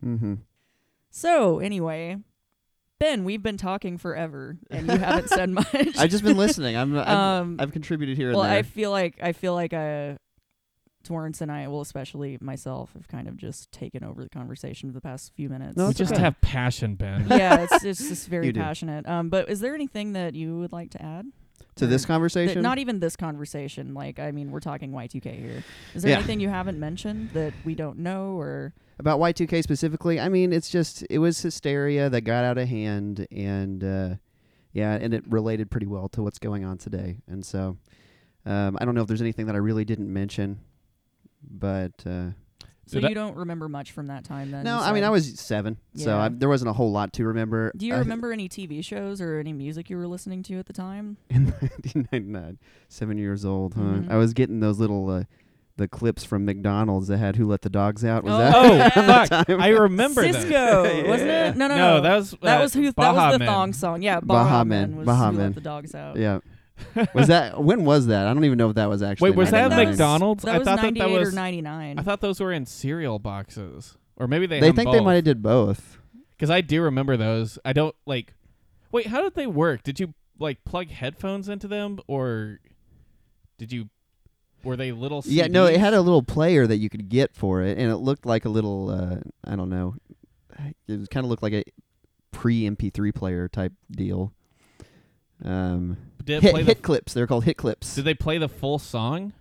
[SPEAKER 2] Mm-hmm.
[SPEAKER 3] So anyway, Ben, we've been talking forever and you haven't said much.
[SPEAKER 2] I've just been listening. I'm. I've,
[SPEAKER 3] Um,
[SPEAKER 2] I've contributed here and
[SPEAKER 3] well,
[SPEAKER 2] there.
[SPEAKER 3] I feel like I feel like uh Torrance and I, well, especially myself, have kind of just taken over the conversation for the past few minutes.
[SPEAKER 2] No,
[SPEAKER 1] We
[SPEAKER 2] that's
[SPEAKER 1] just
[SPEAKER 2] okay.
[SPEAKER 1] have passion, Ben.
[SPEAKER 3] yeah, it's it's just very
[SPEAKER 2] You do.
[SPEAKER 3] passionate. Um, but is there anything that you would like to add?
[SPEAKER 2] to this
[SPEAKER 3] that
[SPEAKER 2] conversation.
[SPEAKER 3] not even this conversation. Like, I mean, we're talking Y2K here. Is there
[SPEAKER 2] Yeah.
[SPEAKER 3] anything you haven't mentioned that we don't know or
[SPEAKER 2] about Y2K specifically, I mean, it's just it was hysteria that got out of hand, and uh, yeah, and it related pretty well to what's going on today. And so, um, I don't know if there's anything that I really didn't mention, but uh,
[SPEAKER 3] so
[SPEAKER 1] Did I-
[SPEAKER 3] you don't remember much from that time then?
[SPEAKER 2] no,
[SPEAKER 3] so-
[SPEAKER 2] I mean, I was seven, so
[SPEAKER 3] Yeah.
[SPEAKER 2] I, there wasn't a whole lot to remember.
[SPEAKER 3] Do you
[SPEAKER 2] I-
[SPEAKER 3] remember any TV shows or any music you were listening to at the time?
[SPEAKER 2] in 1999, seven years old? Huh?
[SPEAKER 3] Mhm.
[SPEAKER 2] I was getting those little. Uh, the clips from McDonald's that had "Who Let the Dogs Out" was
[SPEAKER 3] Oh,
[SPEAKER 2] that?
[SPEAKER 1] oh
[SPEAKER 3] Yeah.
[SPEAKER 1] fuck! I remember
[SPEAKER 3] Cisco,
[SPEAKER 1] that.
[SPEAKER 3] wasn't it? No, no,
[SPEAKER 1] no,
[SPEAKER 3] no.
[SPEAKER 1] that was
[SPEAKER 3] That
[SPEAKER 1] uh,
[SPEAKER 3] was who that
[SPEAKER 1] Baha
[SPEAKER 3] was the
[SPEAKER 1] Men.
[SPEAKER 3] thong song. Yeah,
[SPEAKER 2] Baha
[SPEAKER 3] Baha
[SPEAKER 2] Men,
[SPEAKER 3] Men was
[SPEAKER 2] Baha
[SPEAKER 3] who
[SPEAKER 2] Men.
[SPEAKER 3] let the dogs out.
[SPEAKER 2] Yeah, was that? When was that? I don't even know if that was actually.
[SPEAKER 1] Wait, was
[SPEAKER 3] I
[SPEAKER 1] that at
[SPEAKER 3] think that
[SPEAKER 2] 99.
[SPEAKER 3] was-
[SPEAKER 1] McDonald's?
[SPEAKER 3] That
[SPEAKER 1] I
[SPEAKER 3] was
[SPEAKER 1] thought that
[SPEAKER 3] ninety
[SPEAKER 1] that
[SPEAKER 3] eight or
[SPEAKER 1] was.
[SPEAKER 3] ninety nine.
[SPEAKER 1] I thought those were in cereal boxes, or maybe they.
[SPEAKER 2] They think they might have did both.
[SPEAKER 1] because I do remember those. I don't like. Wait, how did they work? Did you like plug headphones into them, or did you? Were they little? CDs?
[SPEAKER 2] Yeah, no, it had a little player that you could get for it, and it looked like a little, uh, I don't know, it kind of looked like a pre MP3 player type deal. Um,
[SPEAKER 1] Did it
[SPEAKER 2] hit,
[SPEAKER 1] play the,
[SPEAKER 2] hit clips. They're called hit clips.
[SPEAKER 1] Did they play the full song?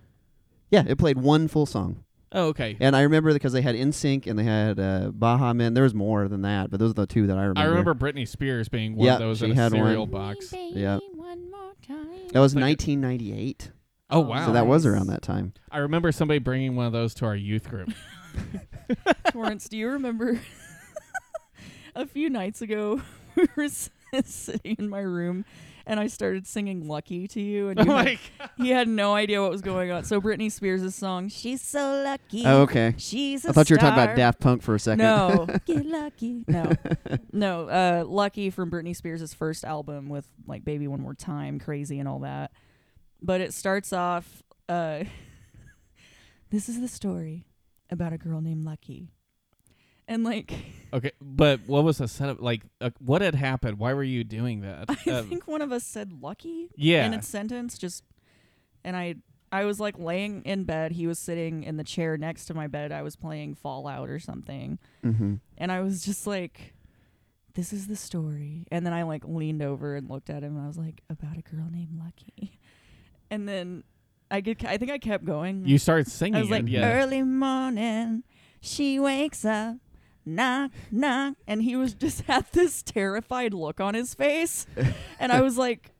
[SPEAKER 2] yeah, it played one full song,
[SPEAKER 1] Oh, okay.
[SPEAKER 2] and I remember because they had NSYNC and they had uh, Baha Men. There was more than that, but those are the two that I remember.
[SPEAKER 1] I remember Britney Spears being one
[SPEAKER 2] Yeah,
[SPEAKER 1] of those
[SPEAKER 2] she
[SPEAKER 1] in a
[SPEAKER 2] had one.
[SPEAKER 1] cereal box.
[SPEAKER 2] Yeah.
[SPEAKER 3] One more time.
[SPEAKER 2] that was
[SPEAKER 1] Like-
[SPEAKER 2] 1998,
[SPEAKER 1] Oh
[SPEAKER 3] So
[SPEAKER 1] wow!
[SPEAKER 2] so that was
[SPEAKER 3] Nice.
[SPEAKER 2] around that time.
[SPEAKER 1] I remember somebody bringing one of those to our youth group.
[SPEAKER 3] Torrance, do you remember a few nights ago we were s- sitting in my room and I started singing Lucky to you and you had,
[SPEAKER 1] like,
[SPEAKER 3] he had no idea what was going on. So Britney Spears' song, She's so lucky.
[SPEAKER 2] Oh, okay.
[SPEAKER 3] She's a
[SPEAKER 2] I thought you were talking about
[SPEAKER 3] star."
[SPEAKER 2] Daft Punk for a second.
[SPEAKER 3] No. Get lucky. No. No, uh Lucky from Britney Spears' first album with like Baby One More Time, Crazy and all that. But it starts off uh This is the story about a girl named Lucky. And like
[SPEAKER 1] okay, but what was the setup? Like, uh, what had happened? Why were you doing that?
[SPEAKER 3] I
[SPEAKER 1] Uh,
[SPEAKER 3] think one of us said lucky
[SPEAKER 1] yeah,
[SPEAKER 3] in its sentence just and I I was like laying in bed, he was sitting in the chair next to my bed. I was playing Fallout or something.
[SPEAKER 2] hmm
[SPEAKER 3] And I was just like this is the story. And then I like leaned over and looked at him and I was like about a girl named Lucky. And then I get I think I kept going.
[SPEAKER 1] you started singing.
[SPEAKER 3] I was like
[SPEAKER 1] it, yeah.
[SPEAKER 3] early morning she wakes up knock knock and he was just had this terrified look on his face and I was like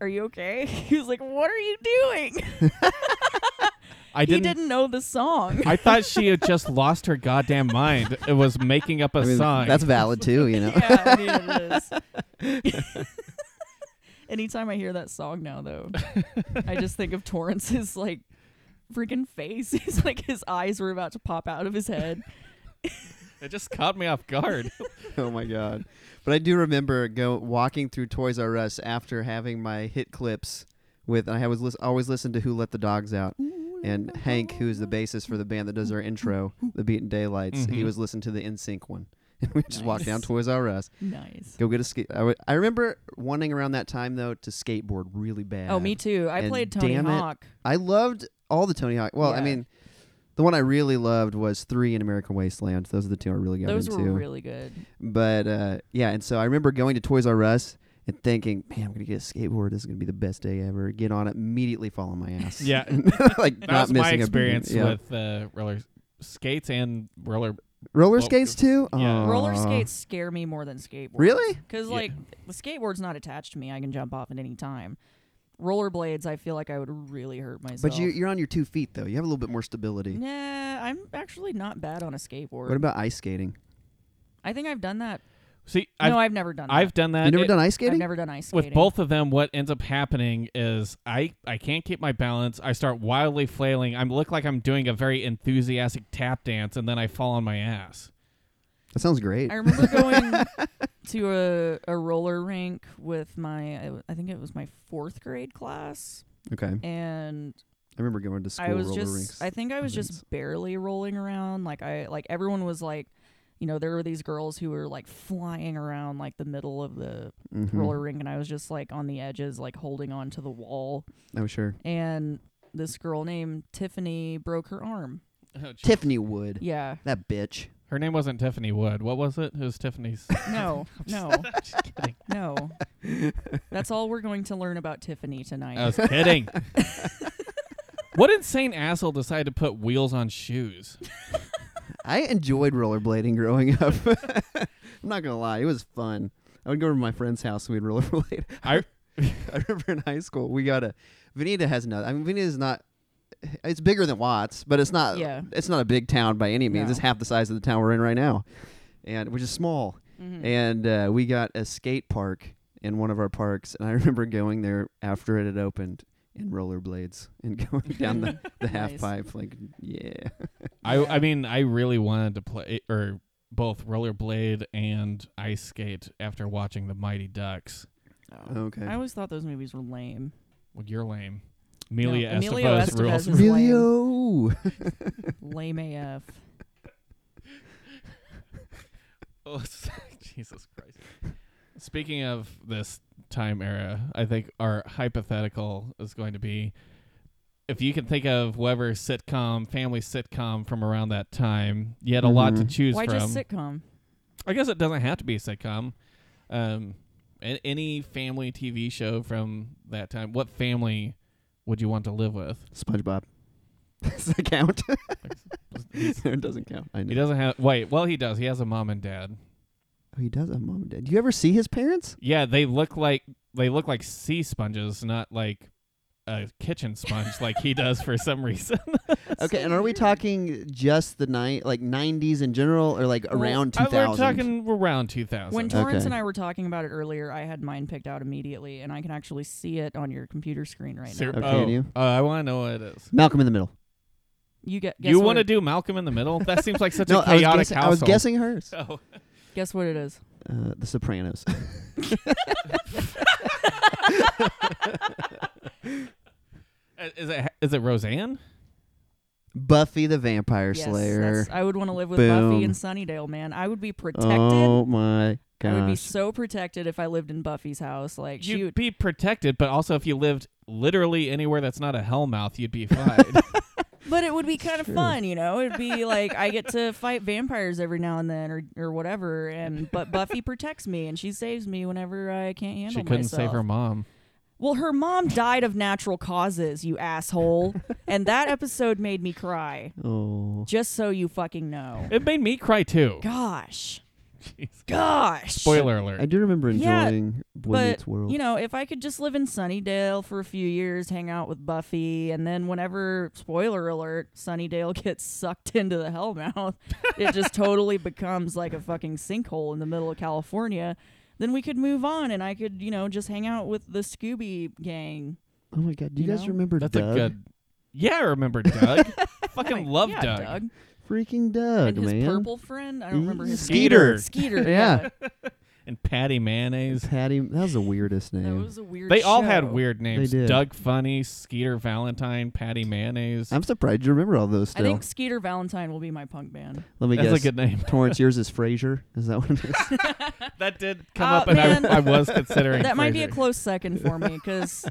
[SPEAKER 3] are you okay? He was like, "What are you doing?"
[SPEAKER 1] I
[SPEAKER 3] he didn't know the song.
[SPEAKER 1] I thought she had just lost her goddamn mind. It was making up a
[SPEAKER 2] I mean,
[SPEAKER 1] song.
[SPEAKER 2] that's valid too, you know.
[SPEAKER 3] yeah, I mean, it is. Anytime I hear that song now, though, I just think of Torrance's like freaking face. He's like his eyes were about to pop out of his head.
[SPEAKER 1] it just caught me off guard.
[SPEAKER 2] oh my god! But I do remember go walking through Toys R Us after having my hit clips with. I was lis- always listened to Who Let the Dogs Out, and Hank, who's the bassist for the band that does our intro, The Beaten Daylights. He
[SPEAKER 1] Mhm.
[SPEAKER 2] was listening to the NSYNC one, and we just walked down
[SPEAKER 3] Nice.
[SPEAKER 2] Toys R Us,
[SPEAKER 3] Nice.
[SPEAKER 2] go get a skate. I, would- I remember wanting around that time though to skateboard really bad.
[SPEAKER 3] Oh, me too. I
[SPEAKER 2] And
[SPEAKER 3] played Tony
[SPEAKER 2] damn it.
[SPEAKER 3] Hawk.
[SPEAKER 2] I loved all the Tony Hawk. Well, I
[SPEAKER 3] Yeah.
[SPEAKER 2] mean. The one I really loved was three in American Wasteland. Those are the two I really got
[SPEAKER 3] Those
[SPEAKER 2] into.
[SPEAKER 3] were really good.
[SPEAKER 2] But uh, yeah, and so I remember going to Toys R Us and thinking, man, I'm gonna get a skateboard. This is gonna be the best day ever. Get on it, immediately fall on my ass.
[SPEAKER 1] Yeah.
[SPEAKER 2] like
[SPEAKER 1] That
[SPEAKER 2] not
[SPEAKER 1] was
[SPEAKER 2] missing
[SPEAKER 1] my
[SPEAKER 2] a beat.
[SPEAKER 1] experience
[SPEAKER 2] Yeah.
[SPEAKER 1] with uh, roller skates and roller.
[SPEAKER 2] roller
[SPEAKER 1] Well,
[SPEAKER 2] skates too.
[SPEAKER 1] yeah.
[SPEAKER 2] Aw.
[SPEAKER 3] Roller skates scare me more than skateboards.
[SPEAKER 2] Really?
[SPEAKER 3] Because
[SPEAKER 1] Yeah.
[SPEAKER 3] like the skateboard's not attached to me, I can jump off at any time. Rollerblades, I feel like I would really hurt myself.
[SPEAKER 2] But you, you're on your two feet though. You have a little bit more stability.
[SPEAKER 3] nah, I'm actually not bad on a skateboard.
[SPEAKER 2] What about ice skating?
[SPEAKER 3] I think I've done that.
[SPEAKER 1] See, I've,
[SPEAKER 3] no, I've never done.
[SPEAKER 1] I've done
[SPEAKER 2] You
[SPEAKER 1] that.
[SPEAKER 2] never
[SPEAKER 1] It-
[SPEAKER 2] done ice
[SPEAKER 3] that. I've
[SPEAKER 2] skating?
[SPEAKER 3] Uh, never done ice skating.
[SPEAKER 1] with both of them, what ends up happening is I I can't keep my balance. I start wildly flailing. I look like I'm doing a very enthusiastic tap dance, and then I fall on my ass.
[SPEAKER 2] That sounds great.
[SPEAKER 3] I remember going to a, a roller rink with my, I w- I think it was my fourth grade class,
[SPEAKER 2] Okay, I
[SPEAKER 3] and
[SPEAKER 2] remember going to school
[SPEAKER 3] I was
[SPEAKER 2] roller
[SPEAKER 3] just,
[SPEAKER 2] rinks.
[SPEAKER 3] I think I was
[SPEAKER 2] events.
[SPEAKER 3] just barely rolling around. Like I, like everyone was like, you know, there were these girls who were like flying around like the middle of the
[SPEAKER 2] Mhm.
[SPEAKER 3] roller rink, and I was just like on the edges, like holding on to the wall.
[SPEAKER 2] Oh sure,
[SPEAKER 3] And this girl named Tiffany broke her arm.
[SPEAKER 1] Oh,
[SPEAKER 2] Tiffany Wood.
[SPEAKER 3] Yeah,
[SPEAKER 2] That bitch.
[SPEAKER 1] Her name wasn't Tiffany Wood. What was it? It was Tiffany's.
[SPEAKER 3] no, no,
[SPEAKER 1] Just kidding.
[SPEAKER 3] no. That's all we're going to learn about Tiffany tonight.
[SPEAKER 1] I
[SPEAKER 2] Oh,
[SPEAKER 1] was kidding. what insane asshole decided to put wheels on shoes?
[SPEAKER 2] I enjoyed rollerblading growing up. I'm not gonna lie, it was fun. I would go to my friend's house and we'd rollerblade.
[SPEAKER 1] I
[SPEAKER 2] I remember in high school we got a Veneta has no. I mean Veneta's not. It's bigger than Watts, but it's not.
[SPEAKER 3] Yeah.
[SPEAKER 2] It's not a big town by any means.
[SPEAKER 3] No.
[SPEAKER 2] It's half the size of the town we're in right now, and which is small.
[SPEAKER 3] Mhm.
[SPEAKER 2] And uh, we got a skate park in one of our parks, and I remember going there after it had opened in rollerblades and going down the, the half
[SPEAKER 3] Nice.
[SPEAKER 2] pipe. Like, yeah.
[SPEAKER 1] I
[SPEAKER 3] Yeah.
[SPEAKER 1] I mean I really wanted to play or both rollerblade and ice skate after watching the Mighty Ducks.
[SPEAKER 3] Oh.
[SPEAKER 2] Okay.
[SPEAKER 3] I always thought those movies were lame.
[SPEAKER 1] Well, you're lame. Amelia
[SPEAKER 3] No, Emilio
[SPEAKER 1] Estevez,
[SPEAKER 3] Estevez
[SPEAKER 1] rules.
[SPEAKER 3] is-
[SPEAKER 2] Really?
[SPEAKER 3] lame.
[SPEAKER 2] Oh.
[SPEAKER 3] Lame AF.
[SPEAKER 1] Oh, Jesus Christ. Speaking of this time era, I think our hypothetical is going to be if you can think of whatever sitcom, family sitcom from around that time, you had a lot to
[SPEAKER 2] Mhm.
[SPEAKER 1] choose
[SPEAKER 3] Why
[SPEAKER 1] from.
[SPEAKER 3] just sitcom?
[SPEAKER 1] I guess it doesn't have to be a sitcom. Um, a- any family TV show from that time. What family would you want to live with?
[SPEAKER 2] SpongeBob. Does that count?
[SPEAKER 1] He's-
[SPEAKER 2] it doesn't count. I know.
[SPEAKER 1] He doesn't have. Wait, well, he does. He has a mom and dad.
[SPEAKER 2] Oh, he does have mom and dad. Do you ever see his parents?
[SPEAKER 1] Yeah, they look like they look like sea sponges, not like a kitchen sponge like he does for some reason.
[SPEAKER 2] okay, and are we talking just the night, like '90s in general, or like around
[SPEAKER 1] Uh,
[SPEAKER 2] 2000?
[SPEAKER 1] We're talking around Uh, 2000.
[SPEAKER 3] When Torrance
[SPEAKER 2] Okay.
[SPEAKER 3] and I were talking about it earlier, I had mine picked out immediately, and I can actually see it on your computer screen right
[SPEAKER 1] Ser-
[SPEAKER 3] now.
[SPEAKER 2] Okay,
[SPEAKER 1] oh,
[SPEAKER 2] do you?
[SPEAKER 1] uh, I want to know what it is.
[SPEAKER 2] Malcolm in the Middle.
[SPEAKER 3] You get guess
[SPEAKER 1] You
[SPEAKER 3] want
[SPEAKER 1] want to do Malcolm in the Middle? That seems like such
[SPEAKER 2] no,
[SPEAKER 1] a
[SPEAKER 2] I was,
[SPEAKER 1] chaotic
[SPEAKER 2] guessing, I
[SPEAKER 1] household.
[SPEAKER 2] was guessing hers.
[SPEAKER 1] Oh.
[SPEAKER 3] guess what it is?
[SPEAKER 2] Uh, the Sopranos.
[SPEAKER 1] Uh, Is it is it Roseanne?
[SPEAKER 2] Buffy the Vampire
[SPEAKER 3] Yes,
[SPEAKER 2] Slayer.
[SPEAKER 3] that's- I would want to live with
[SPEAKER 2] Boom.
[SPEAKER 3] Buffy and Sunnydale, man. I would be protected.
[SPEAKER 2] Oh my
[SPEAKER 3] I would be
[SPEAKER 2] gosh.
[SPEAKER 3] so protected if I lived in Buffy's house. Like she
[SPEAKER 1] You'd
[SPEAKER 3] would.
[SPEAKER 1] be protected, but also if you lived literally anywhere that's not a hellmouth, you'd be fine.
[SPEAKER 3] But it would be kind of
[SPEAKER 2] Sure.
[SPEAKER 3] fun, you know. It'd be like I get to fight vampires every now and then, or or whatever. And but Buffy protects me and she saves me whenever I can't handle
[SPEAKER 1] she couldn't
[SPEAKER 3] myself.
[SPEAKER 1] save her mom.
[SPEAKER 3] Well, her mom died of natural causes, you asshole. and that episode made me cry.
[SPEAKER 2] oh.
[SPEAKER 3] Just so you fucking know.
[SPEAKER 1] It made me cry too.
[SPEAKER 3] Gosh.
[SPEAKER 1] Jeez.
[SPEAKER 3] Gosh.
[SPEAKER 1] Spoiler alert.
[SPEAKER 2] I do remember
[SPEAKER 3] Yeah,
[SPEAKER 2] enjoying Boy
[SPEAKER 3] but,
[SPEAKER 2] Meets World.
[SPEAKER 3] You know, if I could just live in Sunnydale for a few years, hang out with Buffy, and then whenever, spoiler alert, Sunnydale gets sucked into the Hellmouth, it just totally becomes like a fucking sinkhole in the middle of California. Then we could move on, and I could, you know, just hang out with the Scooby gang.
[SPEAKER 2] oh my god, do you,
[SPEAKER 3] you
[SPEAKER 2] guys
[SPEAKER 3] know?
[SPEAKER 2] remember
[SPEAKER 1] That's
[SPEAKER 2] Doug?
[SPEAKER 1] a good. Yeah, I remember Doug. Fucking love
[SPEAKER 3] yeah,
[SPEAKER 1] Doug.
[SPEAKER 3] Doug.
[SPEAKER 2] Freaking Doug,
[SPEAKER 3] and his
[SPEAKER 2] man.
[SPEAKER 3] purple friend. I don't remember his
[SPEAKER 1] Skeeter.
[SPEAKER 3] name. Skeeter.
[SPEAKER 2] Yeah.
[SPEAKER 3] yeah.
[SPEAKER 1] And Patty Mayonnaise.
[SPEAKER 2] Patty, that was the weirdest
[SPEAKER 3] That
[SPEAKER 2] name.
[SPEAKER 3] was a weird
[SPEAKER 1] They all had
[SPEAKER 3] show.
[SPEAKER 1] weird names.
[SPEAKER 2] did.
[SPEAKER 1] Doug Funny, Skeeter Valentine, Patty Mayonnaise.
[SPEAKER 2] I'm surprised you remember all those
[SPEAKER 3] I
[SPEAKER 2] still.
[SPEAKER 3] think Skeeter Valentine will be my punk band.
[SPEAKER 2] Let me
[SPEAKER 1] That's
[SPEAKER 2] guess.
[SPEAKER 1] a good name.
[SPEAKER 2] Torrance, yours is Frasier. Is that what it is?
[SPEAKER 1] That did come
[SPEAKER 3] Oh,
[SPEAKER 1] up, and
[SPEAKER 3] man.
[SPEAKER 1] I, I was considering.
[SPEAKER 3] That might be a
[SPEAKER 1] Frasier.
[SPEAKER 3] close second for me because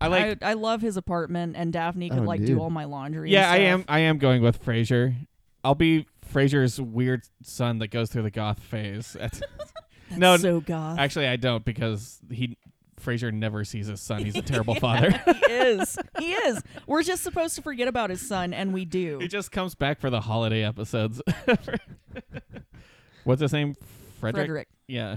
[SPEAKER 1] I like.
[SPEAKER 3] I, I love his apartment and Daphne could
[SPEAKER 2] Oh,
[SPEAKER 3] like
[SPEAKER 2] dude.
[SPEAKER 3] do all my laundry. and
[SPEAKER 1] yeah, I am.
[SPEAKER 3] stuff.
[SPEAKER 1] I am going with Frasier. I'll be Frasier's weird son that goes through the goth phase. That's,
[SPEAKER 3] That's
[SPEAKER 1] No,
[SPEAKER 3] so goth.
[SPEAKER 1] Actually, I don't because he Fraser never sees his son. He's a terrible father.
[SPEAKER 3] he is. He is. We're just supposed to forget about his son, and we
[SPEAKER 1] He
[SPEAKER 3] do.
[SPEAKER 1] just comes back for the holiday episodes. What's his name? Frederick.
[SPEAKER 3] Frederick.
[SPEAKER 1] Yeah.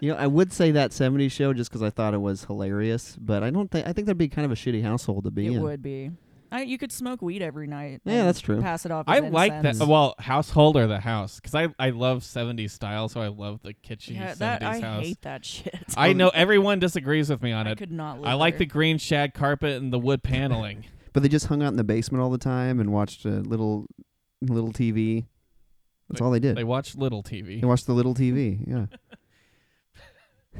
[SPEAKER 2] You know, I would say that '70s show just because I thought it was hilarious, but I don't think I think that'd be kind of a shitty household to be
[SPEAKER 3] It
[SPEAKER 2] in.
[SPEAKER 3] would be. I, you could smoke weed every night.
[SPEAKER 2] Yeah,
[SPEAKER 3] and
[SPEAKER 2] that's true.
[SPEAKER 3] Pass it off.
[SPEAKER 1] I
[SPEAKER 3] As
[SPEAKER 1] like that.
[SPEAKER 3] incense.
[SPEAKER 1] Well, household or the house, because I I love '70s style, so I love the kitschy
[SPEAKER 3] Yeah,
[SPEAKER 1] '70s
[SPEAKER 3] that I
[SPEAKER 1] house.
[SPEAKER 3] hate that shit.
[SPEAKER 1] I know everyone disagrees with me on
[SPEAKER 3] I
[SPEAKER 1] it.
[SPEAKER 3] could not. Live
[SPEAKER 1] I like the
[SPEAKER 3] there.
[SPEAKER 1] green shag carpet and the wood paneling.
[SPEAKER 2] But they just hung out in the basement all the time and watched a little little TV. That's all they did.
[SPEAKER 1] they watch little TV.
[SPEAKER 2] They watched the little TV. Yeah.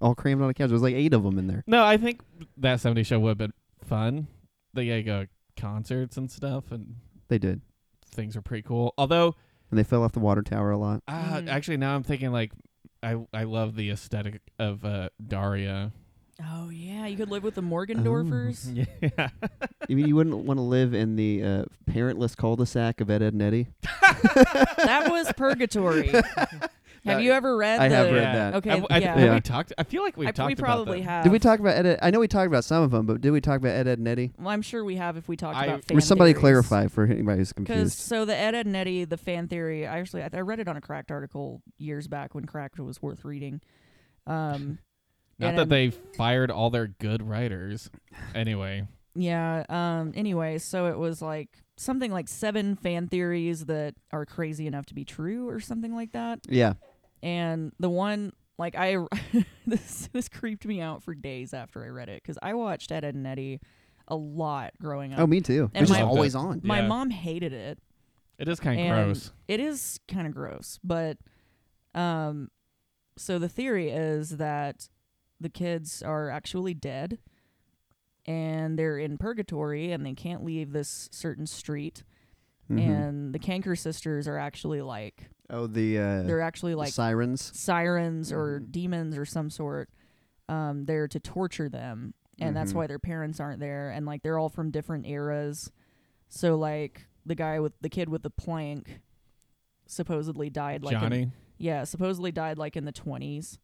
[SPEAKER 2] all crammed on a couch. There was like eight of them in there.
[SPEAKER 1] No, I think that '70s show would have been fun. They uh, go concerts and stuff, and
[SPEAKER 2] They did,
[SPEAKER 1] things were pretty cool. Although,
[SPEAKER 2] and they fell off the water tower a lot.
[SPEAKER 1] uh,
[SPEAKER 3] Mm.
[SPEAKER 1] actually, now I'm thinking like I I love the aesthetic of uh, Daria.
[SPEAKER 3] Oh yeah, you could live with the Morgendorfers.
[SPEAKER 1] Yeah.
[SPEAKER 2] I mean, you wouldn't want to live in the uh, parentless cul-de-sac of Ed, Ed and Eddie. Oh.
[SPEAKER 3] that was purgatory. have you ever read?
[SPEAKER 2] I
[SPEAKER 3] the,
[SPEAKER 2] have read that.
[SPEAKER 3] Okay,
[SPEAKER 1] I, I,
[SPEAKER 3] yeah.
[SPEAKER 1] have
[SPEAKER 2] Yeah.
[SPEAKER 1] we talked. I feel like we've
[SPEAKER 3] I-
[SPEAKER 1] talked
[SPEAKER 3] we probably
[SPEAKER 1] about that.
[SPEAKER 3] have.
[SPEAKER 2] Did we talk about Ed, Ed? I know we talked about some of them, but did we talk about Ed, Ed and Eddie?
[SPEAKER 3] Well, I'm sure we have if we talked
[SPEAKER 1] I-
[SPEAKER 3] about.
[SPEAKER 2] Or
[SPEAKER 3] fan
[SPEAKER 2] somebody
[SPEAKER 3] theories.
[SPEAKER 2] clarify for anybody who's
[SPEAKER 3] Because
[SPEAKER 2] confused.
[SPEAKER 3] so the Ed, Ed and Eddie, the fan theory. I actually I, I read it on a Cracked article years back when Cracked was worth reading. Um,
[SPEAKER 1] Not
[SPEAKER 3] and
[SPEAKER 1] that
[SPEAKER 3] I'm-
[SPEAKER 1] they fired all their good writers. Anyway,
[SPEAKER 3] yeah. Um. Anyway, so it was like something like seven fan theories that are crazy enough to be true, or something like that.
[SPEAKER 2] Yeah.
[SPEAKER 3] and the one like I this this creeped me out for days after I read it because I watched Ed, Ed and Eddie a lot growing up.
[SPEAKER 2] Oh, me too.
[SPEAKER 3] And
[SPEAKER 2] It's just
[SPEAKER 3] my-
[SPEAKER 2] always on.
[SPEAKER 3] My
[SPEAKER 1] Yeah.
[SPEAKER 3] mom hated it.
[SPEAKER 1] it is kind of
[SPEAKER 3] And
[SPEAKER 1] gross.
[SPEAKER 3] It is kind of gross, but um, so the theory is that the kids are actually dead, and they're in purgatory, and they can't leave this certain street.
[SPEAKER 2] Mhm.
[SPEAKER 3] And the Canker sisters are actually like
[SPEAKER 2] Oh, the uh,
[SPEAKER 3] they're actually like
[SPEAKER 2] sirens.
[SPEAKER 3] sirens or
[SPEAKER 2] Mhm.
[SPEAKER 3] demons or some sort um, there to torture them. And that's
[SPEAKER 2] Mhm.
[SPEAKER 3] why their parents aren't there. And like they're all from different eras. So like the guy with the kid with the plank supposedly died like in-
[SPEAKER 1] Johnny.
[SPEAKER 3] yeah, supposedly died like in the 20s.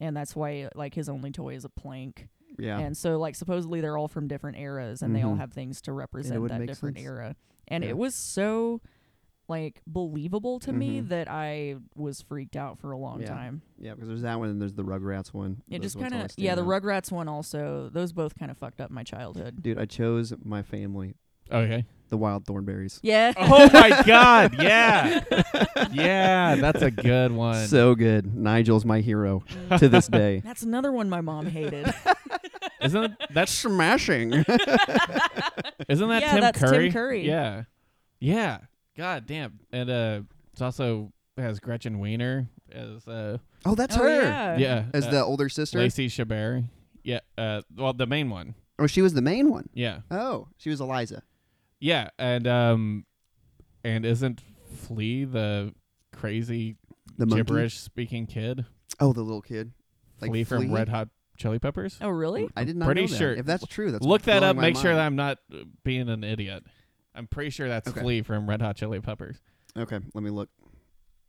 [SPEAKER 3] And that's why like his only toy is a plank.
[SPEAKER 2] Yeah.
[SPEAKER 3] And so like supposedly they're all from different eras and they all
[SPEAKER 2] Mhm.
[SPEAKER 3] have things to represent
[SPEAKER 2] would
[SPEAKER 3] that
[SPEAKER 2] make
[SPEAKER 3] different
[SPEAKER 2] sense.
[SPEAKER 3] era. And
[SPEAKER 2] Yeah.
[SPEAKER 3] it was so like believable to me
[SPEAKER 2] Mhm.
[SPEAKER 3] that I was freaked out for a long
[SPEAKER 2] Yeah.
[SPEAKER 3] time.
[SPEAKER 2] yeah, because there's that one and there's the Rugrats one.
[SPEAKER 3] It
[SPEAKER 2] Those
[SPEAKER 3] just
[SPEAKER 2] ones
[SPEAKER 3] kind of
[SPEAKER 2] always stand
[SPEAKER 3] yeah. The
[SPEAKER 2] out.
[SPEAKER 3] Rugrats one also. Those both kind of fucked up my childhood.
[SPEAKER 2] Dude, I chose my family,
[SPEAKER 1] Okay.
[SPEAKER 2] the wild thornberries.
[SPEAKER 3] Yeah.
[SPEAKER 1] Oh my God! Yeah, yeah, that's a good one.
[SPEAKER 2] So good. Nigel's my hero to this day.
[SPEAKER 3] That's another one my mom hated.
[SPEAKER 1] isn't
[SPEAKER 2] That's smashing.
[SPEAKER 1] isn't that
[SPEAKER 3] Yeah,
[SPEAKER 1] Tim
[SPEAKER 3] that's Tim
[SPEAKER 1] Curry?
[SPEAKER 3] Curry.
[SPEAKER 1] Yeah, yeah. God damn! And uh, it's also has Gretchen Weiner as uh,
[SPEAKER 2] oh, that's
[SPEAKER 3] Oh,
[SPEAKER 2] her.
[SPEAKER 3] yeah.
[SPEAKER 1] yeah,
[SPEAKER 2] As
[SPEAKER 1] uh,
[SPEAKER 2] the older sister.
[SPEAKER 1] Lacey Chabert. Yeah, uh, well, the main one.
[SPEAKER 2] Oh, she was the main one.
[SPEAKER 1] Yeah,
[SPEAKER 2] Oh, she was Eliza.
[SPEAKER 1] yeah, and um, and isn't Flea the crazy
[SPEAKER 2] The monkey.
[SPEAKER 1] gibberish speaking kid?
[SPEAKER 2] Oh, the little kid. Like
[SPEAKER 1] Flea from
[SPEAKER 2] Flea?
[SPEAKER 1] Red Hot Chili Peppers.
[SPEAKER 3] Oh really?
[SPEAKER 2] I did not
[SPEAKER 1] Pretty
[SPEAKER 2] know that.
[SPEAKER 1] sure-
[SPEAKER 2] If that's true, that's
[SPEAKER 1] Look that
[SPEAKER 2] blowing
[SPEAKER 1] up.
[SPEAKER 2] my
[SPEAKER 1] Make sure
[SPEAKER 2] mind.
[SPEAKER 1] that I'm not uh, being an idiot. I'm pretty sure that's
[SPEAKER 2] Okay.
[SPEAKER 1] Flea from Red Hot Chili Peppers.
[SPEAKER 2] Okay, let me look.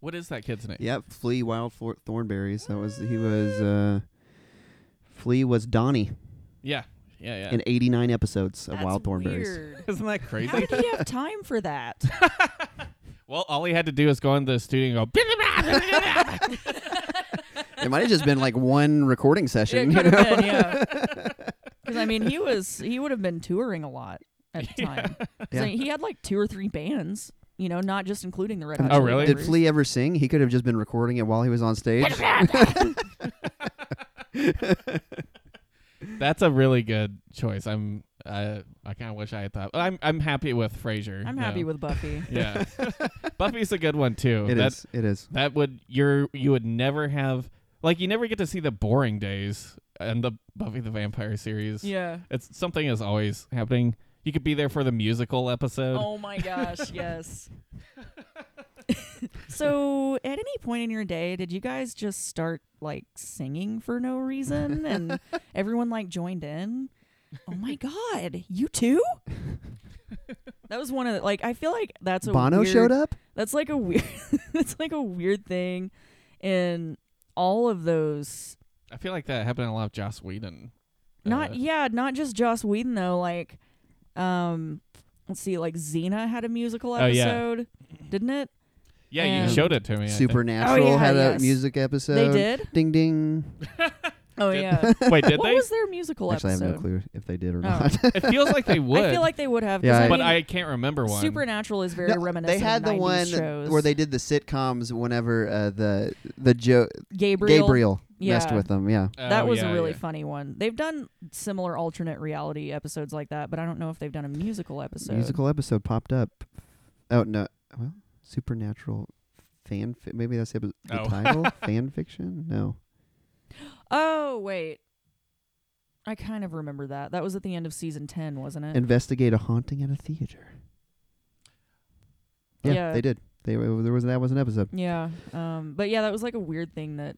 [SPEAKER 1] What is that kid's name?
[SPEAKER 2] Yep, Flea Wild Thor- Thornberries. That was he was uh Flea was Donnie
[SPEAKER 1] Yeah, yeah, yeah.
[SPEAKER 2] in 89 episodes of
[SPEAKER 3] That's
[SPEAKER 2] Wild Thornberries.
[SPEAKER 3] weird.
[SPEAKER 1] Isn't that
[SPEAKER 3] How
[SPEAKER 1] crazy?
[SPEAKER 3] did you have time for that?
[SPEAKER 1] well, all he had to do was go in the studio and go.
[SPEAKER 2] It might have just been like one recording
[SPEAKER 3] it
[SPEAKER 2] session.
[SPEAKER 3] could
[SPEAKER 2] you know?
[SPEAKER 3] have been, yeah. Because I mean, he was he would have been touring a lot at the time. 'Cause, I
[SPEAKER 2] Yeah.
[SPEAKER 3] mean, he had like two or three bands. You know, not just including the Red Hot
[SPEAKER 1] Oh,
[SPEAKER 3] Chili
[SPEAKER 1] really?
[SPEAKER 2] Did
[SPEAKER 3] Peppers.
[SPEAKER 2] Flea ever sing? He could have just been recording it while he was on stage.
[SPEAKER 1] That's a really good choice. I'm. Uh, I kind of wish I had thought. I'm. I'm happy with Frasier.
[SPEAKER 3] I'm happy
[SPEAKER 1] though.
[SPEAKER 3] with Buffy.
[SPEAKER 1] Yeah, Buffy's a good one too.
[SPEAKER 2] It is.
[SPEAKER 1] that,
[SPEAKER 2] It is.
[SPEAKER 1] That would you're you would never have like you never get to see the boring days and the Buffy the Vampire series.
[SPEAKER 3] yeah.
[SPEAKER 1] It's something is always happening. You could be there for the musical episode.
[SPEAKER 3] Oh my gosh, yes. so, at any point in your day, did you guys just start like singing for no reason and everyone like joined in? Oh my god, you too? That was one of the, like I feel like that's a
[SPEAKER 2] Bono
[SPEAKER 3] weird,
[SPEAKER 2] showed up.
[SPEAKER 3] That's like a weird. that's like a weird thing, in all of those.
[SPEAKER 1] I feel like that happened in a lot of Joss Whedon.
[SPEAKER 3] Not
[SPEAKER 1] uh,
[SPEAKER 3] yeah, not just Joss Whedon though. Like, um, let's see, like Xena had a musical
[SPEAKER 1] Oh, yeah.
[SPEAKER 3] episode, didn't it?
[SPEAKER 1] Yeah,
[SPEAKER 3] and-
[SPEAKER 1] you showed it to me. I think.
[SPEAKER 2] Supernatural
[SPEAKER 3] Oh, yeah,
[SPEAKER 2] had a
[SPEAKER 3] yes.
[SPEAKER 2] music episode.
[SPEAKER 3] they did.
[SPEAKER 2] Ding ding.
[SPEAKER 3] Oh
[SPEAKER 1] Did-
[SPEAKER 3] yeah.
[SPEAKER 1] Wait, did
[SPEAKER 3] what
[SPEAKER 1] they?
[SPEAKER 3] was their musical
[SPEAKER 2] Actually, I have
[SPEAKER 3] episode?
[SPEAKER 2] no clue if they did or
[SPEAKER 3] Oh.
[SPEAKER 2] not.
[SPEAKER 1] it feels like they would.
[SPEAKER 3] I feel like they would have. 'cause
[SPEAKER 2] Yeah, I-
[SPEAKER 3] I
[SPEAKER 1] but
[SPEAKER 3] mean,
[SPEAKER 1] I can't remember one.
[SPEAKER 3] Supernatural is very
[SPEAKER 2] No,
[SPEAKER 3] reminiscent.
[SPEAKER 2] they had
[SPEAKER 3] of
[SPEAKER 2] the
[SPEAKER 3] 90s
[SPEAKER 2] one
[SPEAKER 3] shows.
[SPEAKER 2] where they did the sitcoms whenever uh, the the Joe
[SPEAKER 3] Gabriel.
[SPEAKER 2] Gabriel, messed
[SPEAKER 3] Yeah.
[SPEAKER 2] with them. Yeah,
[SPEAKER 1] Oh,
[SPEAKER 3] that was
[SPEAKER 1] yeah,
[SPEAKER 3] a really
[SPEAKER 1] yeah.
[SPEAKER 3] funny one. They've done similar alternate reality episodes like that, but I don't know if they've done a musical episode.
[SPEAKER 2] musical episode popped up. Oh no, well, supernatural fan. Fi- maybe that's the, epi- the
[SPEAKER 1] Oh.
[SPEAKER 2] title. fan fiction? No.
[SPEAKER 3] Oh wait, I kind of remember that. That was at the end of season ten, wasn't it?
[SPEAKER 2] Investigate a haunting at a theater. Yeah,
[SPEAKER 3] Yeah. Mm.
[SPEAKER 2] they did. They there was that was an episode.
[SPEAKER 3] yeah. Um. But yeah, that was like a weird thing that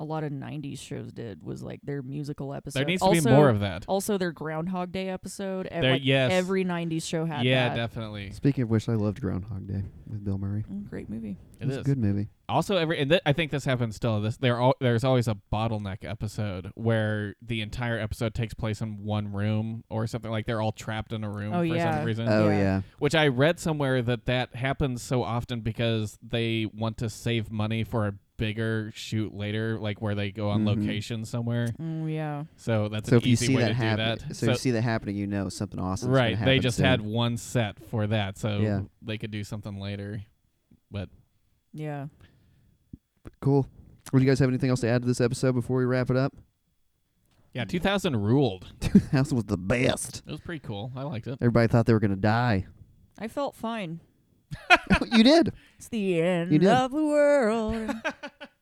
[SPEAKER 3] a lot of '90s shows did was like their musical episode.
[SPEAKER 1] There needs
[SPEAKER 3] also,
[SPEAKER 1] to be more of that.
[SPEAKER 3] Also, their Groundhog Day episode. Ev-
[SPEAKER 1] There,
[SPEAKER 3] like,
[SPEAKER 1] yes.
[SPEAKER 3] Every '90s show had
[SPEAKER 1] yeah,
[SPEAKER 3] that.
[SPEAKER 1] definitely.
[SPEAKER 2] Speaking of which, I loved Groundhog Day with Bill Murray.
[SPEAKER 3] Mm, Great movie.
[SPEAKER 1] It
[SPEAKER 2] was
[SPEAKER 1] is.
[SPEAKER 2] a good movie.
[SPEAKER 1] Also, every and th- I think this happens still. This there al- there's always a bottleneck episode where the entire episode takes place in one room or something like they're all trapped in a room
[SPEAKER 3] Oh,
[SPEAKER 1] for
[SPEAKER 3] yeah.
[SPEAKER 1] some reason.
[SPEAKER 2] Oh
[SPEAKER 3] Yeah.
[SPEAKER 2] yeah.
[SPEAKER 1] Which I read somewhere that that happens so often because they want to save money for a bigger shoot later, like where they go on
[SPEAKER 2] Mhm.
[SPEAKER 1] location somewhere.
[SPEAKER 3] Mm, yeah.
[SPEAKER 1] So that's
[SPEAKER 2] so
[SPEAKER 1] an
[SPEAKER 2] if you
[SPEAKER 1] easy
[SPEAKER 2] see
[SPEAKER 1] way
[SPEAKER 2] that
[SPEAKER 1] to
[SPEAKER 2] happen,
[SPEAKER 1] do that.
[SPEAKER 2] so, if you see that happening, you know something awesome.
[SPEAKER 1] right,
[SPEAKER 2] Happen
[SPEAKER 1] they just
[SPEAKER 2] soon.
[SPEAKER 1] had one set for that, so
[SPEAKER 2] Yeah.
[SPEAKER 1] they could do something later.
[SPEAKER 3] Yeah.
[SPEAKER 2] cool. Would you guys have anything else to add to this episode before we wrap it up?
[SPEAKER 1] Yeah, 2000 ruled.
[SPEAKER 2] House was the best.
[SPEAKER 1] It was pretty cool. I liked it.
[SPEAKER 2] Everybody thought they were gonna die. Oh,
[SPEAKER 3] I felt fine.
[SPEAKER 2] you did.
[SPEAKER 3] It's the end
[SPEAKER 2] did.
[SPEAKER 3] of the world,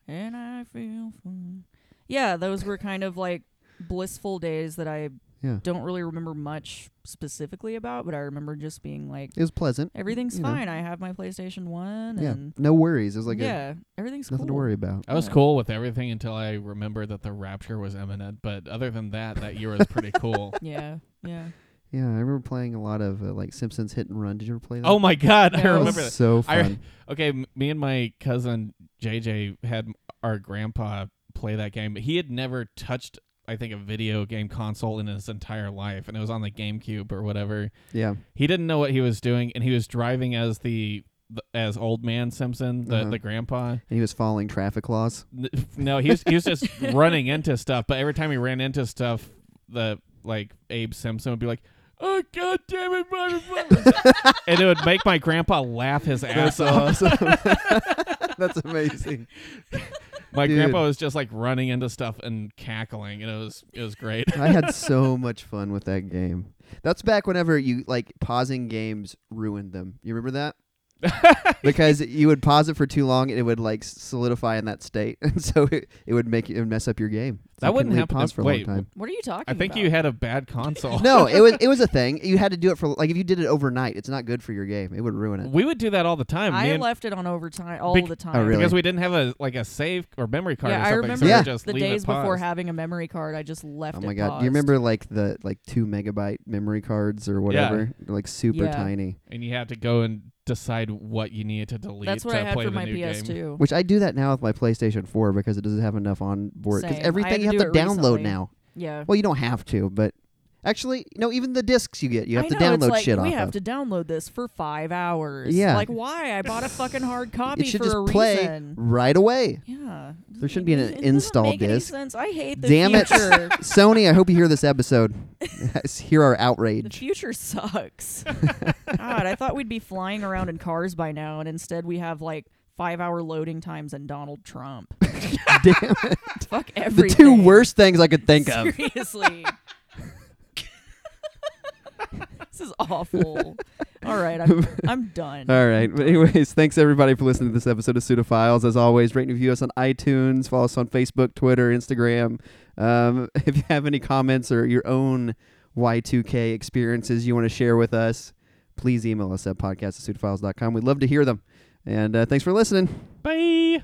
[SPEAKER 3] and I feel fine. Yeah, those were kind of like blissful days that I
[SPEAKER 2] Yeah.
[SPEAKER 3] don't really remember much specifically about, but I remember just being like,
[SPEAKER 2] It was pleasant.
[SPEAKER 3] everything's
[SPEAKER 2] you know.
[SPEAKER 3] fine. I have my PlayStation One,
[SPEAKER 2] Yeah.
[SPEAKER 3] and
[SPEAKER 2] No worries. It was like a-
[SPEAKER 3] yeah, everything's
[SPEAKER 2] nothing to
[SPEAKER 3] cool.
[SPEAKER 2] worry about.
[SPEAKER 1] I was
[SPEAKER 3] Yeah.
[SPEAKER 1] cool with everything until I remembered that the rapture was imminent. But other than that, that year was pretty cool.
[SPEAKER 3] Yeah, yeah.
[SPEAKER 2] Yeah, I remember playing a lot of uh, like Simpsons Hit and Run. Did you ever play that?
[SPEAKER 1] Oh my god, I
[SPEAKER 3] Yeah.
[SPEAKER 2] That was
[SPEAKER 1] remember that.
[SPEAKER 2] So
[SPEAKER 1] I-
[SPEAKER 2] fun.
[SPEAKER 1] Okay, m- me and my cousin JJ had m- our grandpa play that game. He had never touched, I think, a video game console in his entire life, and it was on the GameCube or whatever.
[SPEAKER 2] yeah.
[SPEAKER 1] He didn't know what he was doing, and he was driving as the, the as old man Simpson, the,
[SPEAKER 2] Uh-huh.
[SPEAKER 1] the grandpa.
[SPEAKER 2] And he was following traffic laws.
[SPEAKER 1] N- No, he was he was just running into stuff. But every time he ran into stuff, the like Abe Simpson would be like, "Oh God damn it, motherfucker!" and it would make my grandpa laugh his ass
[SPEAKER 2] That's
[SPEAKER 1] off.
[SPEAKER 2] awesome. That's amazing.
[SPEAKER 1] My
[SPEAKER 2] Dude.
[SPEAKER 1] grandpa was just like running into stuff and cackling, and it was it was great.
[SPEAKER 2] I had so much fun with that game. That's back whenever you like pausing games ruined them. You remember that? because you would pause it for too long and it would like solidify in that state, and so it, it would make it would mess up your game. So
[SPEAKER 1] That
[SPEAKER 2] you couldn't
[SPEAKER 1] wouldn't
[SPEAKER 2] really
[SPEAKER 1] happen-
[SPEAKER 2] Pause for a
[SPEAKER 1] wait,
[SPEAKER 2] long time.
[SPEAKER 3] What are you talking?
[SPEAKER 1] I think
[SPEAKER 3] about?
[SPEAKER 1] you had a bad console.
[SPEAKER 2] No, it was it was a thing. You had to do it for like if you did it overnight, it's not good for your game. It would ruin it.
[SPEAKER 1] we would do that all the time. Me
[SPEAKER 3] I
[SPEAKER 1] and-
[SPEAKER 3] left it on overtime all
[SPEAKER 1] Bec-
[SPEAKER 3] the time.
[SPEAKER 2] Oh, really?
[SPEAKER 1] because we didn't have a like a save or memory card
[SPEAKER 3] Yeah,
[SPEAKER 1] or
[SPEAKER 3] I
[SPEAKER 1] something.
[SPEAKER 3] remember
[SPEAKER 1] so
[SPEAKER 2] Yeah.
[SPEAKER 1] we just
[SPEAKER 3] the
[SPEAKER 1] leave it
[SPEAKER 3] days before
[SPEAKER 1] paused.
[SPEAKER 3] having a memory card. I just left.
[SPEAKER 2] Oh my
[SPEAKER 3] it
[SPEAKER 2] god!
[SPEAKER 3] Paused.
[SPEAKER 2] You remember like the like two megabyte memory cards or whatever, They're, like super
[SPEAKER 3] Yeah.
[SPEAKER 2] tiny.
[SPEAKER 1] and you had to go and decide what you needed to delete
[SPEAKER 3] That's what
[SPEAKER 1] to
[SPEAKER 3] I had
[SPEAKER 1] play
[SPEAKER 3] for
[SPEAKER 1] the
[SPEAKER 3] my
[SPEAKER 1] new game.
[SPEAKER 3] PS2.
[SPEAKER 2] Which I do that now with my PlayStation 4 because it doesn't have enough on board.
[SPEAKER 3] Same. I
[SPEAKER 2] Because
[SPEAKER 3] had
[SPEAKER 2] everything
[SPEAKER 3] to
[SPEAKER 2] you have
[SPEAKER 3] do
[SPEAKER 2] to
[SPEAKER 3] it
[SPEAKER 2] download
[SPEAKER 3] recently.
[SPEAKER 2] now.
[SPEAKER 3] Yeah.
[SPEAKER 2] Well, you don't have to, but actually, no. Even the discs you get, you have
[SPEAKER 3] I
[SPEAKER 2] to
[SPEAKER 3] know,
[SPEAKER 2] download
[SPEAKER 3] it's like,
[SPEAKER 2] shit
[SPEAKER 3] We
[SPEAKER 2] off
[SPEAKER 3] have
[SPEAKER 2] of.
[SPEAKER 3] to download this for five hours.
[SPEAKER 2] Yeah.
[SPEAKER 3] Like why? I bought a fucking hard copy
[SPEAKER 2] it should
[SPEAKER 3] for
[SPEAKER 2] just
[SPEAKER 3] a
[SPEAKER 2] play
[SPEAKER 3] reason.
[SPEAKER 2] right away.
[SPEAKER 3] Yeah.
[SPEAKER 2] There shouldn't be an
[SPEAKER 3] It doesn't
[SPEAKER 2] install
[SPEAKER 3] make any
[SPEAKER 2] disc.
[SPEAKER 3] sense. I hate the
[SPEAKER 2] Damn it.
[SPEAKER 3] future.
[SPEAKER 2] Sony, I hope you hear this episode. hear our
[SPEAKER 3] the
[SPEAKER 2] outrage.
[SPEAKER 3] future sucks. God, I thought we'd be flying around in cars by now, and instead we have like five hour loading times and Donald Trump.
[SPEAKER 2] Damn it.
[SPEAKER 3] Fuck
[SPEAKER 2] The
[SPEAKER 3] everything.
[SPEAKER 2] two worst things I could think of.
[SPEAKER 3] Seriously. this is awful. All right, I'm I'm done.
[SPEAKER 2] All right. But anyways, thanks everybody for listening to this episode of Pseudophiles. As always, rate and review us on iTunes. Follow us on Facebook, Twitter, Instagram. Um, if you have any comments or your own Y2K experiences you want to share with us, please email us at podcast at We'd love to hear them. And uh, thanks for listening.
[SPEAKER 1] Bye.